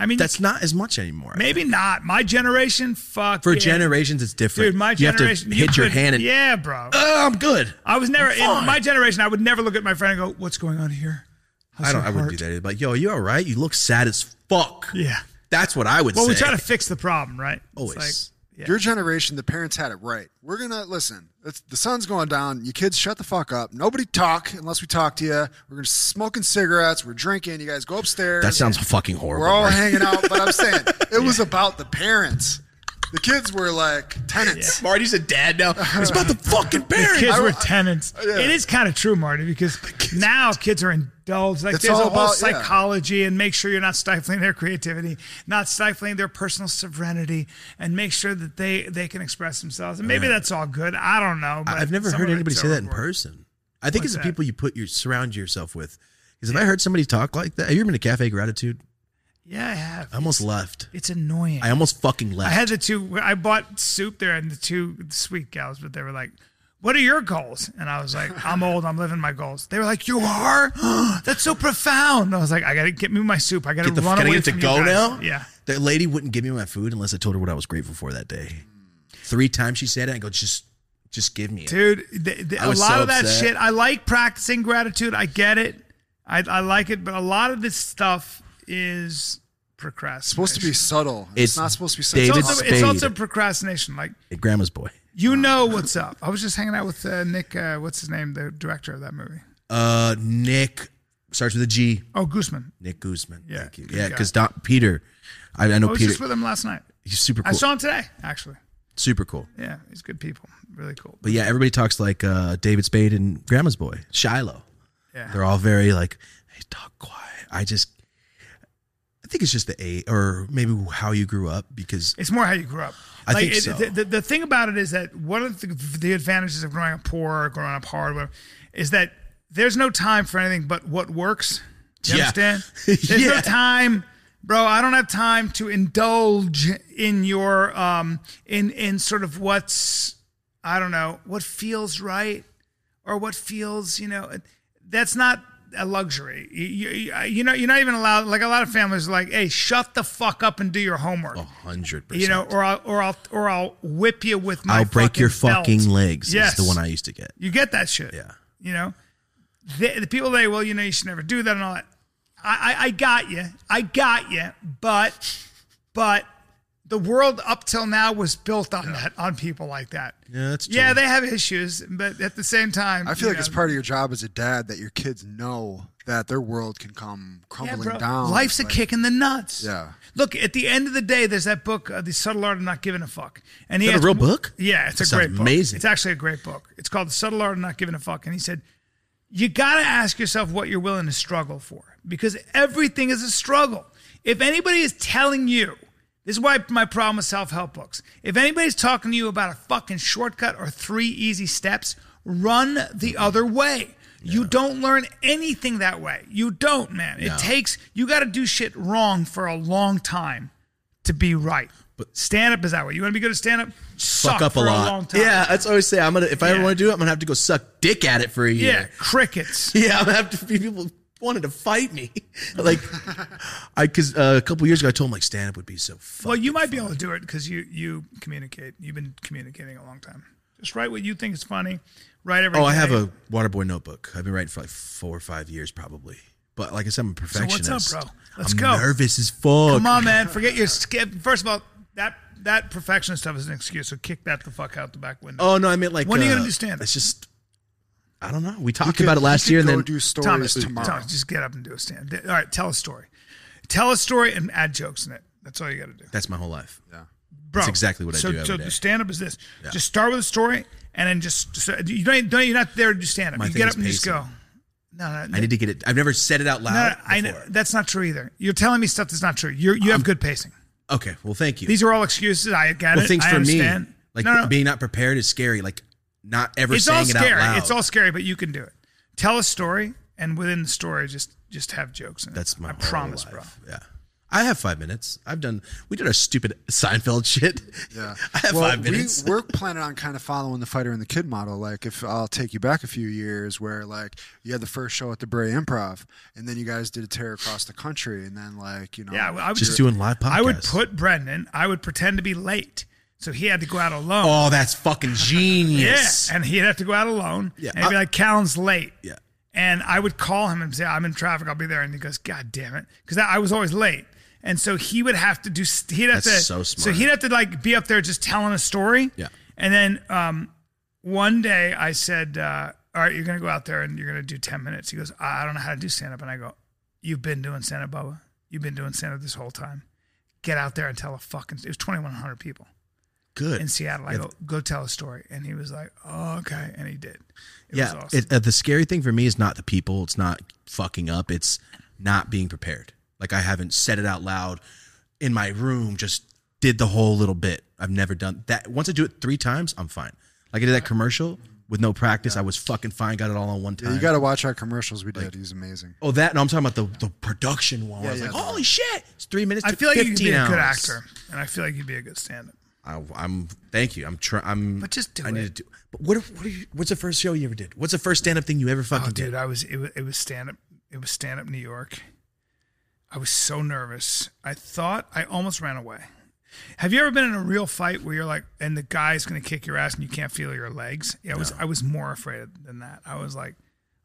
I mean,
that's not as much anymore.
maybe not my generation. Fuck
for
yeah.
generations, it's different.
dude. My
you
generation.
have to hit your
could-
hand and
yeah, bro.
oh, I'm good.
I was never in
fine.
my generation. I would never look at my friend and go, "What's going on here?" How's
I don't.
your
I wouldn't
heart?"
do that. Either. Like, yo, you all right? You look sad as fuck.
Yeah.
That's what I would
Well,
say.
we try to fix the problem, right? It's
(laughs) Always.
like, yeah.
Your generation, the parents had it right. We're gonna listen. It's, the sun's going down. You kids, shut the fuck up. Nobody talk unless we talk to you. We're gonna smoking cigarettes. We're drinking. You guys go upstairs.
that sounds fucking horrible.
We're all
right?
hanging out, but I'm saying it was about the parents. The kids were like
(laughs)
tenants.
Marty's a dad
(laughs)
now. It's about the fucking parents.
kids
I-
were
I-
tenants.
Oh,
It is kind of true, Marty, because now kids are indulged. Like
It's
there's a whole
all about- yeah.
psychology and make sure you're not stifling their creativity, not stifling their personal sovereignty, and make sure that they they can express themselmes. And maybe that's all good. I don't know. But
I- I've never
some
heard
of
anybody
it's
say that in
overboard.
person. I think
What's
it's the
that?
people you put your surround yourself with. Because if I heard somebody talk like that, have you ever been to Cafe Gratitude?
Yeah, I have.
I almost left.
It's annoying.
I almost fucking
I
left.
had the two. I bought soup there, and the two sweet gals, but they were like, "What are your goals?" And I was like, "I'm old. I'm living my goals." They were like, "You are? (gasps) That's so profound." And I was like, "I gotta get me my soup. I gotta
Get the
run
can I
away
get to
from
go
you guys."
now?
Yeah.
That lady wouldn't give me my food unless I told her what I was grateful for that day. Three times she said it. I go, just Just give me it.
dude. The, the,
I
a lot
was so
of that
upset.
shit. I like practicing gratitude. I get it. I, I like it, but a lot of this stuff is procrastination.
supposed to be subtle. It's,
It's
not supposed to be
It's
subtle.
David
also, it's
Spade.
also procrastination. Like
Grandma's boy.
you know what's up. I was just hanging out with uh, Nick. Uh, what's his name? The director of that movie.
Uh, Nick starts with a G.
Oh, Gooseman.
Nick Guzman.
Yeah,
Thank you.
good
Yeah,
guy. Oh,
because Doc Peter, I, I
I
know
was
Peter.
just with him last night.
He's super
I
cool.
saw him today, actually.
super cool.
Yeah, he's good people. Really cool.
But yeah, everybody talks like uh, David Spade and Grandma's Boy, Shiloh.
Yeah.
They're all very like, hey, talk quiet. I just, I think it's just the A, or maybe how you grew up because
It's more how you grew up.
I think
it,
so.
The, the, the thing about it is that one of the, the advantages of growing up poor or growing up hard, whatever, is that there's no time for anything but what works. Do you
Yeah. (laughs)
understand? There's
Yeah.
no time, bro. I don't have time to indulge in your um in in sort of what's I don't know what feels right or what feels you know that's not a luxury you, you, you know you're not even allowed like a lot of families are like hey shut the fuck up and do your homework
a hundred percent.
you know, or I'll or I'll or I'll whip you with my.
I'll break your
belt.
fucking legs.
Yes,
is the one I used to get.
You get that shit.
Yeah.
You know, the, the people say, "Well, you know, you should never do that," and all that. I, I, I got you. I got you. But, but the world up till now was built on that, on people like that.
Yeah, that's
Yeah,
true.
they have issues, but at the same time,
I feel
you
like it's
know,
part of your job as a dad that your kids know that their world can come
yeah,
crumbling
bro.
down.
Life's a
Like,
kick in the nuts.
Yeah.
Look, at the end of the day, there's that book, uh, The Subtle Art of Not Giving a Fuck. And he
Is that a
asked-
real book?
Yeah, it's
That
a
sounds
great book.
amazing.
It's actually a great book. It's called The Subtle Art of Not Giving a Fuck. And he said, You got to ask yourself what you're willing to struggle for because everything is a struggle. If anybody is telling you, this is why my problem with self help books. If anybody's talking to you about a fucking shortcut or three easy steps, run the
Mm-hmm.
other way. You don't learn anything that way. You don't, man. It takes, you got to do shit wrong for a long time to be right. But stand up is that way. You want to be good at stand up?
Fuck up a lot.
long time.
Yeah, that's what I always say. I'm gonna if I ever
Yeah.
want to do it, I'm gonna have to go suck dick at it for a
Yeah,
year.
crickets.
Yeah, I'm gonna have to. People wanted to fight
(laughs)
me, like (laughs) I because uh, a couple years ago I told them like stand up would be so fun.
well, you might be able to do it because you you communicate. You've been communicating a long time. Just write what you think is funny. Write everything.
Oh, I have a Waterboy notebook. I've been writing for like four or five years probably. But like I said, I'm a perfectionist.
bro? Let's
I'm
go.
Nervous as fuck.
Come on, man. Forget your skip. First of all, that that perfectionist stuff is an excuse. So kick that the fuck out the back window.
Oh no, I meant like
When are you
uh,
gonna do stand-up?
It's just I don't know. We
you
talked
could-
about it
you
last
could
year, and
go
then
do stories
Thomas,
tomorrow.
Thomas, just get up and do a stand. All right, tell a story. Tell a story and add jokes in it. That's all you got to do.
that's my whole life.
bro.
That's exactly what I
so,
do every
so
day.
the stand up is this: just start with a story, and then just so you don't, don't you're not there to do stand up.
My
You
thing
get
is
up and just go.
pacing.
No, no,
I need to get it. I've never said it out
no, no,
loud.
I know
before.
that's not true either. You're telling me stuff that's not true. You you have good pacing.
Okay, well, thank you.
These are all excuses. I got
well,
it.
things
I
for
understand.
me, like
no, no.
being not prepared is scary. Like not ever
it's
saying
all
it out
scary.
loud.
It's all scary, but you can do it. Tell a story, and within the story, just just have jokes. In it.
That's my
I
whole
promise,
life.
bro.
Yeah. I have five minutes. I've done. We did our stupid Seinfeld shit.
(laughs) Yeah.
(laughs) I have
well,
five minutes.
We, we're planning on kind of following the fighter and the kid model. Like, if I'll take you back a few years, where like you had the first show at the Bray Improv, and then you guys did a tear across the country, and then like you know,
Yeah, well, I would
Just doing live
I would
podcasts.
put Brendan. I would pretend to be late, so he had to go out alone.
oh, that's
(laughs)
fucking genius.
Yeah, and he'd have to go out alone.
Yeah.
and he'd be
I-
like, "Callan's late."
Yeah.
and I would call him and say, "I'm in traffic. I'll be there." And he goes, "God damn it," because I was always late. And so he would have to do. He'd have
That's
to.
so
So
smart.
he'd have to like be up there just telling a story.
Yeah.
And then um, one day I said, uh, "All right, you're gonna go out there and you're gonna do 10 minutes." He goes, "I I don't know how to do stand up," and I go, "You've been doing stand up, Bubba. You've been doing stand up this whole time. Get out there and tell a fucking." It was 2,100 people
Good.
in Seattle. I go, go tell a story. And he was like, oh, okay. And he did. It
yeah.
was awesome.
it- uh, the scary thing for me is not the people. It's not fucking up. It's not being prepared. Like I haven't said it out loud in my room. Just did the whole little bit. I've never done that. Once I do it three times, I'm fine. Like I did that commercial with no practice. I was fucking fine. Got it all on one time.
Yeah, you got to watch our commercials. We did. He's amazing.
Oh, that. No, I'm talking about the, the production one. where I was
Yeah,
like,
yeah.
holy shit. It's three minutes.
I
took
feel like you'd
15
be a good
hours.
actor. And I feel like you'd be a good stand up.
I, I'm, thank you. I'm trying. I'm,
But just do
I need
it.
to do But what, what are you, what's the first show you ever did? What's the first stand up thing you ever fucking
Oh, dude,
did?
I was, it was, it was stand up. It was stand up New York. I was so nervous. I thought I almost ran away. Have you ever been in a real fight where you're like, and the guy's going to kick your ass and you can't feel your legs? Yeah, I was. I was more afraid than that. I was like,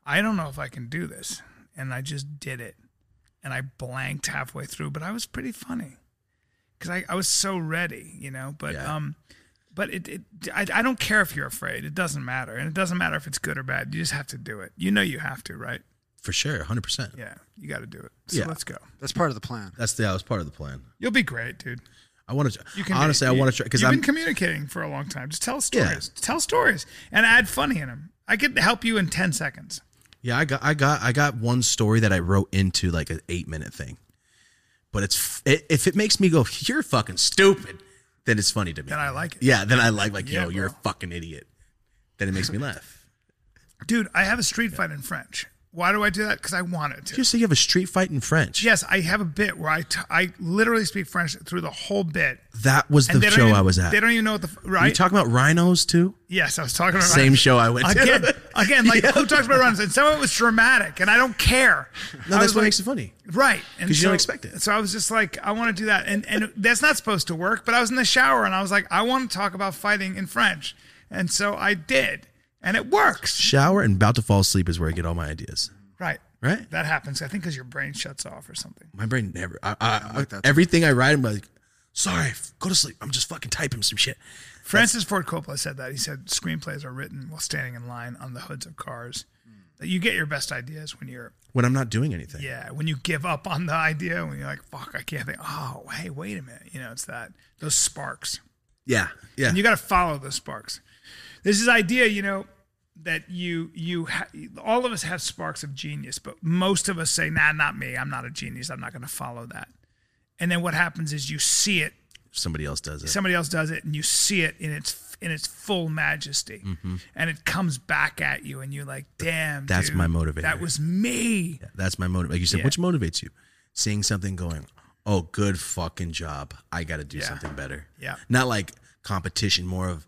I don't know if I can do this, and I just did it, and I blanked halfway through, but I was pretty funny because I, I was so ready, you know. But
Yeah.
um, but it, it I, I don't care if you're afraid. It doesn't matter, and it doesn't matter if it's good or bad. You just have to do it. You know you have to, right?
for sure, hundred percent.
Yeah, you got to do it. So
Yeah.
let's go.
That's part of the plan.
That's the that was part of the plan.
You'll be great, dude.
I want to
You can
honestly, I
you-
want to try because
you've
I'm
been communicating for a long time. Just tell
Yeah.
stories. Tell stories and add funny in them. I could help you in ten seconds.
Yeah, I got I got I got one story that I wrote into like an eight minute thing, but it's f- it, if it makes me go, you're fucking stupid, then it's funny to me.
Then I like it.
Yeah, then I like like
Yeah,
yo, you're a
bro.
fucking idiot. Then it makes me laugh.
Dude, I have a street fight in French. Why do I do that? Because I wanted to.
You say you have a street fight in French.
yes, I have a bit where I, t- I literally speak French through the whole bit.
that was the
they don't
show
even-
I was at.
They don't even know what the f-
Are
right.
you talking about rhinos too?
yes, I was talking about (laughs)
Same show I went to.
again.
(laughs)
Again, like
Yeah.
who talks about runs? And some of it was dramatic, and I don't care.
No,
I
that's
was
what
like,
makes it funny.
Right. And
'Cause you don't expect it.
So I was just like, I want to do that. And and (laughs) that's not supposed to work, but I was in the shower and I was like, I want to talk about fighting in French. And so I did. And it works.
Shower and about to fall asleep is where I get all my ideas.
Right.
Right.
That happens, I think, because your brain shuts off or something.
My brain never. I, I, I,
like that.
everything I write, I'm like, sorry, f- go to sleep. I'm just fucking typing some shit.
Francis Ford Coppola said that. He said screenplays are written while standing in line on the hoods of cars. That you get your best ideas when you're
When I'm not doing anything.
yeah, when you give up on the idea, when you're like, fuck, I can't think. Oh, hey, wait a minute. You know, it's that those sparks.
Yeah. Yeah.
and you got to follow those sparks. There's this idea, you know, that you you ha- all of us have sparks of genius, but most of us say, "Nah, not me. I'm not a genius. I'm not going to follow that." And then what happens is you see it,
somebody else does it.
somebody else does it, and you see it in its in its full majesty, and it comes back at you, and you're like, "Damn,
Mm-hmm. That's
dude,
my motivator.
That was me."
That's my motive. Like you said,
Yeah.
which motivates you? Seeing something going, oh, good fucking job. I got to do
Yeah.
something better.
Yeah.
Not like competition, more of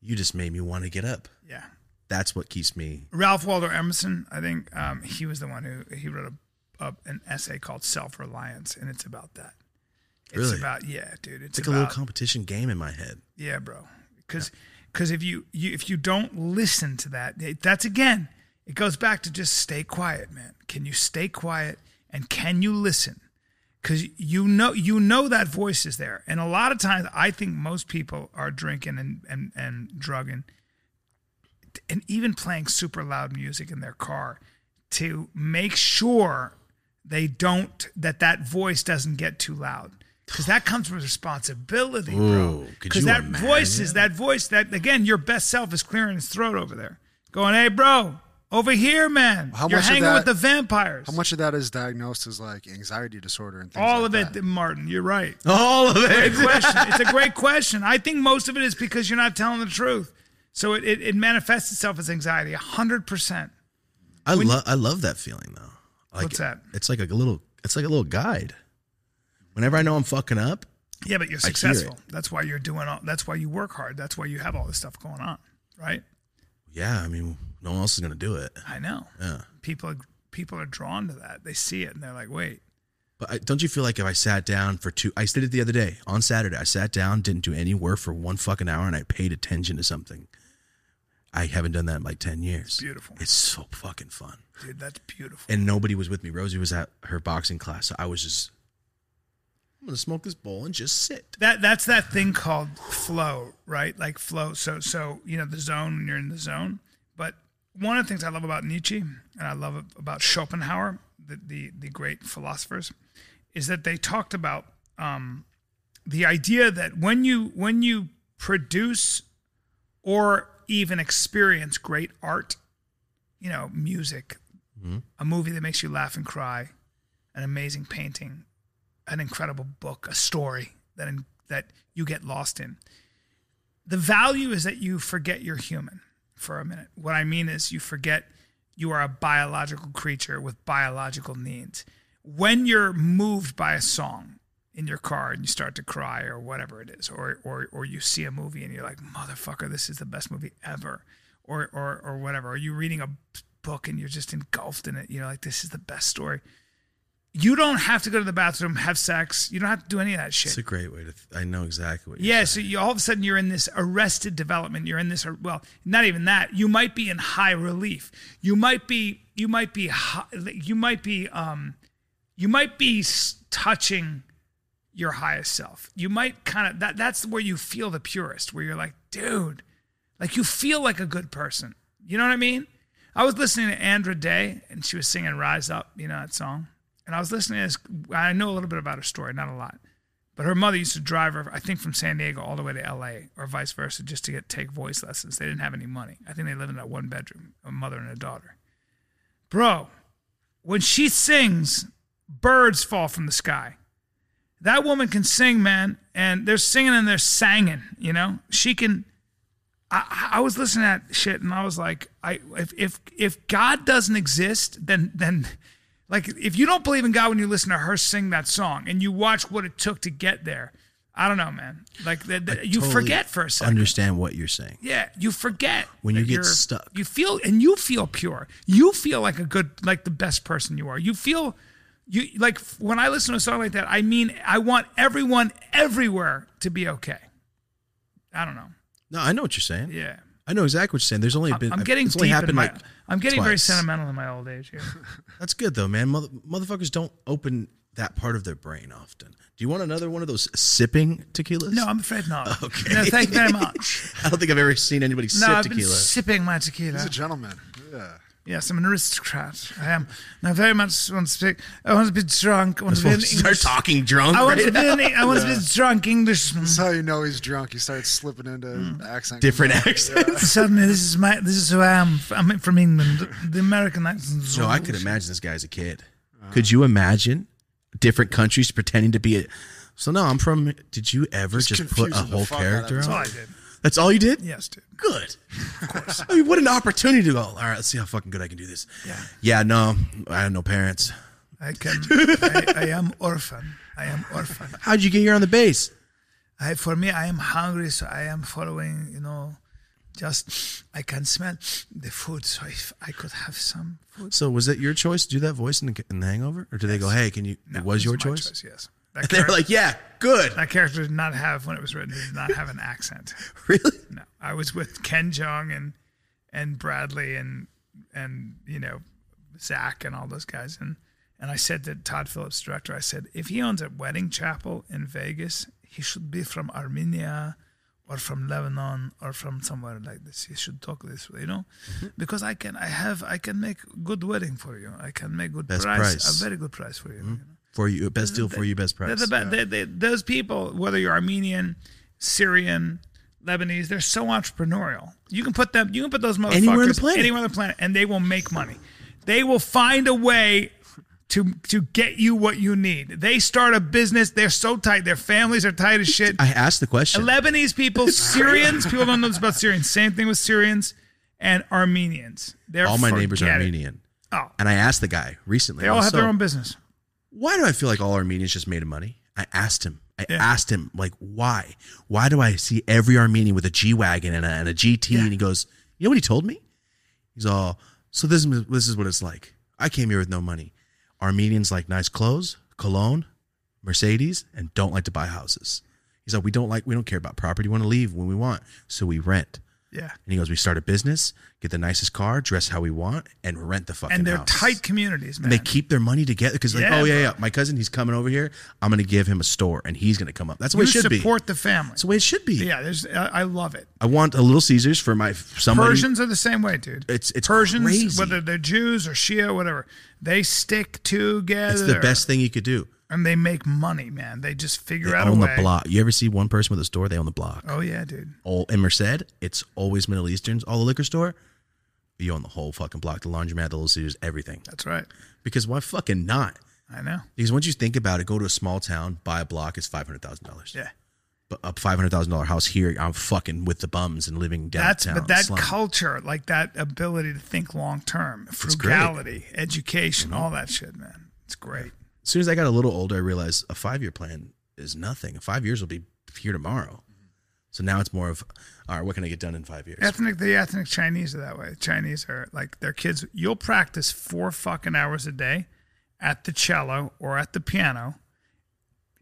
you just made me want to get up.
Yeah.
That's what keeps me.
Ralph Waldo Emerson, I think um, he was the one who he wrote a, a, an essay called "Self Reliance," and it's about that. It's
Really?
about yeah, dude.
It's
It's,
like
about,
a little competition game in my head.
yeah, bro. Because if you, you if you don't listen to that, it- that's again, it goes back to just stay quiet, man. Can you stay quiet and can you listen? Because you know you know that voice is there, and a lot of times I think most people are drinking and and and drugging, and even playing super loud music in their car to make sure they don't that that voice doesn't get too loud because that comes with responsibility bro
Ooh, could
because
you
that
imagine?
voice is that voice that again your best self is clearing his throat over there going hey bro over here man
How
you're
much of
hanging with
that-
the vampires
How much of that is diagnosed as like anxiety disorder and things
all
like
of
that?
it martin you're right
All of
great
it.
question. It's a great question. I think most of it is because you're not telling the truth. So it, it, it manifests itself as anxiety, 100%.
I love I love that feeling though. Like,
What's that?
It's like a little it's like a little guide. Whenever I know I'm fucking up,
Yeah, but you're
I hear it.
successful. That's why you're doing all, that's why you work hard. That's why you have all this stuff going on, right?
yeah, I mean, no one else is gonna do it.
I know.
Yeah.
People people are drawn to that. They see it and they're like, "Wait,
But I, don't you feel like if I sat down for two, I did it the other day on Saturday. I sat down, didn't do any work for one fucking hour, and I paid attention to something. I haven't done that in like ten years. It's
beautiful.
It's so fucking fun.
dude, that's beautiful."
And nobody was with me. Rosie was at her boxing class, so I was just. I'm gonna smoke this bowl and just sit.
That that's that thing called flow, right? Like flow. So so you know the zone when you're in the zone. But one of the things I love about Nietzsche and I love about Schopenhauer, the the, the great philosophers, is that they talked about um, the idea that when you when you produce or even experience great art, you know, music, a movie that makes you laugh and cry, an amazing painting, an incredible book, a story that that you get lost in. The value is that you forget you're human for a minute. What I mean is you forget you are a biological creature with biological needs. When you're moved by a song in your car and you start to cry or whatever it is, or or or you see a movie and you're like, motherfucker, this is the best movie ever, or or or whatever, or you reading a book and you're just engulfed in it, you know, like this is the best story You don't have to go to the bathroom, have sex. You don't have to do any of that shit.
It's a great way to. Th- I know exactly what. You're
Yeah,
saying.
so you, all of a sudden you're in this arrested development. You're in this, ar- well, not even that. You might be in high relief. You might be, you might be, hi- you might be, um, you might be s- touching your highest self. You might kind of that. That's where you feel the purest, where you're like, dude, like you feel like a good person. You know what I mean? I was listening to Andra Day, and she was singing "Rise Up," you know that song. And I was listening to this. I know a little bit about her story, not a lot. But her mother used to drive her, I think, from San Diego all the way to L.A. or vice versa, just to get take voice lessons. They didn't have any money. I think they lived in that one bedroom, a mother and a daughter. Bro, when she sings, birds fall from the sky. That woman can sing, man, and they're singing and they're singing. You know, she can. I, I was listening to that shit and I was like, I if if if God doesn't exist, then then like if you don't believe in God when you listen to her sing that song and you watch what it took to get there, I don't know, man. Like the, the,
I
you
totally
forget for a second.
Understand what you're saying.
Yeah, you forget
When you
that
get
you're-
stuck.
You feel and you feel pure. You feel like a good, like the best person you are. You feel, you like when I listen to a song like that. I mean, I want everyone everywhere to be okay. I don't know.
No, I know what you're saying.
Yeah,
I know exactly what you're saying. There's only been.
I'm, I'm getting
it's
deep.
only happened
in my,
like.
I'm getting very
twice.
sentimental in my old
(laughs)
age. Here.
That's good though, man. Mother, motherfuckers don't open that part of their brain often. Do you want another one of those sipping tequilas?
No, I'm afraid not.
Okay.
No, thank you very much.
(laughs) I don't think I've ever seen anybody
No,
sip
I've been
tequila.
sipping my tequila.
He's a gentleman. Yeah.
Yes, I'm an aristocrat. I am. And I very much want to speak. I want to be drunk. I want to be an
Before we (laughs) start
English-
talking drunk. (laughs)
I want to
right?
be an, E- I want to be a drunk Englishman.
That's how you know he's drunk. He starts slipping into accent.
Mm. Different accents.
Suddenly, this is my this is who I am. I'm from England. The American accent. is
No, I
all
could
bullshit.
imagine this guy as a kid. Could you imagine different countries pretending to be a? So no, I'm from. Did you ever just, put a
confusing the
whole
fuck out of
character
That's
us.
all
on?
I did.
That's all you did?
Yes, dude. (laughs)
Good. Of course. I mean, what an opportunity to go. All right, let's see how fucking good I can do this. Yeah. Yeah. No, I have no parents.
I can. I, I am orphan. I am orphan.
How'd you get here on the base?
I, for me, I am hungry, so I am following. You know, just I can smell the food. So if I could have some food,
So was it your choice to do that voice in, in The Hangover, or did they go, "Hey, can you"?
No,
it was
it's
your
my
choice.
Yes.
(laughs)
That
And they were
character-
like, "Yeah, good."
that character did not have when it was written. Did not have an accent.
(laughs) Really?
No, I was with Ken Jong and and Bradley and and you know Zach and all those guys and and I said to Todd Phillips, director, I said if he owns a wedding chapel in Vegas, he should be from Armenia or from Lebanon or from somewhere like this. He should talk this way, you know,
Mm-hmm.
because I can I have I can make good wedding for you. I can make good
Best price. Mm-hmm.
a very good price for you. you know?
For you, best deal for you, best price.
They're the be- they- they- those people, whether you're Armenian, Syrian, Lebanese, they're so entrepreneurial. You can put them, you can put those motherfuckers
Anywhere on the planet.
anywhere on the planet, and they will make money. They will find a way to to get you what you need. They start a business. They're so tight. Their families are tight as shit.
I asked the question.
Lebanese people, Syrians, people don't know this about Syrians. Same thing with Syrians and Armenians. They're
All my neighbors are
forget it.
Armenian,
Oh,
and I asked the guy recently.
they all
I
have
was
their
so-
own business.
why do I feel like all Armenians just made money? I asked him. I
Yeah.
asked him, like, why? Why do I see every Armenian with a G wagon and a, and a GT? And he goes, you know what he told me? He's all, so this is- this is what it's like. I came here with no money. Armenians like nice clothes, cologne, Mercedes, and don't like to buy houses. He's like, we don't like, we don't care about property. We want to leave when we want, so we rent.
Yeah.
And he goes, we start a business, get the nicest car, dress how we want, and rent the fucking
And they're
house."
tight communities, man.
and they keep their money together because like
Yeah,
oh yeah
bro.
yeah my cousin he's coming over here i'm gonna give him a store and he's gonna come up that's the way it
you
should be
support the family.
that's the way it should be
Yeah, there's. I, I love it.
i want a little caesars for my somebody
Persians are the same way, dude.
It's- it's
Persians,
crazy.
whether they're Jews or Shia, whatever. They stick together.
it's the best thing you could do
and they make money, man. They just figure
they
out a
own the
way.
block you ever see one person with a store they own the block
Oh yeah, dude.
all in merced it's always middle easterns all the liquor store you own the whole fucking block the laundromat the little caesars everything
That's right.
because why fucking not
I know.
because once you think about it go to a small town buy a block it's $500000
Yeah,
but a $500000 house here i'm fucking with the bums and living
that's
downtown
but that
slum.
culture, like that ability to think long term,
great. Mm-hmm.
frugality, education, all that shit, man. It's great.
as soon as I got a little older, I realized a five year plan is nothing. Five years will be here tomorrow.
Mm-hmm.
So now it's more of, all right, what can I get done in five years?
Ethnic, the ethnic Chinese are that way. Chinese are like their kids. You'll practice four fucking hours a day, at the cello or at the piano,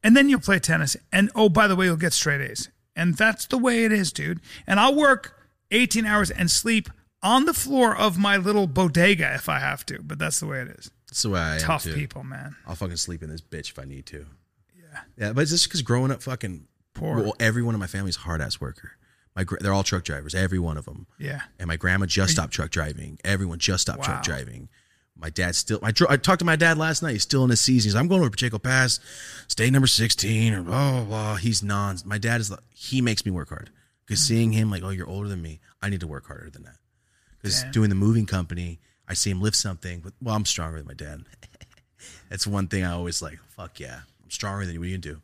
and then you'll play tennis. And oh, by the way, you'll get straight A's. And that's the way it is, dude. And I'll work 18 hours and sleep on the floor of my little bodega if I have to, but that's the way it is.
That's the way I am,
Tough
too.
people, man.
I'll fucking sleep in this bitch if I need to. Yeah. Yeah, but it's just because growing up, fucking
Poor.
Well, every one of my family's hard ass worker. My gra- they're all truck drivers, every one of them.
Yeah.
And my grandma just stopped truck driving. Everyone just stopped
Wow.
truck driving. My dad still. I, dro- I talked to my dad last night. He's still in his season. He's like, I'm going over Pacheco Pass, state number sixteen, or blah blah. blah. He's non. My dad is. like- He makes me work hard because seeing him like, oh, you're older than me. I need to work harder than that. Because
Damn.
doing the moving company, I see him lift something. But well, I'm stronger than my dad. (laughs) That's one thing I always like. Fuck yeah, I'm stronger than you. What do you do?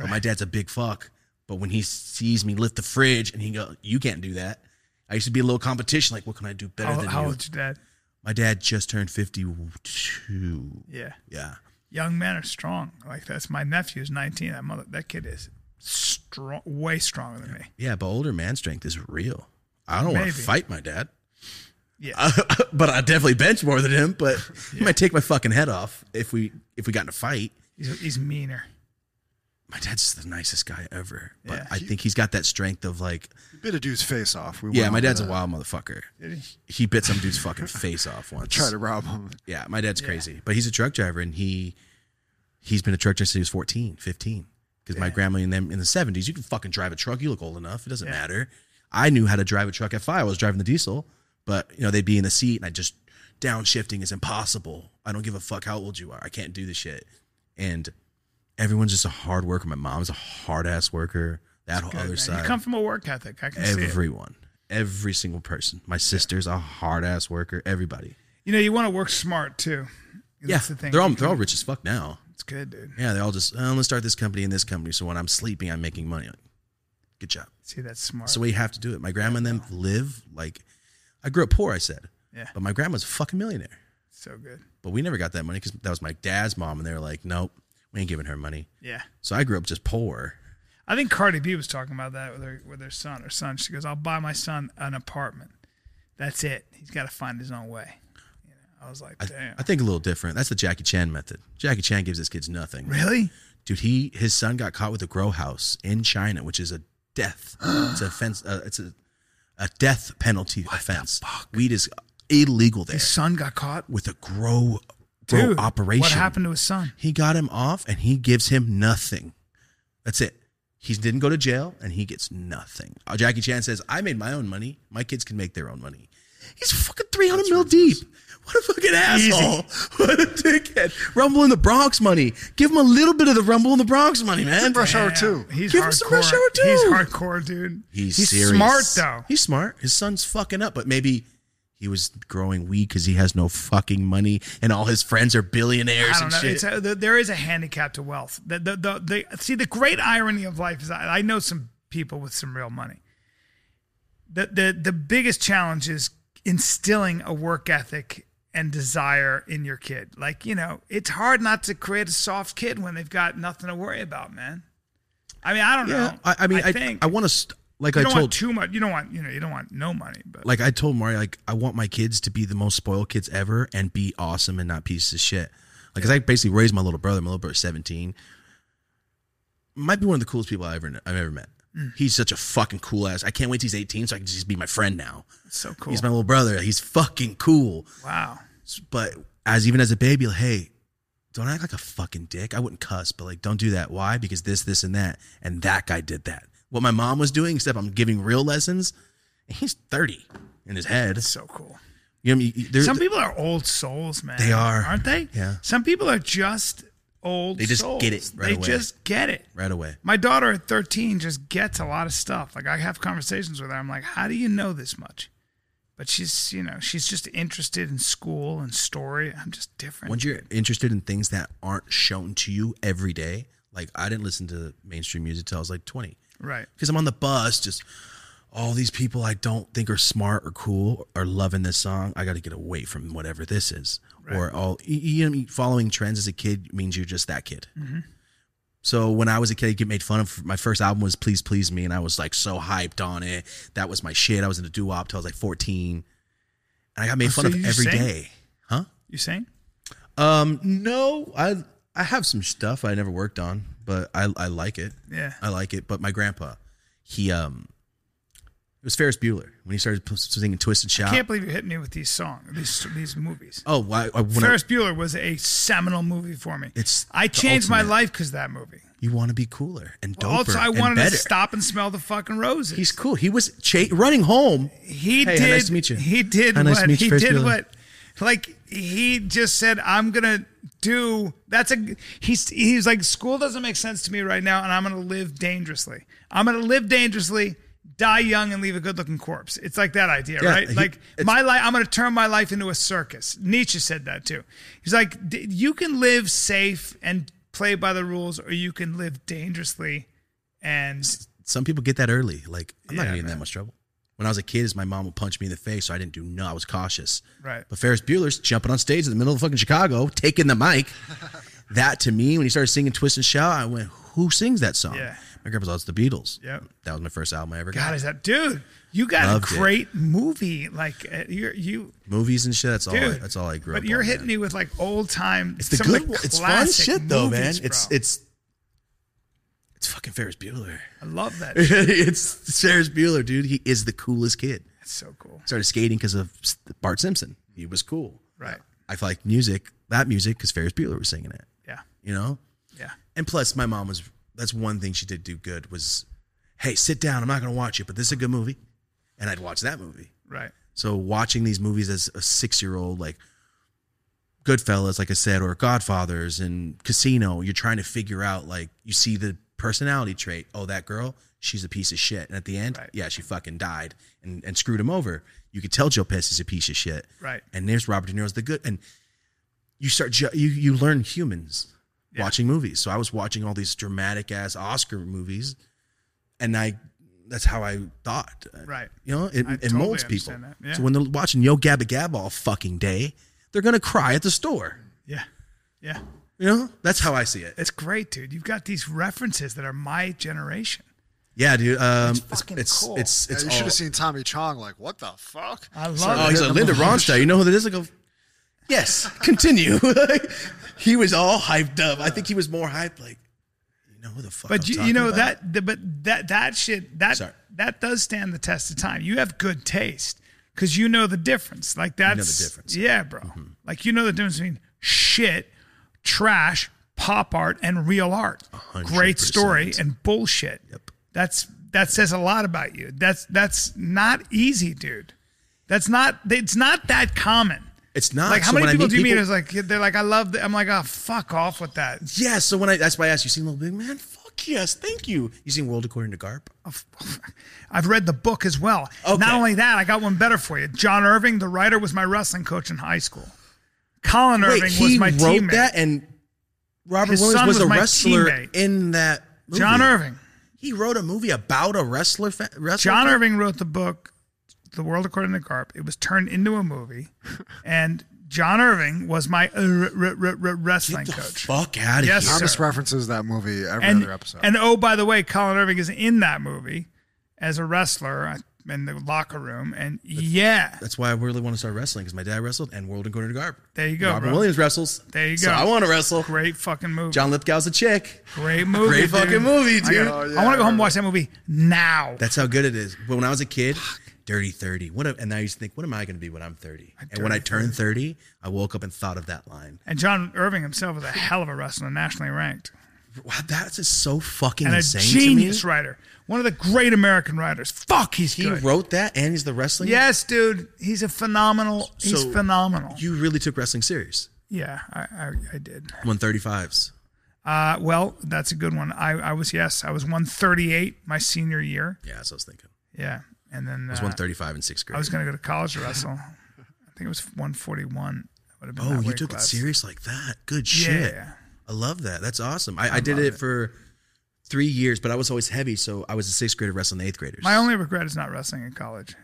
But my dad's a big fuck. But when he sees me lift the fridge and he go, "You can't do that," I used to be a little competition. Like, what can I do better
How,
than
how
you?
old's your dad?
My dad just turned fifty-two.
Yeah.
Yeah,
Young men are strong. Like that's my nephew's 19. That mother, that kid is strong, way stronger than me.
yeah, but older man strength is real. I don't want to
Maybe.
fight my dad, (laughs)
Yeah.
Uh, but I definitely bench more than him.
(laughs)
But he might take my fucking head off if we if we got in a fight.
he's, he's meaner.
My dad's the nicest guy ever, but
Yeah.
I think he's got that strength of like,
You bit a dude's face off. We
yeah,
went
my
over
dad's a
that.
wild motherfucker.
Did he?
He bit some dude's fucking face off once.
Try to rob him.
Yeah, my dad's crazy, but he's a truck driver and he he's been a truck driver since he was 14, 15. Because my grandma and them in the 70s, you can fucking drive a truck. You look old enough. It doesn't matter. I knew how to drive a truck at five. I was driving the diesel, but you know, they'd be in the seat and I just downshifting is impossible. I don't give a fuck how old you are. I can't do this shit. And everyone's just a hard worker. My mom's a hard ass worker. That whole
Good,
other
man.
side
You come from a work ethic. I can see it.
everyone, every single person. My sister's a hard ass worker. Everybody.
You know, you want to work smart too.
Yeah,
That's the thing.
they're all they're all rich as fuck now.
It's good, dude.
Yeah, they're all just "Oh, I'm gonna start this company and this company. So when I'm sleeping, I'm making money. Like, good job.
See, that's smart.
That's the way you have to do it. My grandma and them live like I grew up poor. I said,
Yeah.
but my grandma's a fucking millionaire.
so good.
But we never got that money because that was my dad's mom, and they were like, nope, we ain't giving her money.
Yeah.
So I grew up just poor.
I think Cardi B was talking about that with her with her son. Her son, she goes, "I'll buy my son an apartment. That's it. He's got to find his own way." You know, I was like,
I,
"Damn,
I think a little different. That's the Jackie Chan method. Jackie Chan gives his kids nothing.
really?
dude he his son got caught with a grow house in china which is a
(gasps)
death it's a offense uh, it's a, a death penalty offense weed is illegal there
His son got caught."
with a grow, grow
Dude,
operation
What happened to his son?
he got him off and he gives him nothing that's it he didn't go to jail and he gets nothing Uh, jackie chan says i made my own money my kids can make their own money he's fucking 300 mil deep what a fucking asshole. (laughs) What a dickhead. Rumble in the Bronx money. Give him a little bit of the Rumble in the Bronx money, man.
Rush hour
Damn,
two.
He's
Give
hardcore.
him some Rush Hour Two.
He's hardcore, dude.
He's,
he's
serious.
smart though.
He's smart. His son's fucking up, but maybe he was growing weed because he has no fucking money, and all his friends are billionaires
I don't
and
know.
shit.
It's a, there- there is a handicap to wealth. The, the, the, the, see, the great irony of life is I, I know some people with some real money. The, the, the biggest challenge is instilling a work ethic and desire in your kid. Like, you know, it's hard not to create a soft kid when they've got nothing to worry about, man. I mean, Uh-huh. I don't
yeah,
know.
I, I mean, I, I,
think
want to st- like
you
I
don't
told
want too much. You don't want, you know, you don't want no money, but
like I told Mari, like I want my kids to be the most spoiled kids ever and be awesome and not pieces of shit. Like, 'cause I basically raised my little brother. My little brother's seventeen. Might be one of the coolest people I ever I've ever met.
Hmm.
He's such a fucking cool ass. I can't wait till he's eighteen, so I can just be my friend now.
it's so cool.
He's my little brother. He's fucking cool.
wow.
But as even as a baby, like, hey, don't act like a fucking dick. I wouldn't cuss, but like, don't do that. Why? Because this, this, and that, and that guy did that. What my mom was doing, except I'm giving real lessons. and He's thirty in his head.
It's so cool.
You know, what I mean? You- there-
Some people are old souls, man.
They are.
aren't they?
Yeah.
Some people are just old.
They just
souls.
get it right
they
away.
just get it.
right away.
My daughter at 13 just gets a lot of stuff. Like I have conversations with her. I'm like, how do you know this much? But she's, you know, she's just interested in school and story. I'm just different.
Once you're interested in things that aren't shown to you every day, like I didn't listen to mainstream music till I was like twenty.
right.
because I'm on the bus, just all these people I don't think are smart or cool are loving this song. I got to get away from whatever this is. Or all you- you know, following trends as a kid means you're just that kid.
Mm-hmm.
So when I was a kid, I get made fun of. My first album was Please Please Me, and I was like so hyped on it. That was my shit. I was in a doo wop till I was like 14, and I got made
Oh,
fun
so
of
you
every
sing?
day. Huh?
You saying?
Um, no, I I have some stuff I never worked on, but I I like it.
Yeah.
I like it. But my grandpa, he um, it was Ferris Bueller when he started p- singing "Twisted Shout."
Can't believe you're hitting me with these songs, these these movies.
oh, why? I, when I-
Ferris Bueller was a seminal movie for me.
It's
I
the
changed my
ultimate.
life because that movie.
you want to be cooler and doper
also, I
and
wanted
better.
to stop and smell the fucking roses.
He's cool. He was cha- running home.
he
Hey,
did.
hi, nice to meet you.
He did
Hi, nice to
what
meet you,
he
Ferris
did
Bueller.
what, like he just said, "I'm gonna do." That's a he's he's like school doesn't make sense to me right now, and I'm gonna live dangerously. I'm gonna live dangerously, die young, and leave a good-looking corpse. It's like that idea,
Yeah,
right?
he-
like
it's-
my life, I'm gonna turn my life into a circus. Nietzsche said that too. He's like, D- you can live safe and play by the rules, or you can live dangerously and
Some people get that early. Like I'm not
Yeah,
gonna get in that much trouble. When I was a kid, is my mom would punch me in the face, so I didn't do no. I was cautious.
Right.
But Ferris Bueller's jumping on stage in the middle of fucking Chicago, taking the
(laughs)
mic. that to me, when he started singing "Twist and Shout," I went, "Who sings that song?"
Yeah.
My grandpa's was the Beatles.
Yep.
That was my first album I ever got.
God, is that dude? You got
Loved
a
it.
great movie. Like uh, you're you,
Movies and shit. That's all. I,
dude.
Oh, that's all I grew up.
But you're
on,
hitting
man.
me with like old time.
It's the
some
good.
Of the
it's fun
classic
shit though,
movies,
man. It's
bro.
it's it's fucking Ferris Bueller. (laughs)
I love that. shit.
it's Ferris Bueller, dude. He is the coolest kid.
It's so cool.
started skating because of Bart Simpson. He was cool.
Right.
I like music, that music, because Ferris Bueller was singing it.
Yeah.
You know.
Yeah.
And plus, my mom was. That's one thing she did do good was, hey, sit down. I'm not gonna watch it, but this is a good movie, and I'd watch that movie.
Right.
So watching these movies as a six year old, like Goodfellas, like I said, or Godfathers and Casino, you're trying to figure out like you see the personality trait. Oh, that girl, she's a piece of shit. And at the end,
Right.
yeah, she fucking died and, and screwed him over. You could tell Joe Pesci's a piece of shit.
Right.
And there's Robert De Niro's the good. And you start ju- you you learn humans
Yeah.
watching movies. So I was watching all these dramatic ass Oscar movies, and I that's how I thought.
Right.
You know, it,
I
it
totally
molds people.
understand that, yeah.
So when they're watching Yo Gabba Gabba all fucking day, they're gonna cry at the store.
Yeah. Yeah.
You know, that's how I see it.
It's great, dude. You've got these references that are my generation.
Yeah, dude. Um, it's
fucking
it's,
cool.
it's
Yeah,
it's
you
all-
should have seen Tommy Chong. Like, what the fuck?
I love
Oh, he's
it.
like Linda Ronstadt. You know who that is? I go, yes. Continue. (laughs) he was all hyped up. I think he was more hyped. Like, you know who the fuck?
But
I'm
you, you
talking
know
about?
that, the, but that that shit that
Sorry.
that does stand the test of time. You have good taste because you know the difference. Like that's
difference. Mm-hmm.
Yeah, bro. Like you know the difference between shit, trash, pop art, and real art. Great story and bullshit.
Yep.
That's that says a lot about you. That's that's not easy, dude. That's not. It's not that common.
It's not.
Like how
Ah, So when
many
I
people
meet
do you meet?
people-
Is like they're like I love. The, I'm like oh fuck off with that.
Yeah, so when I that's why I asked you seen Little Big Man, fuck yes, thank you. You seen World According to Garp?
I've read the book as well.
Okay.
Not only that, I got one better for you. John Irving, the writer, was my wrestling coach in high school. Colin Irving was
he
my
wrote
teammate.
that and Robert
His
Williams
son
was,
was
a
my
wrestler
teammate.
in that movie.
John Irving.
He wrote a movie about a wrestler fa- wrestler.
John
fan?
Irving wrote the book, The World According to Garp. It was turned into a
(laughs)
movie, and John Irving was my uh, r- r- r- r- wrestling
Get the
coach.
fuck out of
Yes,
here.
sir.
Thomas references that movie every
and,
other episode.
and oh, by the way, Colin Irving is in that movie as a wrestler uh, in the locker room. And yeah,
That's why I really want to start wrestling because my dad wrestled and World According to Garp.
There you go,
Robert
bro.
Williams wrestles.
There you
So
go.
I want to wrestle.
great fucking movie.
John Lithgow's a chick. (laughs)
Great movie.
Great
dude.
fucking movie,
I,
dude.
gotta-
Oh, yeah,
I want to go home and
I
watch that movie now.
That's how good it is. But when I was a kid, Dirty 30. What am, and I used to think, what am I going to be when I'm 30? And when I turned 30, I woke up and thought of that line.
and John Irving himself is a hell of a wrestler, nationally ranked,
Wow, that's just so fucking
and a
insane
genius
to me.
writer, one of the great American writers. Fuck, he's
He
good.
wrote that and he's the wrestling.
yes, dude, he's a phenomenal. He's
So,
phenomenal.
You really took wrestling serious.
yeah, I, I, I did.
135s.
Uh, well, that's a good one. I, I was yes, I was one thirty eight my senior year.
Yeah, that's what I was thinking.
Yeah, and then uh,
I was 135 in sixth grade.
I was going to go to college to wrestle. I think it was one forty one.
oh, you took it serious like that. Good shit.
Yeah.
I love that. That's awesome. I, I, did it, for three years, but I was always heavy. So I was a sixth grader wrestling the eighth graders.
My only regret is not wrestling in college.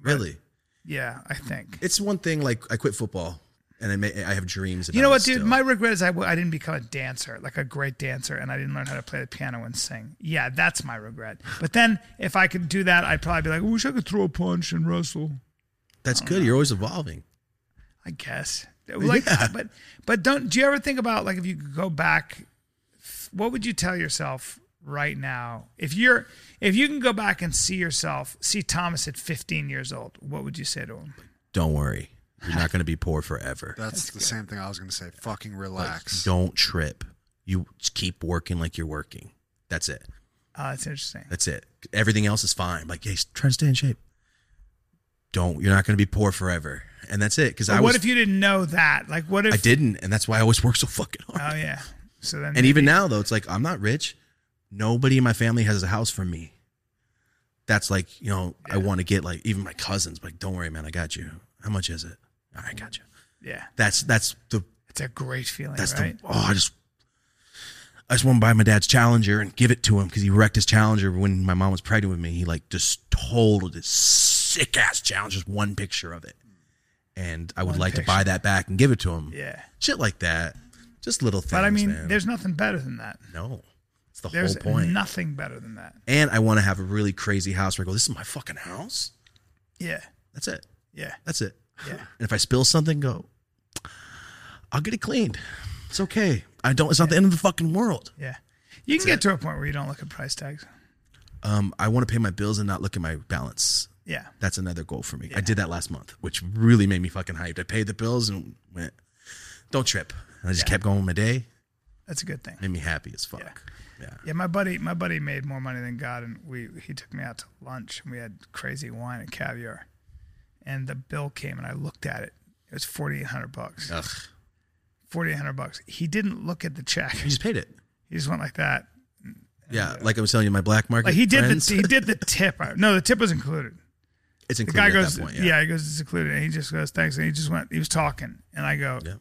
Really?
Yeah, I think.
It's one thing, like, I quit football and I, may, I have dreams. About
you know
it
what, dude?
still.
My regret is I, w- I didn't become a dancer, like a great dancer, and I didn't learn how to play the piano and sing. Yeah, that's my regret. But then if I could do that, I'd probably be like, I wish I could throw a punch and wrestle.
That's good. You're always evolving.
I guess. Like, but but don't. Do you ever think about like if you could go back, what would you tell yourself right now if you're if you can go back and see yourself, see Thomas at 15 years old? What would you say to him?
Don't worry. You're not going to be poor
(laughs)
forever.
That's the same thing I was going to say. Fucking relax.
Don't trip. You just keep working like you're working. That's it.
Uh, that's interesting.
That's it. Everything else is fine. Like, yeah, he's trying to stay in shape. Don't. You're not going to be poor forever. And that's it. Because I
But what
was,
if you didn't know that? Like, what if
I didn't, and that's why I always (laughs) work so fucking hard.
Oh yeah. So then,
And even now, though, it's like I'm not rich. Nobody in my family has a house for me. That's like you know I want to get like even my cousins. Like, don't worry, man, I got you. How much is it? All right, I got you.
yeah,
That's that's the
it's a great feeling,
that's
right?
the oh I just I just want to buy my dad's Challenger and give it to him because he wrecked his Challenger when my mom was pregnant with me. He like just totaled this sick ass Challenger, just one picture of it, and I would
One
like to
picture.
buy that back and give it to him.
yeah,
shit like that, just little things.
but I mean,
man.
there's nothing better than that.
no. It's the
There's
whole point.
nothing better than that.
and I want to have a really crazy house where I go, this is my fucking house.
Yeah,
That's it.
yeah,
That's it.
yeah.
And if I spill something, go, I'll get it cleaned. It's okay. I don't, it's not the end of the fucking world.
Yeah. You can get to a point where you don't look at price tags.
Um, I want to pay my bills and not look at my balance.
Yeah.
That's another goal for me. I did that last month, which really made me fucking hyped. I paid the bills and went, don't trip. And I just kept going with my day.
That's a good thing.
Made me happy as fuck. Yeah.
Yeah, my buddy my buddy made more money than God and we he took me out to lunch and we had crazy wine and caviar. And the bill came and I looked at it. It was forty eight hundred bucks.
Ugh.
Forty eight hundred bucks. He didn't look at the check.
I just paid it.
He just went like that.
Yeah. Like I was telling you, my black market.
Like he did
friends,
the he did the tip. (laughs) No, the tip was included.
(laughs) it's
The
included
guy
at
goes,
that point.
yeah. he goes, it's included. And he just goes, thanks. And he just went, he was talking. And I go,
Yeah.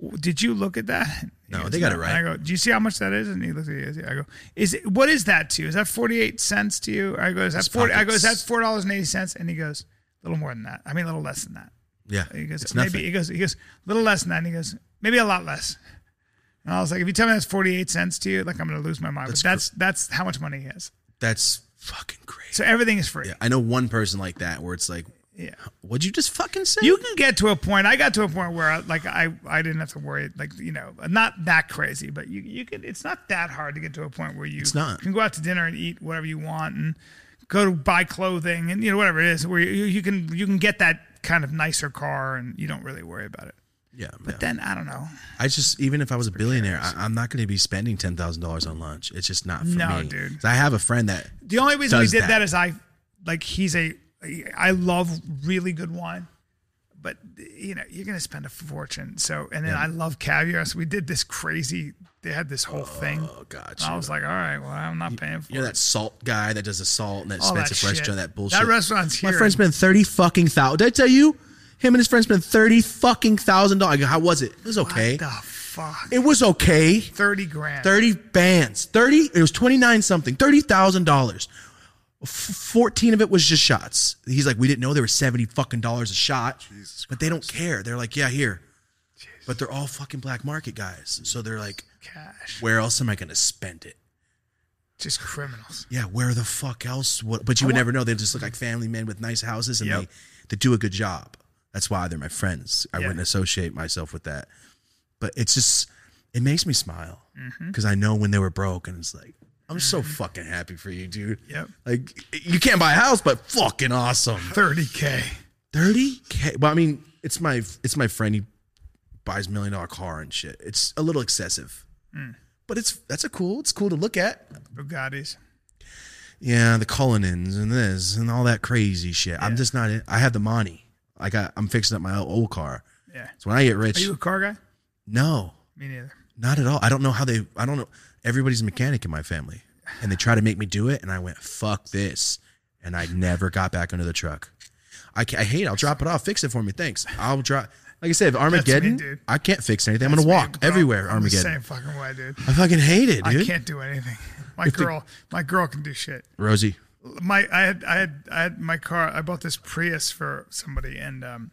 "W- did you look at that? And he
No,
goes,
they got it
And I go, do you see how much that is? And he looks at it. I go, is it, what is that to you? Is that 48 cents to you? I go, is that
His
40? I go, is that
pockets.
$4.80? And he goes, a little more than that. I mean, a little less than that.
Yeah.
He goes,
it's
maybe,
nothing.
he goes, he goes, a little less than that. And he goes, maybe a lot less. And I was like, if you tell me that's 48 cents to you, like I'm going to lose my mind.
That's
but that's, that's how much money he has.
That's fucking great.
So everything is free.
Yeah, I know one person like that where it's like,
yeah.
what'd you just fucking say?
you can get to a point. I got to a point where, I, like, I, I didn't have to worry. Like, you know, not that crazy, but you you can. It's not that hard to get to a point where you
It's not.
can go out to dinner and eat whatever you want and go to buy clothing and you know whatever it is where you, you can you can get that kind of nicer car and you don't really worry about it.
yeah,
But
yeah.
then I don't know.
I just even if I was a billionaire, I, I'm not going to be spending ten thousand dollars on lunch. It's just not for
No,
me.
dude.
'Cause I have a friend that
The only reason we
Does
did
that.
that is I like he's a I love really good wine. But you know you're gonna spend a fortune. So and then I love caviar. So we did this crazy. They had this whole thing.
oh god,
I was like, all right, well, I'm not paying for
you know
it.
that salt guy that does the salt and that
All that
expensive
shit.
restaurant, that bullshit.
That restaurant's
My
here.
friend spent thirty fucking thousand. Did I tell you? Him and his friend spent thirty fucking thousand dollars. I go, How was it? It was okay.
What the fuck?
It was okay.
30 grand.
30 bands 30 it was 29 something $30000 F- 14 of it was just shots he's like we didn't know there were 70 fucking dollars a shot but they don't care they're like yeah here but they're all fucking black market guys so they're like
cash.
where else am i going to spend it
Just criminals.
yeah where the fuck else would but you would never know they just look like family men with nice houses and
Yep.
they they do a good job that's why they're my friends i
Yeah.
wouldn't associate myself with that but it's just it makes me smile
Mm-hmm.
because i know when they were broke and it's like i'm so fucking happy for you dude
Yep.
like you can't buy a house but fucking awesome
30K.
30k well i mean it's my it's my friend he buys million dollar car and shit it's a little excessive
Mm.
but it's that's a cool it's cool to look at
Bugattis.
yeah, the Cullinans and this and all that crazy shit. I'm just not. in- I have the money. I got. I'm fixing up my old car.
Yeah.
So when I get
Are
rich,
you a car guy?
no,
Me neither.
not at all. I don't know how they. I don't know. Everybody's a mechanic in my family, and they try to make me do it, and I went fuck this, and I never got back under the truck. I, ca I hate. it. I'll drop it off. Fix it for me. Thanks. I'll drop. Like I said, if Armageddon.
dude.
I can't fix anything. I'm gonna walk
Bro,
everywhere.
I'm the
Armageddon.
Same fucking way, dude.
I fucking hate it,
I
dude.
can't do anything. (laughs) My
If the-
girl, my girl can do shit.
Rosie.
my I had I had I had my car. I bought this Prius for somebody, and um,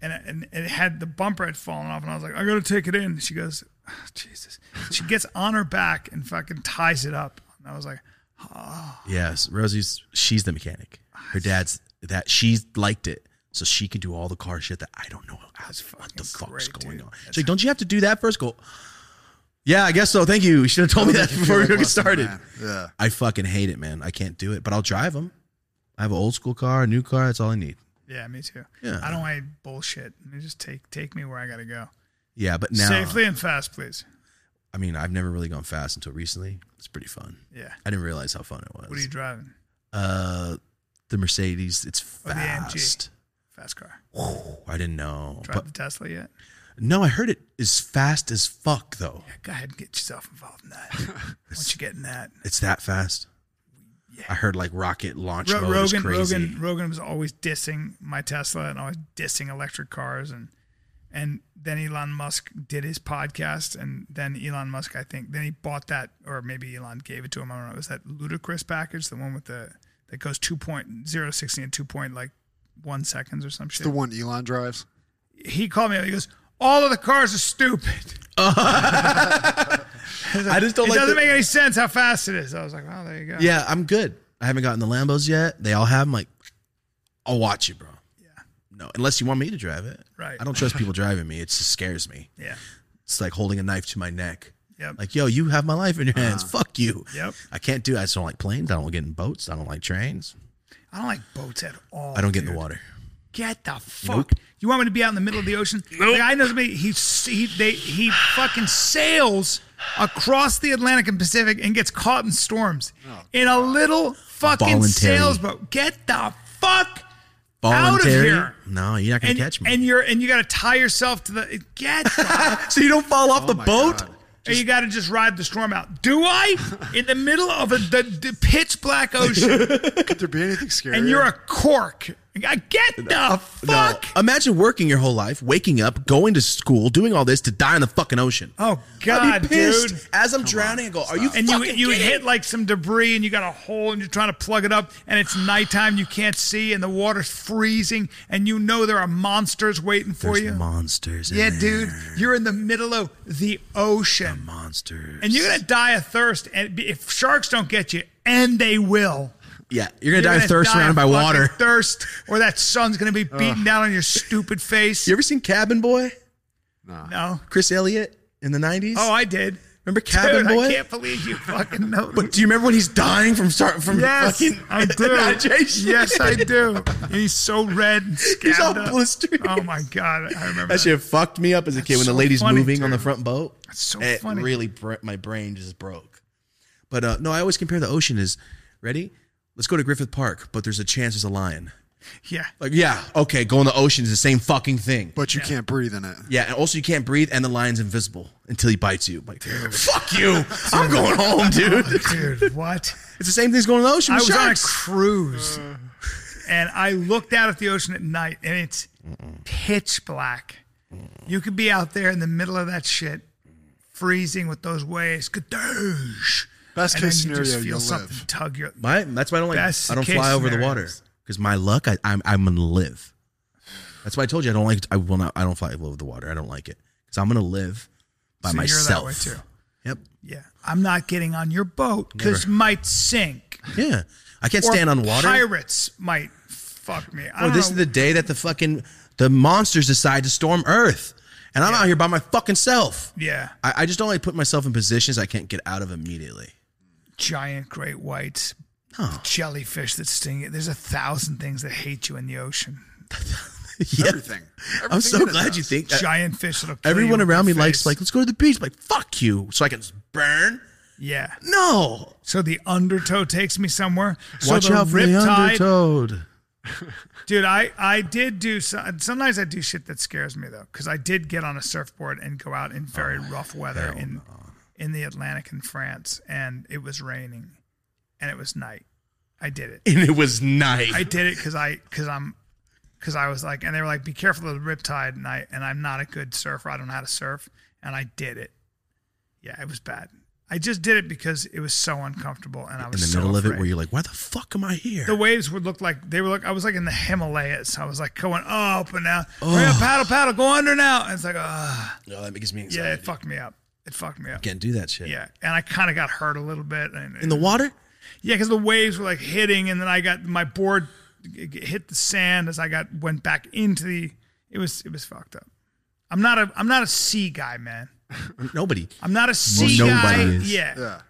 and and it had the bumper had fallen off, and I was like, I gotta take it in. She goes, oh, Jesus. She gets on her back and fucking ties it up. And I was like,
Yes, Rosie's she's the mechanic. Her dad's that she liked it, so she can do all the car shit that I don't know what the
fucking
fuck's
great,
going
dude.
on. She's like, don't you have to do that first? Go, yeah, I guess so. Thank you. You should have told me that
Make you
before
feel
we
like
get
less than a
started.
man. Yeah.
I fucking hate it, man. I can't do it, but I'll drive them. I have an old school car, a new car. That's all I need.
Yeah, me too.
Yeah.
I don't want any bullshit. I mean, Just take take me where I gotta go.
Yeah, but now,
Safely and fast, please.
I mean, I've never really gone fast until recently. It's pretty fun.
Yeah.
I didn't realize how fun it was.
What are you driving?
uh, the Mercedes, it's
Or the AMG.
fast.
Fast car.
Whew, I didn't know.
Drive
But
the Tesla yet?
no, I heard it is fast as fuck though.
Go ahead and get yourself involved
(laughs)
in that. Once you get in that,
It's that fast. I heard like rocket launch
Ro-
mode
Rogan,
is crazy. (laughs)
Rogan, Rogan was always dissing my Tesla and always dissing electric cars, and and then Elon Musk did his podcast, and then Elon Musk, I think, then he bought that, or maybe Elon gave it to him. I don't know. It was that ludicrous package, the one with the that goes two point zero sixteen and two point like one seconds or some
It's
shit.
the one Elon drives.
he called me. up, He goes, "All of the cars are stupid.
I just don't
it
like. the-
doesn't make any sense how fast it is." I was like, "Well, there you go."
(laughs) yeah, I'm good. I haven't gotten the Lambos yet. They all have. them. like, I'll watch it, bro. Yeah. No, unless you want me to drive it.
Right.
I don't trust
(laughs)
people driving me. It just scares me.
yeah,
It's like holding a knife to my neck.
Yep. Uh-huh.
Like, yo, you have my life in your hands. Fuck you.
Yep.
I can't do. I just don't like planes. I don't get in boats. I don't like trains.
I don't like boats at all.
I don't get in
dude.
the water.
Get the fuck. You want me to be out in the middle of the ocean? The guy knows me. He he they, he fucking sails across the Atlantic and Pacific and gets caught in storms in a little fucking
Oh, Voluntary.
sails boat. Get the fuck out of
Voluntary?
here.
No, you're not gonna
And,
catch me.
and you're and you got to tie yourself to the get.
(laughs)
The,
so you don't fall off the
my
boat.
God.
and you got to just ride the storm out. Do I? In the middle of a, the, the pitch
(laughs)
black ocean,
Could there be anything scarier?
and you're a cork. I get the fuck.
No. Imagine working your whole life, waking up, going to school, doing all this to die in the fucking ocean.
Oh
I'd
God,
be pissed
dude.
as I'm drowning and go, are you
and you
fucking
you
kidding
hit
me?
like some debris and you got a hole and you're trying to plug it up and it's nighttime you can't see and the water's freezing and you know there are monsters waiting for
There's
you
monsters. in
yeah
there.
dude you're in the middle of the ocean
Monsters.
and you're gonna die of thirst and be- if sharks don't get you and they will
yeah, you're gonna
you're
die of
gonna
thirst surrounded
of
by
fucking
water.
thirst or that sun's gonna be beating down on your stupid
(laughs)
face
You ever seen Cabin Boy?
no
Chris Elliott in the '90s.
oh i did
remember Cabin
Dude,
Boy?
i can't believe you fucking know
But do you remember when he's dying from start from
Yes,
fucking (laughs)
(laughs)
I do.
dehydration?
Yes, I do. He's so red.
(laughs)
And
He's all
scabby up.
blistered.
Oh my god, I remember
That
that.
shit fucked me up as a kid when the
so
lady's
funny,
moving on the
dude.
front boat.
That's so
it
funny.
Really, br- my brain just broke. But uh, no, I always compare the ocean as ready. Let's go to Griffith Park, but there's a chance there's a lion.
Yeah,
Like, yeah, okay, go in the ocean is the same fucking thing.
but you can't breathe in it.
Yeah, and also you can't breathe, and the lion's invisible until he bites you. I'm like, fuck you, I'm going home,
(laughs)
dude.
dude,
(laughs)
what?
It's the same thing as going in the ocean.
I
With
was
sharks.
on a cruise,
Uh.
and I looked out at the ocean at night, and it's pitch black. You could be out there in the middle of that shit, freezing with those waves. Gadoosh.
Best
And
case
then you just
scenario,
feel
you'll
something
live.
Tug your.
My that's why I don't like
Best
I don't
case
fly over the water
scenarios.
because my luck I, I'm I'm gonna live. That's why I told you I don't like I will not I don't fly over the water I don't like it because I'm gonna live by
So you're that
myself.
way too.
Yep.
Yeah, I'm not getting on your boat because might sink.
Yeah. I can't
Or
stand on water.
Pirates might fuck me. I
Or
don't
this
know.
is the day that the fucking the monsters decide to storm Earth, and I'm out here by my fucking self.
yeah
I, I just don't like putting myself in positions I can't get out of immediately. (laughs)
giant great whites,
No.
jellyfish that sting you. There's a thousand things that hate you in the ocean.
Yeah.
Everything.
I'm
Everything
so
in it
glad
does.
you think that.
Giant fish that'll
uh,
kill
Everyone
you with
around me
their
likes
face.
like let's go to the beach. Like fuck you, so I can burn.
yeah.
No,
So the undertow takes me somewhere. So
Watch
the
out for the
riptide-
undertowed.
dude. I I did do some, sometimes I do shit that scares me though because I did get on a surfboard and go out in
Oh,
very rough weather in in the Atlantic in France and it was raining and it was night. I did it.
And it was night.
I did it because I because I'm because I was like, and they were like, be careful of the riptide, and I and I'm not a good surfer. I don't know how to surf, and I did it. Yeah, it was bad. I just did it because it was so uncomfortable, and I
in
was
the
so
middle of it,
afraid.
where you're like, why the fuck am I here?
the waves would look like they were like I was like in the Himalayas. I was like going up and down. Hurry up, paddle, paddle, go under now. And it's like, ah,
no, that makes me anxiety.
yeah, it fucked me up. It fucked me up.
Can't do that shit.
Yeah, and I kind of got hurt a little bit. And,
In the water?
yeah, because the waves were like hitting, and then I got my board g- g- hit the sand as I got went back into the. It was it was fucked up. I'm not a I'm not a sea guy, man. Mm.
Nobody.
I'm not a sea
nobody
guy.
is.
Yeah.
Yeah.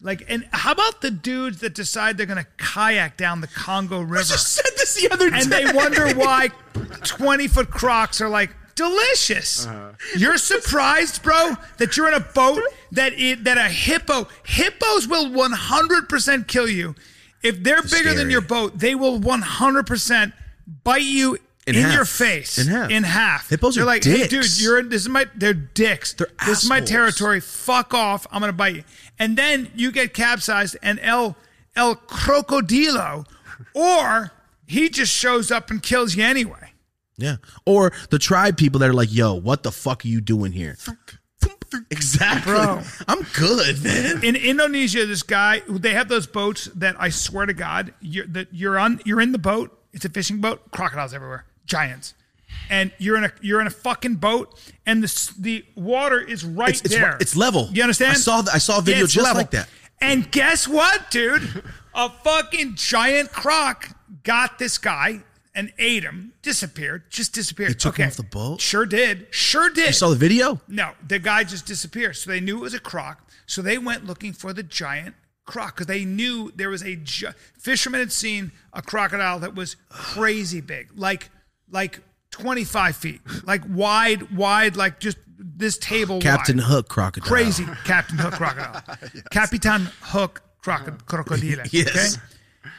Like, and how about the dudes that decide they're gonna kayak down the Congo River?
said this the other
(laughs) and they wonder why 20 foot crocs are like delicious.
Uh-huh.
You're surprised, bro, that you're in a boat that it, that a hippo hippos will 100% kill you. If they're bigger than
scary.
your boat, they will 100% bite you in,
In half.
your face.
In half.
In half.
Hippos
they're
are
like, hey, dude,
dicks."
you're in this is my they're dicks.
They're
this is my
assholes.
territory. Fuck off. I'm gonna bite you. And then you get capsized and El El Crocodilo, or he just shows up and kills you anyway.
Yeah. Or the tribe people that are like, yo, what the fuck are you doing here? Exactly.
Bro.
I'm good, man.
In Indonesia, this guy they have those boats that I swear to God, you're that you're on you're in the boat. It's a fishing boat. Crocodiles everywhere. Giants. And you're in a you're in a fucking boat, and the s- the water is right
It's- it's
there.
ri- it's level.
You understand?
I saw th- I saw a video
it's
just like that.
And guess what, dude? A fucking giant croc got this guy and ate him. Disappeared. Just disappeared.
He took him
okay.
off the boat?
Sure did. Sure did.
You saw the video?
No, the guy just disappeared. So they knew it was a croc. So they went looking for the giant croc because they knew there was a gi- fisherman had seen a crocodile that was crazy big, like like twenty five feet, like wide, wide, like just this table.
Captain
wide.
Hook crocodile.
crazy Captain
(laughs)
Hook crocodile, Capitan Hook croco- crocodile.
Uh-huh. Yes.
Okay?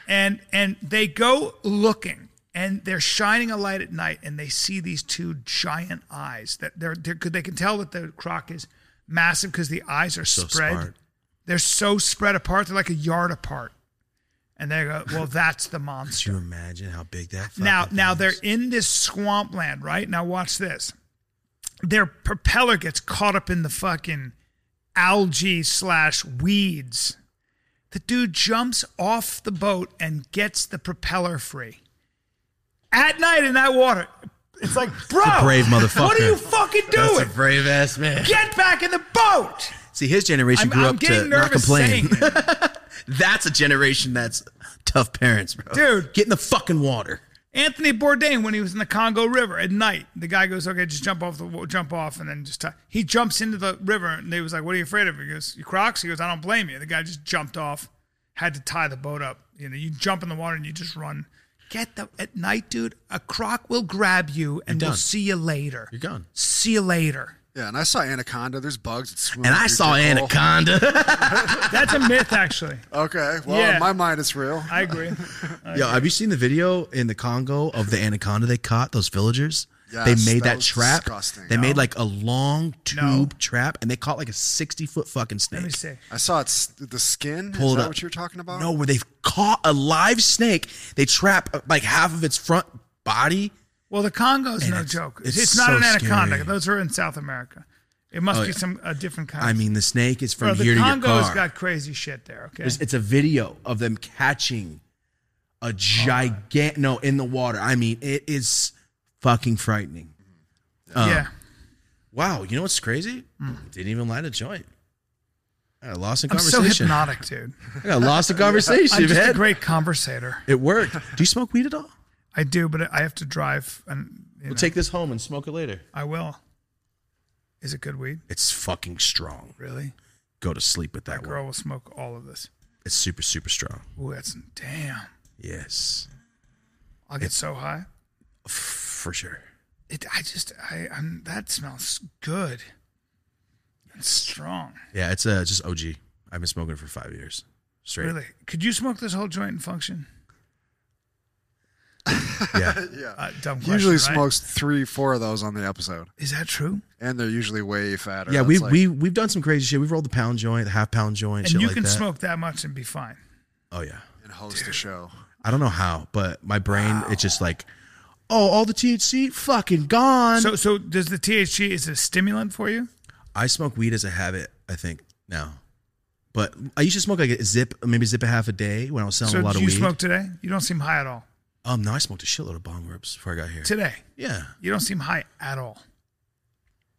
and and they go looking and they're shining a light at night and they see these two giant eyes that they're, they're they can tell that the croc is massive because the eyes are
So
spread
smart.
they're so spread apart they're like a yard apart and they go well that's the monster
Could you imagine how big that fucking
now, now
thing
they're
is?
in this swampland, right? Now watch this. Their propeller gets caught up in the fucking algae slash weeds. The dude jumps off the boat and gets the propeller free. At night in that water, it's like, bro,
brave motherfucker.
(laughs) What are you fucking doing?
brave ass man.
Get back in the boat.
See, his generation
I'm,
grew
I'm
up
getting
to not
nervous saying
complain.
it.
(laughs) That's a generation that's tough parents, bro.
Dude.
get in the fucking water.
Anthony Bourdain when he was in the Congo River at night. The guy goes, "Okay, just jump off the wa- jump off," and then just t-. he jumps into the river, and they was like, "What are you afraid of?" He goes, "You crocs." He goes, "I don't blame you." The guy just jumped off, had to tie the boat up. You know, you jump in the water and you just run. Get the at night, dude. uh, A croc will grab you, and we'll
done.
see you later.
You're gone.
See you later.
Yeah, and I saw Anaconda. There's bugs that swim.
And
up
I
your
saw
dick hole. (laughs)
Anaconda.
That's a myth, actually.
Okay, well,
Yeah.
in my mind, it's real.
I agree.
Yo, have you seen the video in the Congo of the anaconda they caught? Those villagers.
Yes,
they made
that
that,
was
trap.
disgusting.
They made like a long tube
No.
trap, and they caught like a sixty foot fucking snake.
Let me see.
I saw it's the skin.
Pull
is
it
that
up.
what you're talking about?
No, where they've caught a live snake. They trap uh, like half of its front body.
Well, the Congo's
And
no
it's-
joke. It's,
it's
not
so
an anaconda.
scary.
Those are in South America. It must
Oh,
be
yeah.
some a different kind.
I mean, the snake is from
Bro, the
here to your
Congo's
car.
got crazy shit there. Okay,
There's- it's a video of them catching a gigantic no in the water. I mean, it is fucking frightening. uh,
yeah.
Wow, you know what's crazy? Didn't even light a joint. I got lost in
I'm so
conversation.
hypnotic, dude.
(laughs) I got lost in (laughs) conversation,
I'm just
man.
a great conversator.
it (laughs) worked. Do you smoke weed at all?
I do, but I have to drive, and you know,
We'll take this home and smoke it later.
I will. Is it good weed?
It's fucking strong.
Really?
Go to sleep with
That
that
girl
one.
will smoke all of this.
It's super, super strong.
Ooh, that's damn.
Yes,
I'll get so high.
F- for sure.
It. I just. I. I'm, that smells good. And strong.
Yeah, it's uh, just OG. I've been smoking it for five years straight.
Really? Could you smoke this whole joint and function?
(laughs) Yeah.
Uh, dumb question.
usually
right?
smokes three, four of those on the episode,
Is that true?
and they're usually way fatter.
Yeah,
That's
we
like-
we we've done some crazy shit. We've rolled the pound joint, the half pound joint,
And
shit
you
like
can
that.
smoke that much and be fine.
Oh yeah,
and host a show.
I don't know how, but my brain it's just like, oh, all the THC fucking gone.
So, so does the THC is it a stimulant for you?
I smoke weed as a habit, I think now, but I used to smoke like a zip, maybe zip a half a day when I was selling a
so
lot
do
of
you
weed.
smoke today? You don't seem high at all.
um, no, I smoked a shitload of bong rips before I got here.
Today,
Yeah,
you don't seem high at all.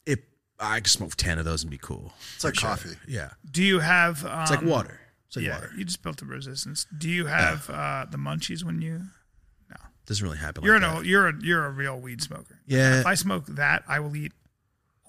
it. I could smoke ten of those and be cool.
It's like
For sure.
coffee.
Yeah,
Do you have? Um,
it's like water. It's like
yeah,
water.
you just built a resistance. Do you have uh, the munchies when you? No,
Doesn't really happen.
You're
like that.
an, you're a you're a real weed smoker.
Yeah.
If I smoke that, I will eat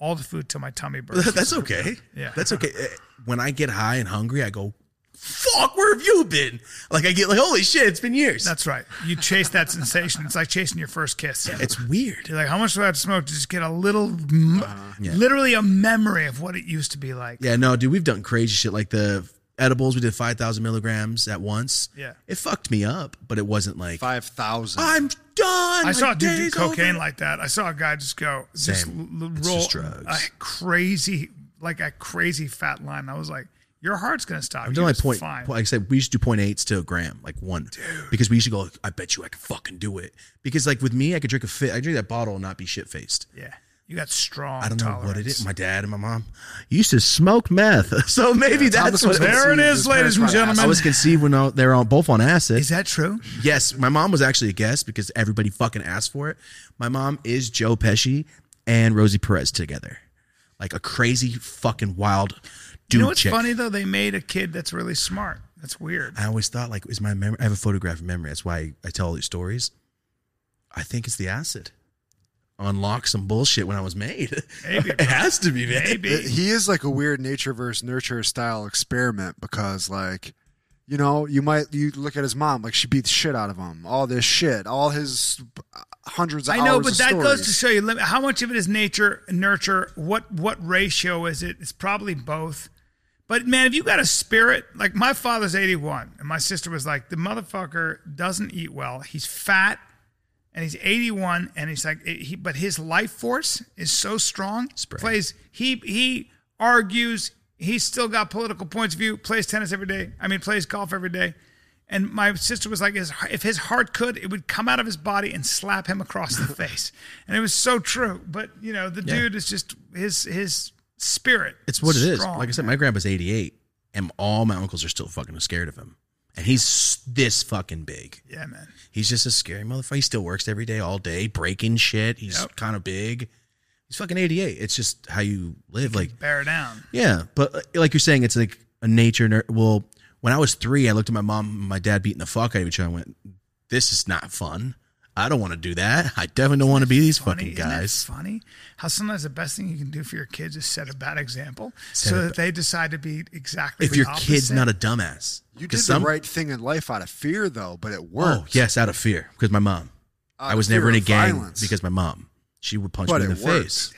all the food till
(laughs)
my tummy bursts.
That's okay.
Yeah.
That's okay. Eh, When I get high and hungry, I go, fuck, where have you been? Like, I get like, holy shit, it's been years.
That's right. You chase that sensation. It's like chasing your first kiss.
it's weird.
You're like, how much do I have to smoke to just get a little, m
Uh-huh.
literally a memory of what it used to be like?
Yeah, no, dude, we've done crazy shit like the edibles. We did 5,000 milligrams at once.
Yeah.
It fucked me up, but it wasn't like,
Five thousand.
I'm done.
I saw a dude do
day's
cocaine
over."
like that. I saw a guy just go, just
Same.
l- l-
It's
roll
just drugs.
a crazy, like a crazy fat line. I was like, your heart's gonna stop.
I'm
You're
doing like
just
point,
fine.
point- like I said, we used to do point eights to a gram, like one, because we used to go. I bet you I can fucking do it. Because like with me, I could drink a fit, I drink that bottle and not be shit faced.
yeah, you got strong.
I don't know
tolerance.
what it is. My dad and my mom used to smoke meth, (laughs) so maybe that's
Thomas was
what.
There it
conceived
is,
his
ladies
parents
and
by acid.
gentlemen.
I was conceived when I- they were on, both on acid.
Is that true?
yes, my mom was actually a guest because everybody fucking asked for it. My mom is Joe Pesci and Rosie Perez together, like a crazy fucking wild dude.
you know what's
chick.
funny though? They made a kid that's really smart. That's weird.
I always thought like, is my memory? I have a photographic memory. That's why I tell all these stories. I think it's the acid. Unlock some bullshit when I was made. (laughs)
Maybe,
it has to be, man.
Maybe.
he is like a weird nature versus nurture style experiment because like you know you might you look at his mom like she beat the shit out of him all this shit all his uh, hundreds of
I know,
hours
but
of
that
stories.
goes to show you lim- how much of it is nature and nurture. What what ratio is it? It's probably both. But man, if you got a spirit, like my father's 81, and my sister was like, the motherfucker doesn't eat well. He's fat, and he's 81, and he's like, it- he, but his life force is so strong. Plays he he argues. He's still got political points of view. Plays tennis every day. I mean, plays golf every day. And my sister was like, his- if his heart could, it would come out of his body and slap him
(laughs)
across the face. And it was so true. But you know, the
Yeah.
dude is just his his spirit.
It's what it is.
strong,
Like I said,
man.
my grandpa's 88, and all my uncles are still fucking scared of him. And he's s- this fucking big.
Yeah, man.
He's just a scary motherfucker. He still works every day, all day, breaking shit. He's
Yep.
kind of big. He's fucking 88. It's just how you live. Like,
Bear down.
Yeah, but uh, like you're saying, it's like a nature. Ner- well, when I was three, I looked at my mom and my dad beating the fuck out of each other. and went, "This is not fun. I don't want to do that. I definitely don't want to be these
Funny,
fucking
isn't that
guys."
funny how sometimes the best thing you can do for your kids is set a bad example
Set
so
a
that they decide to be exactly.
If
the
your
opposite.
kid's not a dumbass,
you
'Cause
did
some-
the right thing in life out of fear though but it worked
Oh yes, out of fear because my mom.
Out
I
of
was never
fear
in a
of
gang
violence.
because my mom. She would punch
But
me in
it
the
worked.
face.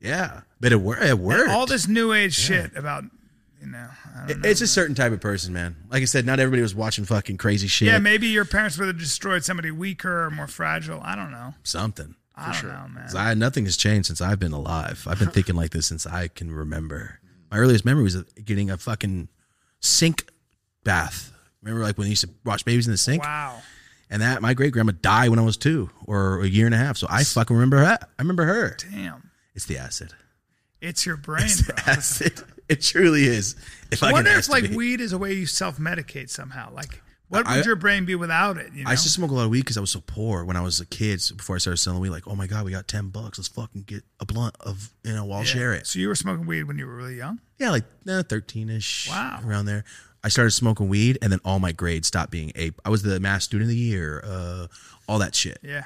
Damn. Yeah, but it worked. It
And
worked.
all this new age shit about you know. I don't know.
It's a certain type of person, man. Like I said, not everybody was watching fucking crazy shit.
yeah, maybe your parents would have destroyed somebody weaker or more fragile. I don't know.
Something.
I don't know, man.
'Cause I, nothing has changed since I've been alive. I've been thinking like this since I can remember. My earliest memory was of getting a fucking sink bath. Remember, like when you used to watch babies in the sink,
Wow.
and that my great grandma died when I was two or a year and a half. So I fucking remember her. I remember her.
Damn.
It's the acid.
It's your
(laughs)
brain,
It's
bro.
the acid. It truly is. If
I
I
wonder
can
if like
estimate.
weed is a way you self medicate somehow. Like what
I-
would your brain be without it? You know?
I used to smoke a lot of weed because I was so poor when I was a kid. So before I started selling weed, like, oh my god, we got ten bucks. Let's fucking get a blunt of you know, I'll
Yeah.
share it.
So you were smoking weed when you were really young?
Yeah, like thirteen ish.
Wow.
around there. I started smoking weed, and then all my grades stopped being a. I was the math student of the year, uh, all that shit.
Yeah.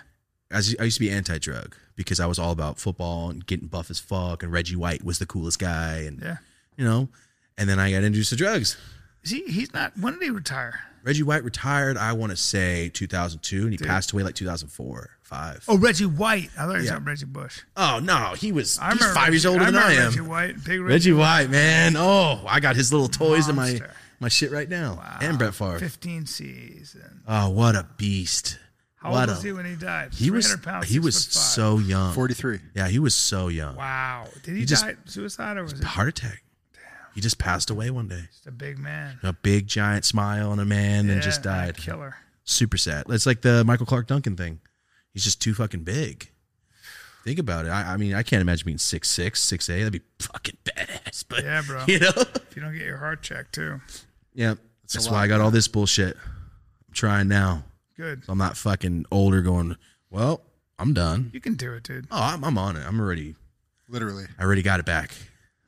I was- I used to be anti-drug because I was all about football and getting buff as fuck, and Reggie White was the coolest guy, and
Yeah.
you know. And then I got introduced to drugs.
Is he he's not when did he retire?
Reggie White retired, I want to say 2002, and he passed away like 2004, five.
Oh, Reggie White. I thought he was
Yeah.
talking Reggie Bush.
Oh no, he was
I
he's
remember
five years
Reggie-
older than I
remember
am.
Reggie
Reggie,
White, Big Reggie,
White, man. Oh, I got his little toys in my
Monster.
my shit right now. And Brett Favre.
fifteen C's. And
Oh, what a beast!
how
what
old was
a,
he when he died?
he was
300 pounds,
he
six
was
foot five.
so young.
43
Yeah, he was so young.
Wow. Did he,
He just-
die suicide or was it
Heart attack. He just passed away one day.
just a big man?
A big giant smile on a man, and just
Yeah,
died.
Killer.
Super sad. It's like the Michael Clark Duncan thing. He's just too fucking big. Think about it. I, I mean, I can't imagine being six six, six eight. That'd be fucking badass. But
Yeah, bro.
(laughs) you know.
If you don't get your heart checked too.
Yeah, that's,
a
why
lot,
I got all this bullshit. I'm trying now.
Good.
So I'm not fucking older. Going well. I'm done.
You can do it, dude.
Oh, I'm, I'm on it. I'm already.
literally
I already got it back.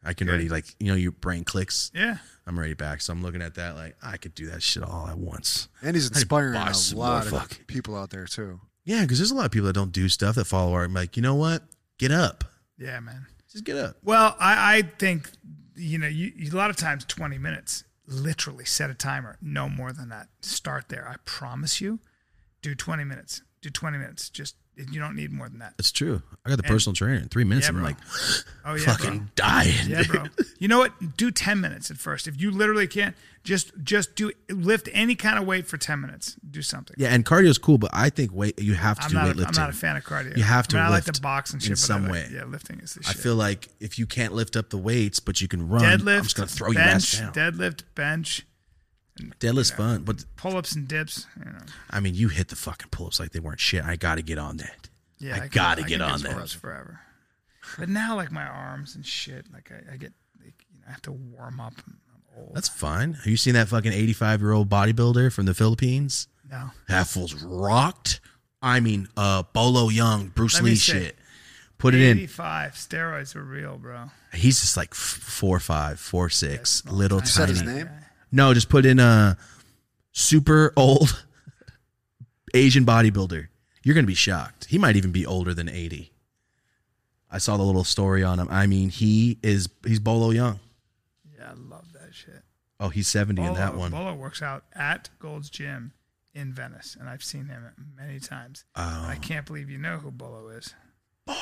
I can
Good.
already like you know your brain clicks.
Yeah.
I'm already back. So I'm looking at that like I could do that shit all at once.
And he's
I need to
inspiring
buy
a
some more
lot of
fuck.
people out there too.
Yeah, because there's a lot of people that don't do stuff that follow art. I'm like, you know what? Get up.
Yeah, man.
Just get up.
Well, I, I think you know you, you- a lot of times twenty minutes. Literally set a timer, no more than that. Start there. I promise you. Do twenty minutes. Do twenty minutes. Just you don't need more than that.
That's true. I got the personal trainer in three minutes.
Yeah,
I'm
bro.
like
Oh yeah,
fucking
bro.
dying. (laughs)
Yeah,
dude.
bro. You know what? Do ten minutes at first. If you literally can't, just just do lift any kind of weight for ten minutes. Do something.
Yeah, and cardio's cool, but I think weight you have to
I'm
do
not. A,
weightlifting.
I'm not a fan of cardio.
You have to
I, mean, I like
lift
to box and
in
shit. but I
some
like-
way.
Yeah, lifting is the
I
shit.
feel like if you can't lift up the weights, but you can run,
deadlift.
I'm just gonna throw your ass
bench,
down.
Deadlift, bench,
Deadlift's fun, but
pull ups and dips. You know.
I mean, you hit the fucking pull-ups like they weren't shit. I got to get on that.
Yeah,
I
could-
gotta
could
get
do
on
pull-ups
that.
forever. But now, like my arms and shit, like I, I get, like, you know, I have to warm up. I'm old
That's fine. Have you seen that fucking 85-year-old bodybuilder from the Philippines?
now.
That fool's rocked. I mean, uh, Bolo Young, Bruce
Let me
Lee
see.
shit. Put it in.
Eighty-five steroids are real, bro.
He's just like f- four five, four six, little
You said
tiny.
his name.
No, just put in a super old (laughs) Asian bodybuilder. You're going to be shocked. He might even be older than 80. I saw the little story on him. I mean, he is he's Bolo Young.
Yeah, I love that shit.
Oh, he's 70 in that
Bolo-
one.
Bolo works out at Gold's Gym in Venice, and I've seen him many times.
Oh.
I can't believe you know who Bolo is.
You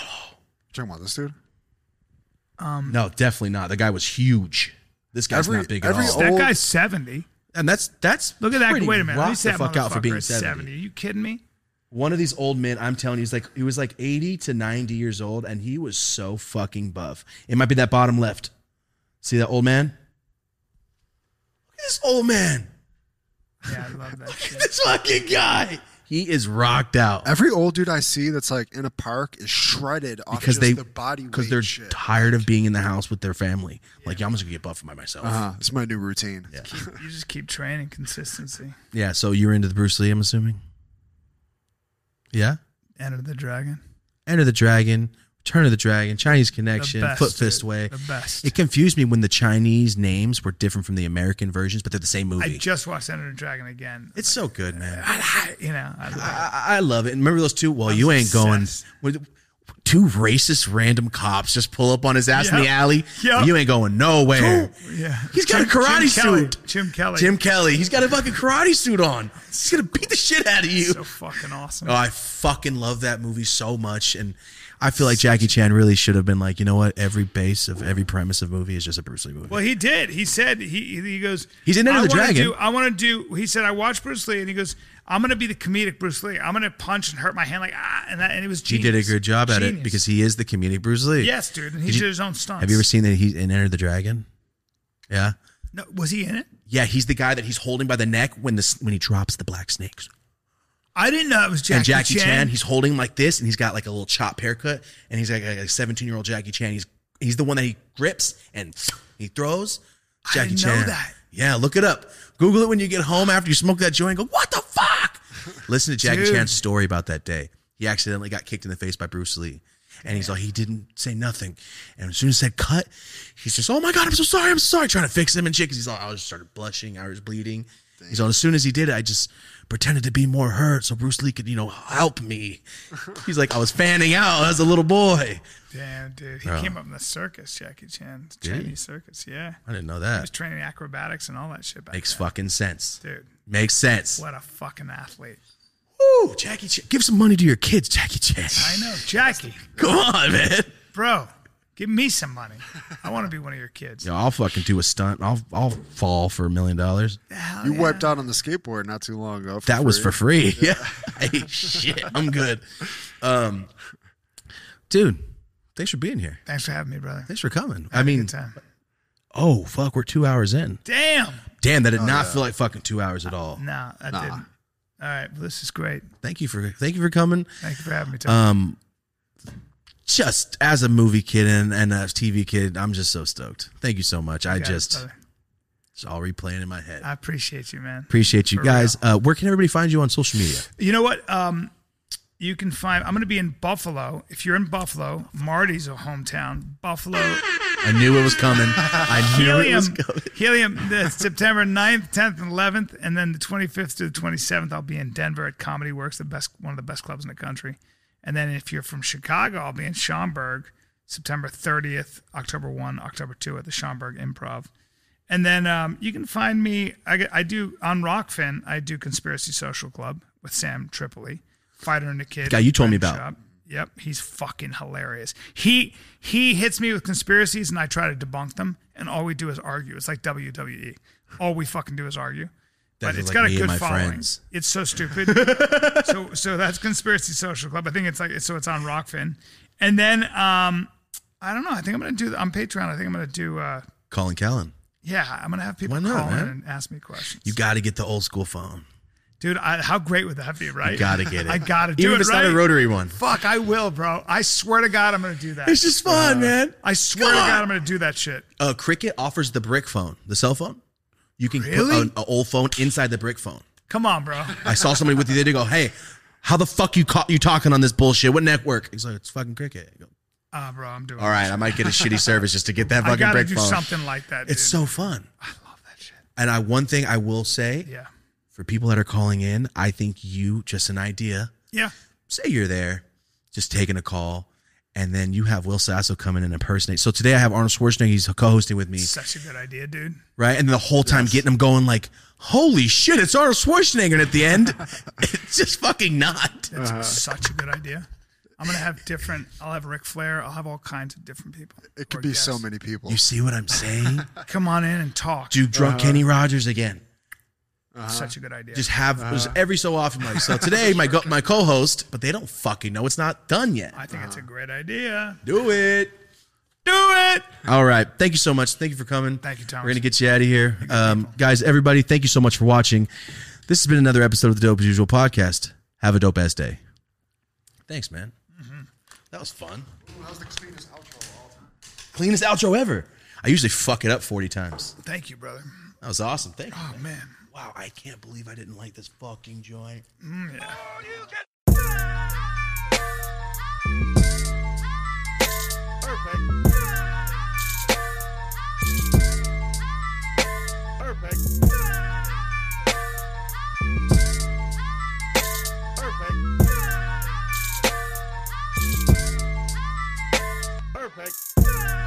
talking about this dude?
No, definitely not. The guy was huge. This guy's
Every-
not big
every
at all.
old-
That guy's seventy.
and that's that's
Look at that.
pretty
Wait a minute. Let me
rock
see
the
that
fuck out for
motherfucker
being
at 70. Are you kidding me?
one of these old men i'm telling you he's like he was like 80 to 90 years old and he was so fucking buff it might be that bottom left see that old man look at this old man
Yeah, I love that shit.
this fucking guy he is rocked out
Every old dude I see that's like in a park is shredded off
because
just
they
the body
because
weight
they're
shit.
tired of being in the house with their family like yeah, i'm just gonna get buff by myself
Uh-huh. It's my new routine.
Yeah.
You just keep training consistency.
yeah so you're into the bruce lee i'm assuming yeah
Enter the Dragon.
enter the dragon return of the dragon chinese connection
the best,
foot fist
dude.
way
The best.
It confused me when the Chinese names were different from the American versions, but they're the same
I
movie.
just watched Enter the Dragon again.
it's so good, man. I,
I- I- you know,
Ah.
I love it.
I, I love it. And remember those two? Well,
I'm
you ain't going.
obsessed.
With, two racist random cops just pull up on his ass in the
Yep.
alley.
Yep.
You ain't going nowhere.
Yeah.
He's got a karate
Jim Kelly.
suit.
Jim Kelly.
Jim Kelly. He's got a fucking karate suit on. He's gonna beat the shit out of you.
So fucking awesome.
Oh, I fucking love that movie so much, and I feel like Jackie Chan really should have been like, you know what? Every base of every premise of movie is just a Bruce Lee movie.
Well, he did. He said he he goes.
He's in
I
Enter the
wanna
Dragon.
Do, I want to do. He said I watched Bruce Lee, and he goes, "I'm going to be the comedic Bruce Lee. I'm going to punch and hurt my hand like ah." And that, and it was
he did
genius.
a good job at it
Genius.
because he is the comedic Bruce Lee.
yes, dude, and he
Did
did,
you-
his own stunts.
Have you ever seen that he's in Enter the Dragon? Yeah.
No, was he in it?
Yeah, he's the guy that he's holding by the neck when the when he drops the black snakes.
I didn't know it was Jackie,
and Jackie Chan. he's holding him like this, and he's got like a little chop haircut, and he's like a seventeen year old Jackie Chan. He's he's the one that he grips and he throws.
I
Jackie
didn't know
Chan.
that.
Yeah, look it up. Google it when you get home after you smoke that joint. and Go, what the
(laughs)
fuck? Listen to Jackie
Dude.
Chan's story about that day. He accidentally got kicked in the face by Bruce Lee. And he's like, he didn't say nothing. And as soon as he said cut, he's just, oh my God, I'm so sorry. I'm sorry. Trying to fix him and shit. 'Cause he's like, I just started blushing. I was bleeding. He's like, as soon as he did it, I just pretended to be more hurt so Bruce Lee could, you know, help
(laughs)
me. he's like, I was fanning out as a little boy.
Damn, dude, he
Bro.
came up in the circus, Jackie Chan,
Oh. Did he?
Chinese circus. Yeah,
I didn't know
he was
that.
training acrobatics and all that shit. Back
Makes
then.
fucking sense.
dude.
Makes sense.
What a fucking athlete!
Woo, Jackie Chan. Give some money to your kids, Jackie Chan.
I know, Jackie,
Come on, man.
bro. Give me some money. I want to be one of your kids.
Yeah, I'll fucking do a stunt. I'll I'll fall for a million dollars.
Hell
You
yeah.
wiped out on the skateboard not too long ago.
That was
free.
for free. Yeah. (laughs) Hey, shit. I'm good. Um Dude, thanks for being here.
Thanks for having me, brother.
Thanks for coming. I mean,
Good time.
oh fuck, we're two hours in.
Damn.
Damn,
Oh,
that did not feel like fucking two hours at all.
No, I didn't. All right. Well, this is great.
Thank you for thank you for coming.
Thank you for having me. Tom.
Um just as a movie kid and, and a TV kid, I'm just so stoked. Thank you so much. I
You got it,
just
brother.
it's all replaying in my head.
I appreciate you, man.
Appreciate you
For
guys. Uh, where can everybody find you on social media?
You know what? Um, you can find. I'm going to be in Buffalo. If you're in Buffalo, Marty's a hometown. Buffalo
I knew it was coming.
(laughs)
I knew it
Helium,
was coming.
Helium, the September 9th, 10th, and 11th, and then the 25th to the 27th, I'll be in Denver at Comedy Works, the best, one of the best clubs in the country. And then if you're from Chicago, I'll be in Schaumburg, September 30th, October 1, October 2 at the Schaumburg Improv. And then um, you can find me, I, get- I do, on Rockfin, I do Conspiracy Social Club with Sam Tripoli, Fighter and the Kid.
Guy you told me
Bread
about.
Shop. Yep, he's fucking hilarious. He he hits me with conspiracies and I try to debunk them, and all we do is argue. It's like WWE. All we fucking do is argue.
That
but
is
it's
like
got
me and
a good
my
following.
friends.
It's so stupid.
(laughs)
so so that's conspiracy social club. I think it's like so it's on Rockfin, and then um I don't know. I think I'm gonna do on Patreon. I think I'm gonna do uh
Colin Callan.
yeah. I'm gonna have people
Why not,
call
man?
in and ask me questions.
You got to get the old school phone.
Dude, I, how great would that be, right?
You got to
(laughs)
get it.
I gotta do
Even
it.
if it's
right?
not a rotary one.
Fuck, I will, bro. I swear to God, I'm gonna do that.
It's just fun, man.
I swear to God, I'm gonna do that shit.
Uh, Cricket offers the brick phone, the cell phone. You can
Really?
put an, an old phone inside the brick phone.
Come on, bro.
I saw somebody with you there to go, hey, how the fuck you caught you talking on this bullshit? What network? He's like, it's fucking Cricket. I go,
Ah, bro, I'm doing.
All right, I might get a shitty service just to get that
(laughs) I
fucking
gotta
brick
do
phone.
something like that.
It's
dude.
so fun. I love that shit. And I one thing I will say
yeah,
for people that are calling in, I think you just an idea.
yeah.
Say you're there, just taking a call, and then you have Will Sasso come in and impersonate. So today I have Arnold Schwarzenegger. He's co-hosting with me,
Such a good idea, dude.
right? And the whole time getting him going like, "Holy shit, it's Arnold Schwarzenegger!" And at the end, it's just fucking not.
That's such a good idea. I'm gonna have different. I'll have Ric Flair. I'll have all kinds of different people.
It could
or
be so
guests.
many people.
You see what I'm saying?
Come on in and talk.
Do drunk Kenny Rogers again.
Such a good idea.
Just have just every so often like so today my go- my co-host, but they don't fucking know it's not done yet.
I think it's a great idea.
Do it. Do it. All right. Thank you so much. Thank you for coming.
Thank you, Thomas.
We're going to get you out of here. Um, guys, everybody, thank you so much for watching. This has been another episode of the Dope as Usual podcast. Have a dope ass day. Thanks, man. Mm-hmm. That was fun.
That was the cleanest outro of all time.
Cleanest outro ever. I usually fuck it up 40 times.
Thank you, brother.
That was awesome. Thank you.
Oh man.
Wow, I can't believe I didn't like this fucking joint.
Perfect. Perfect.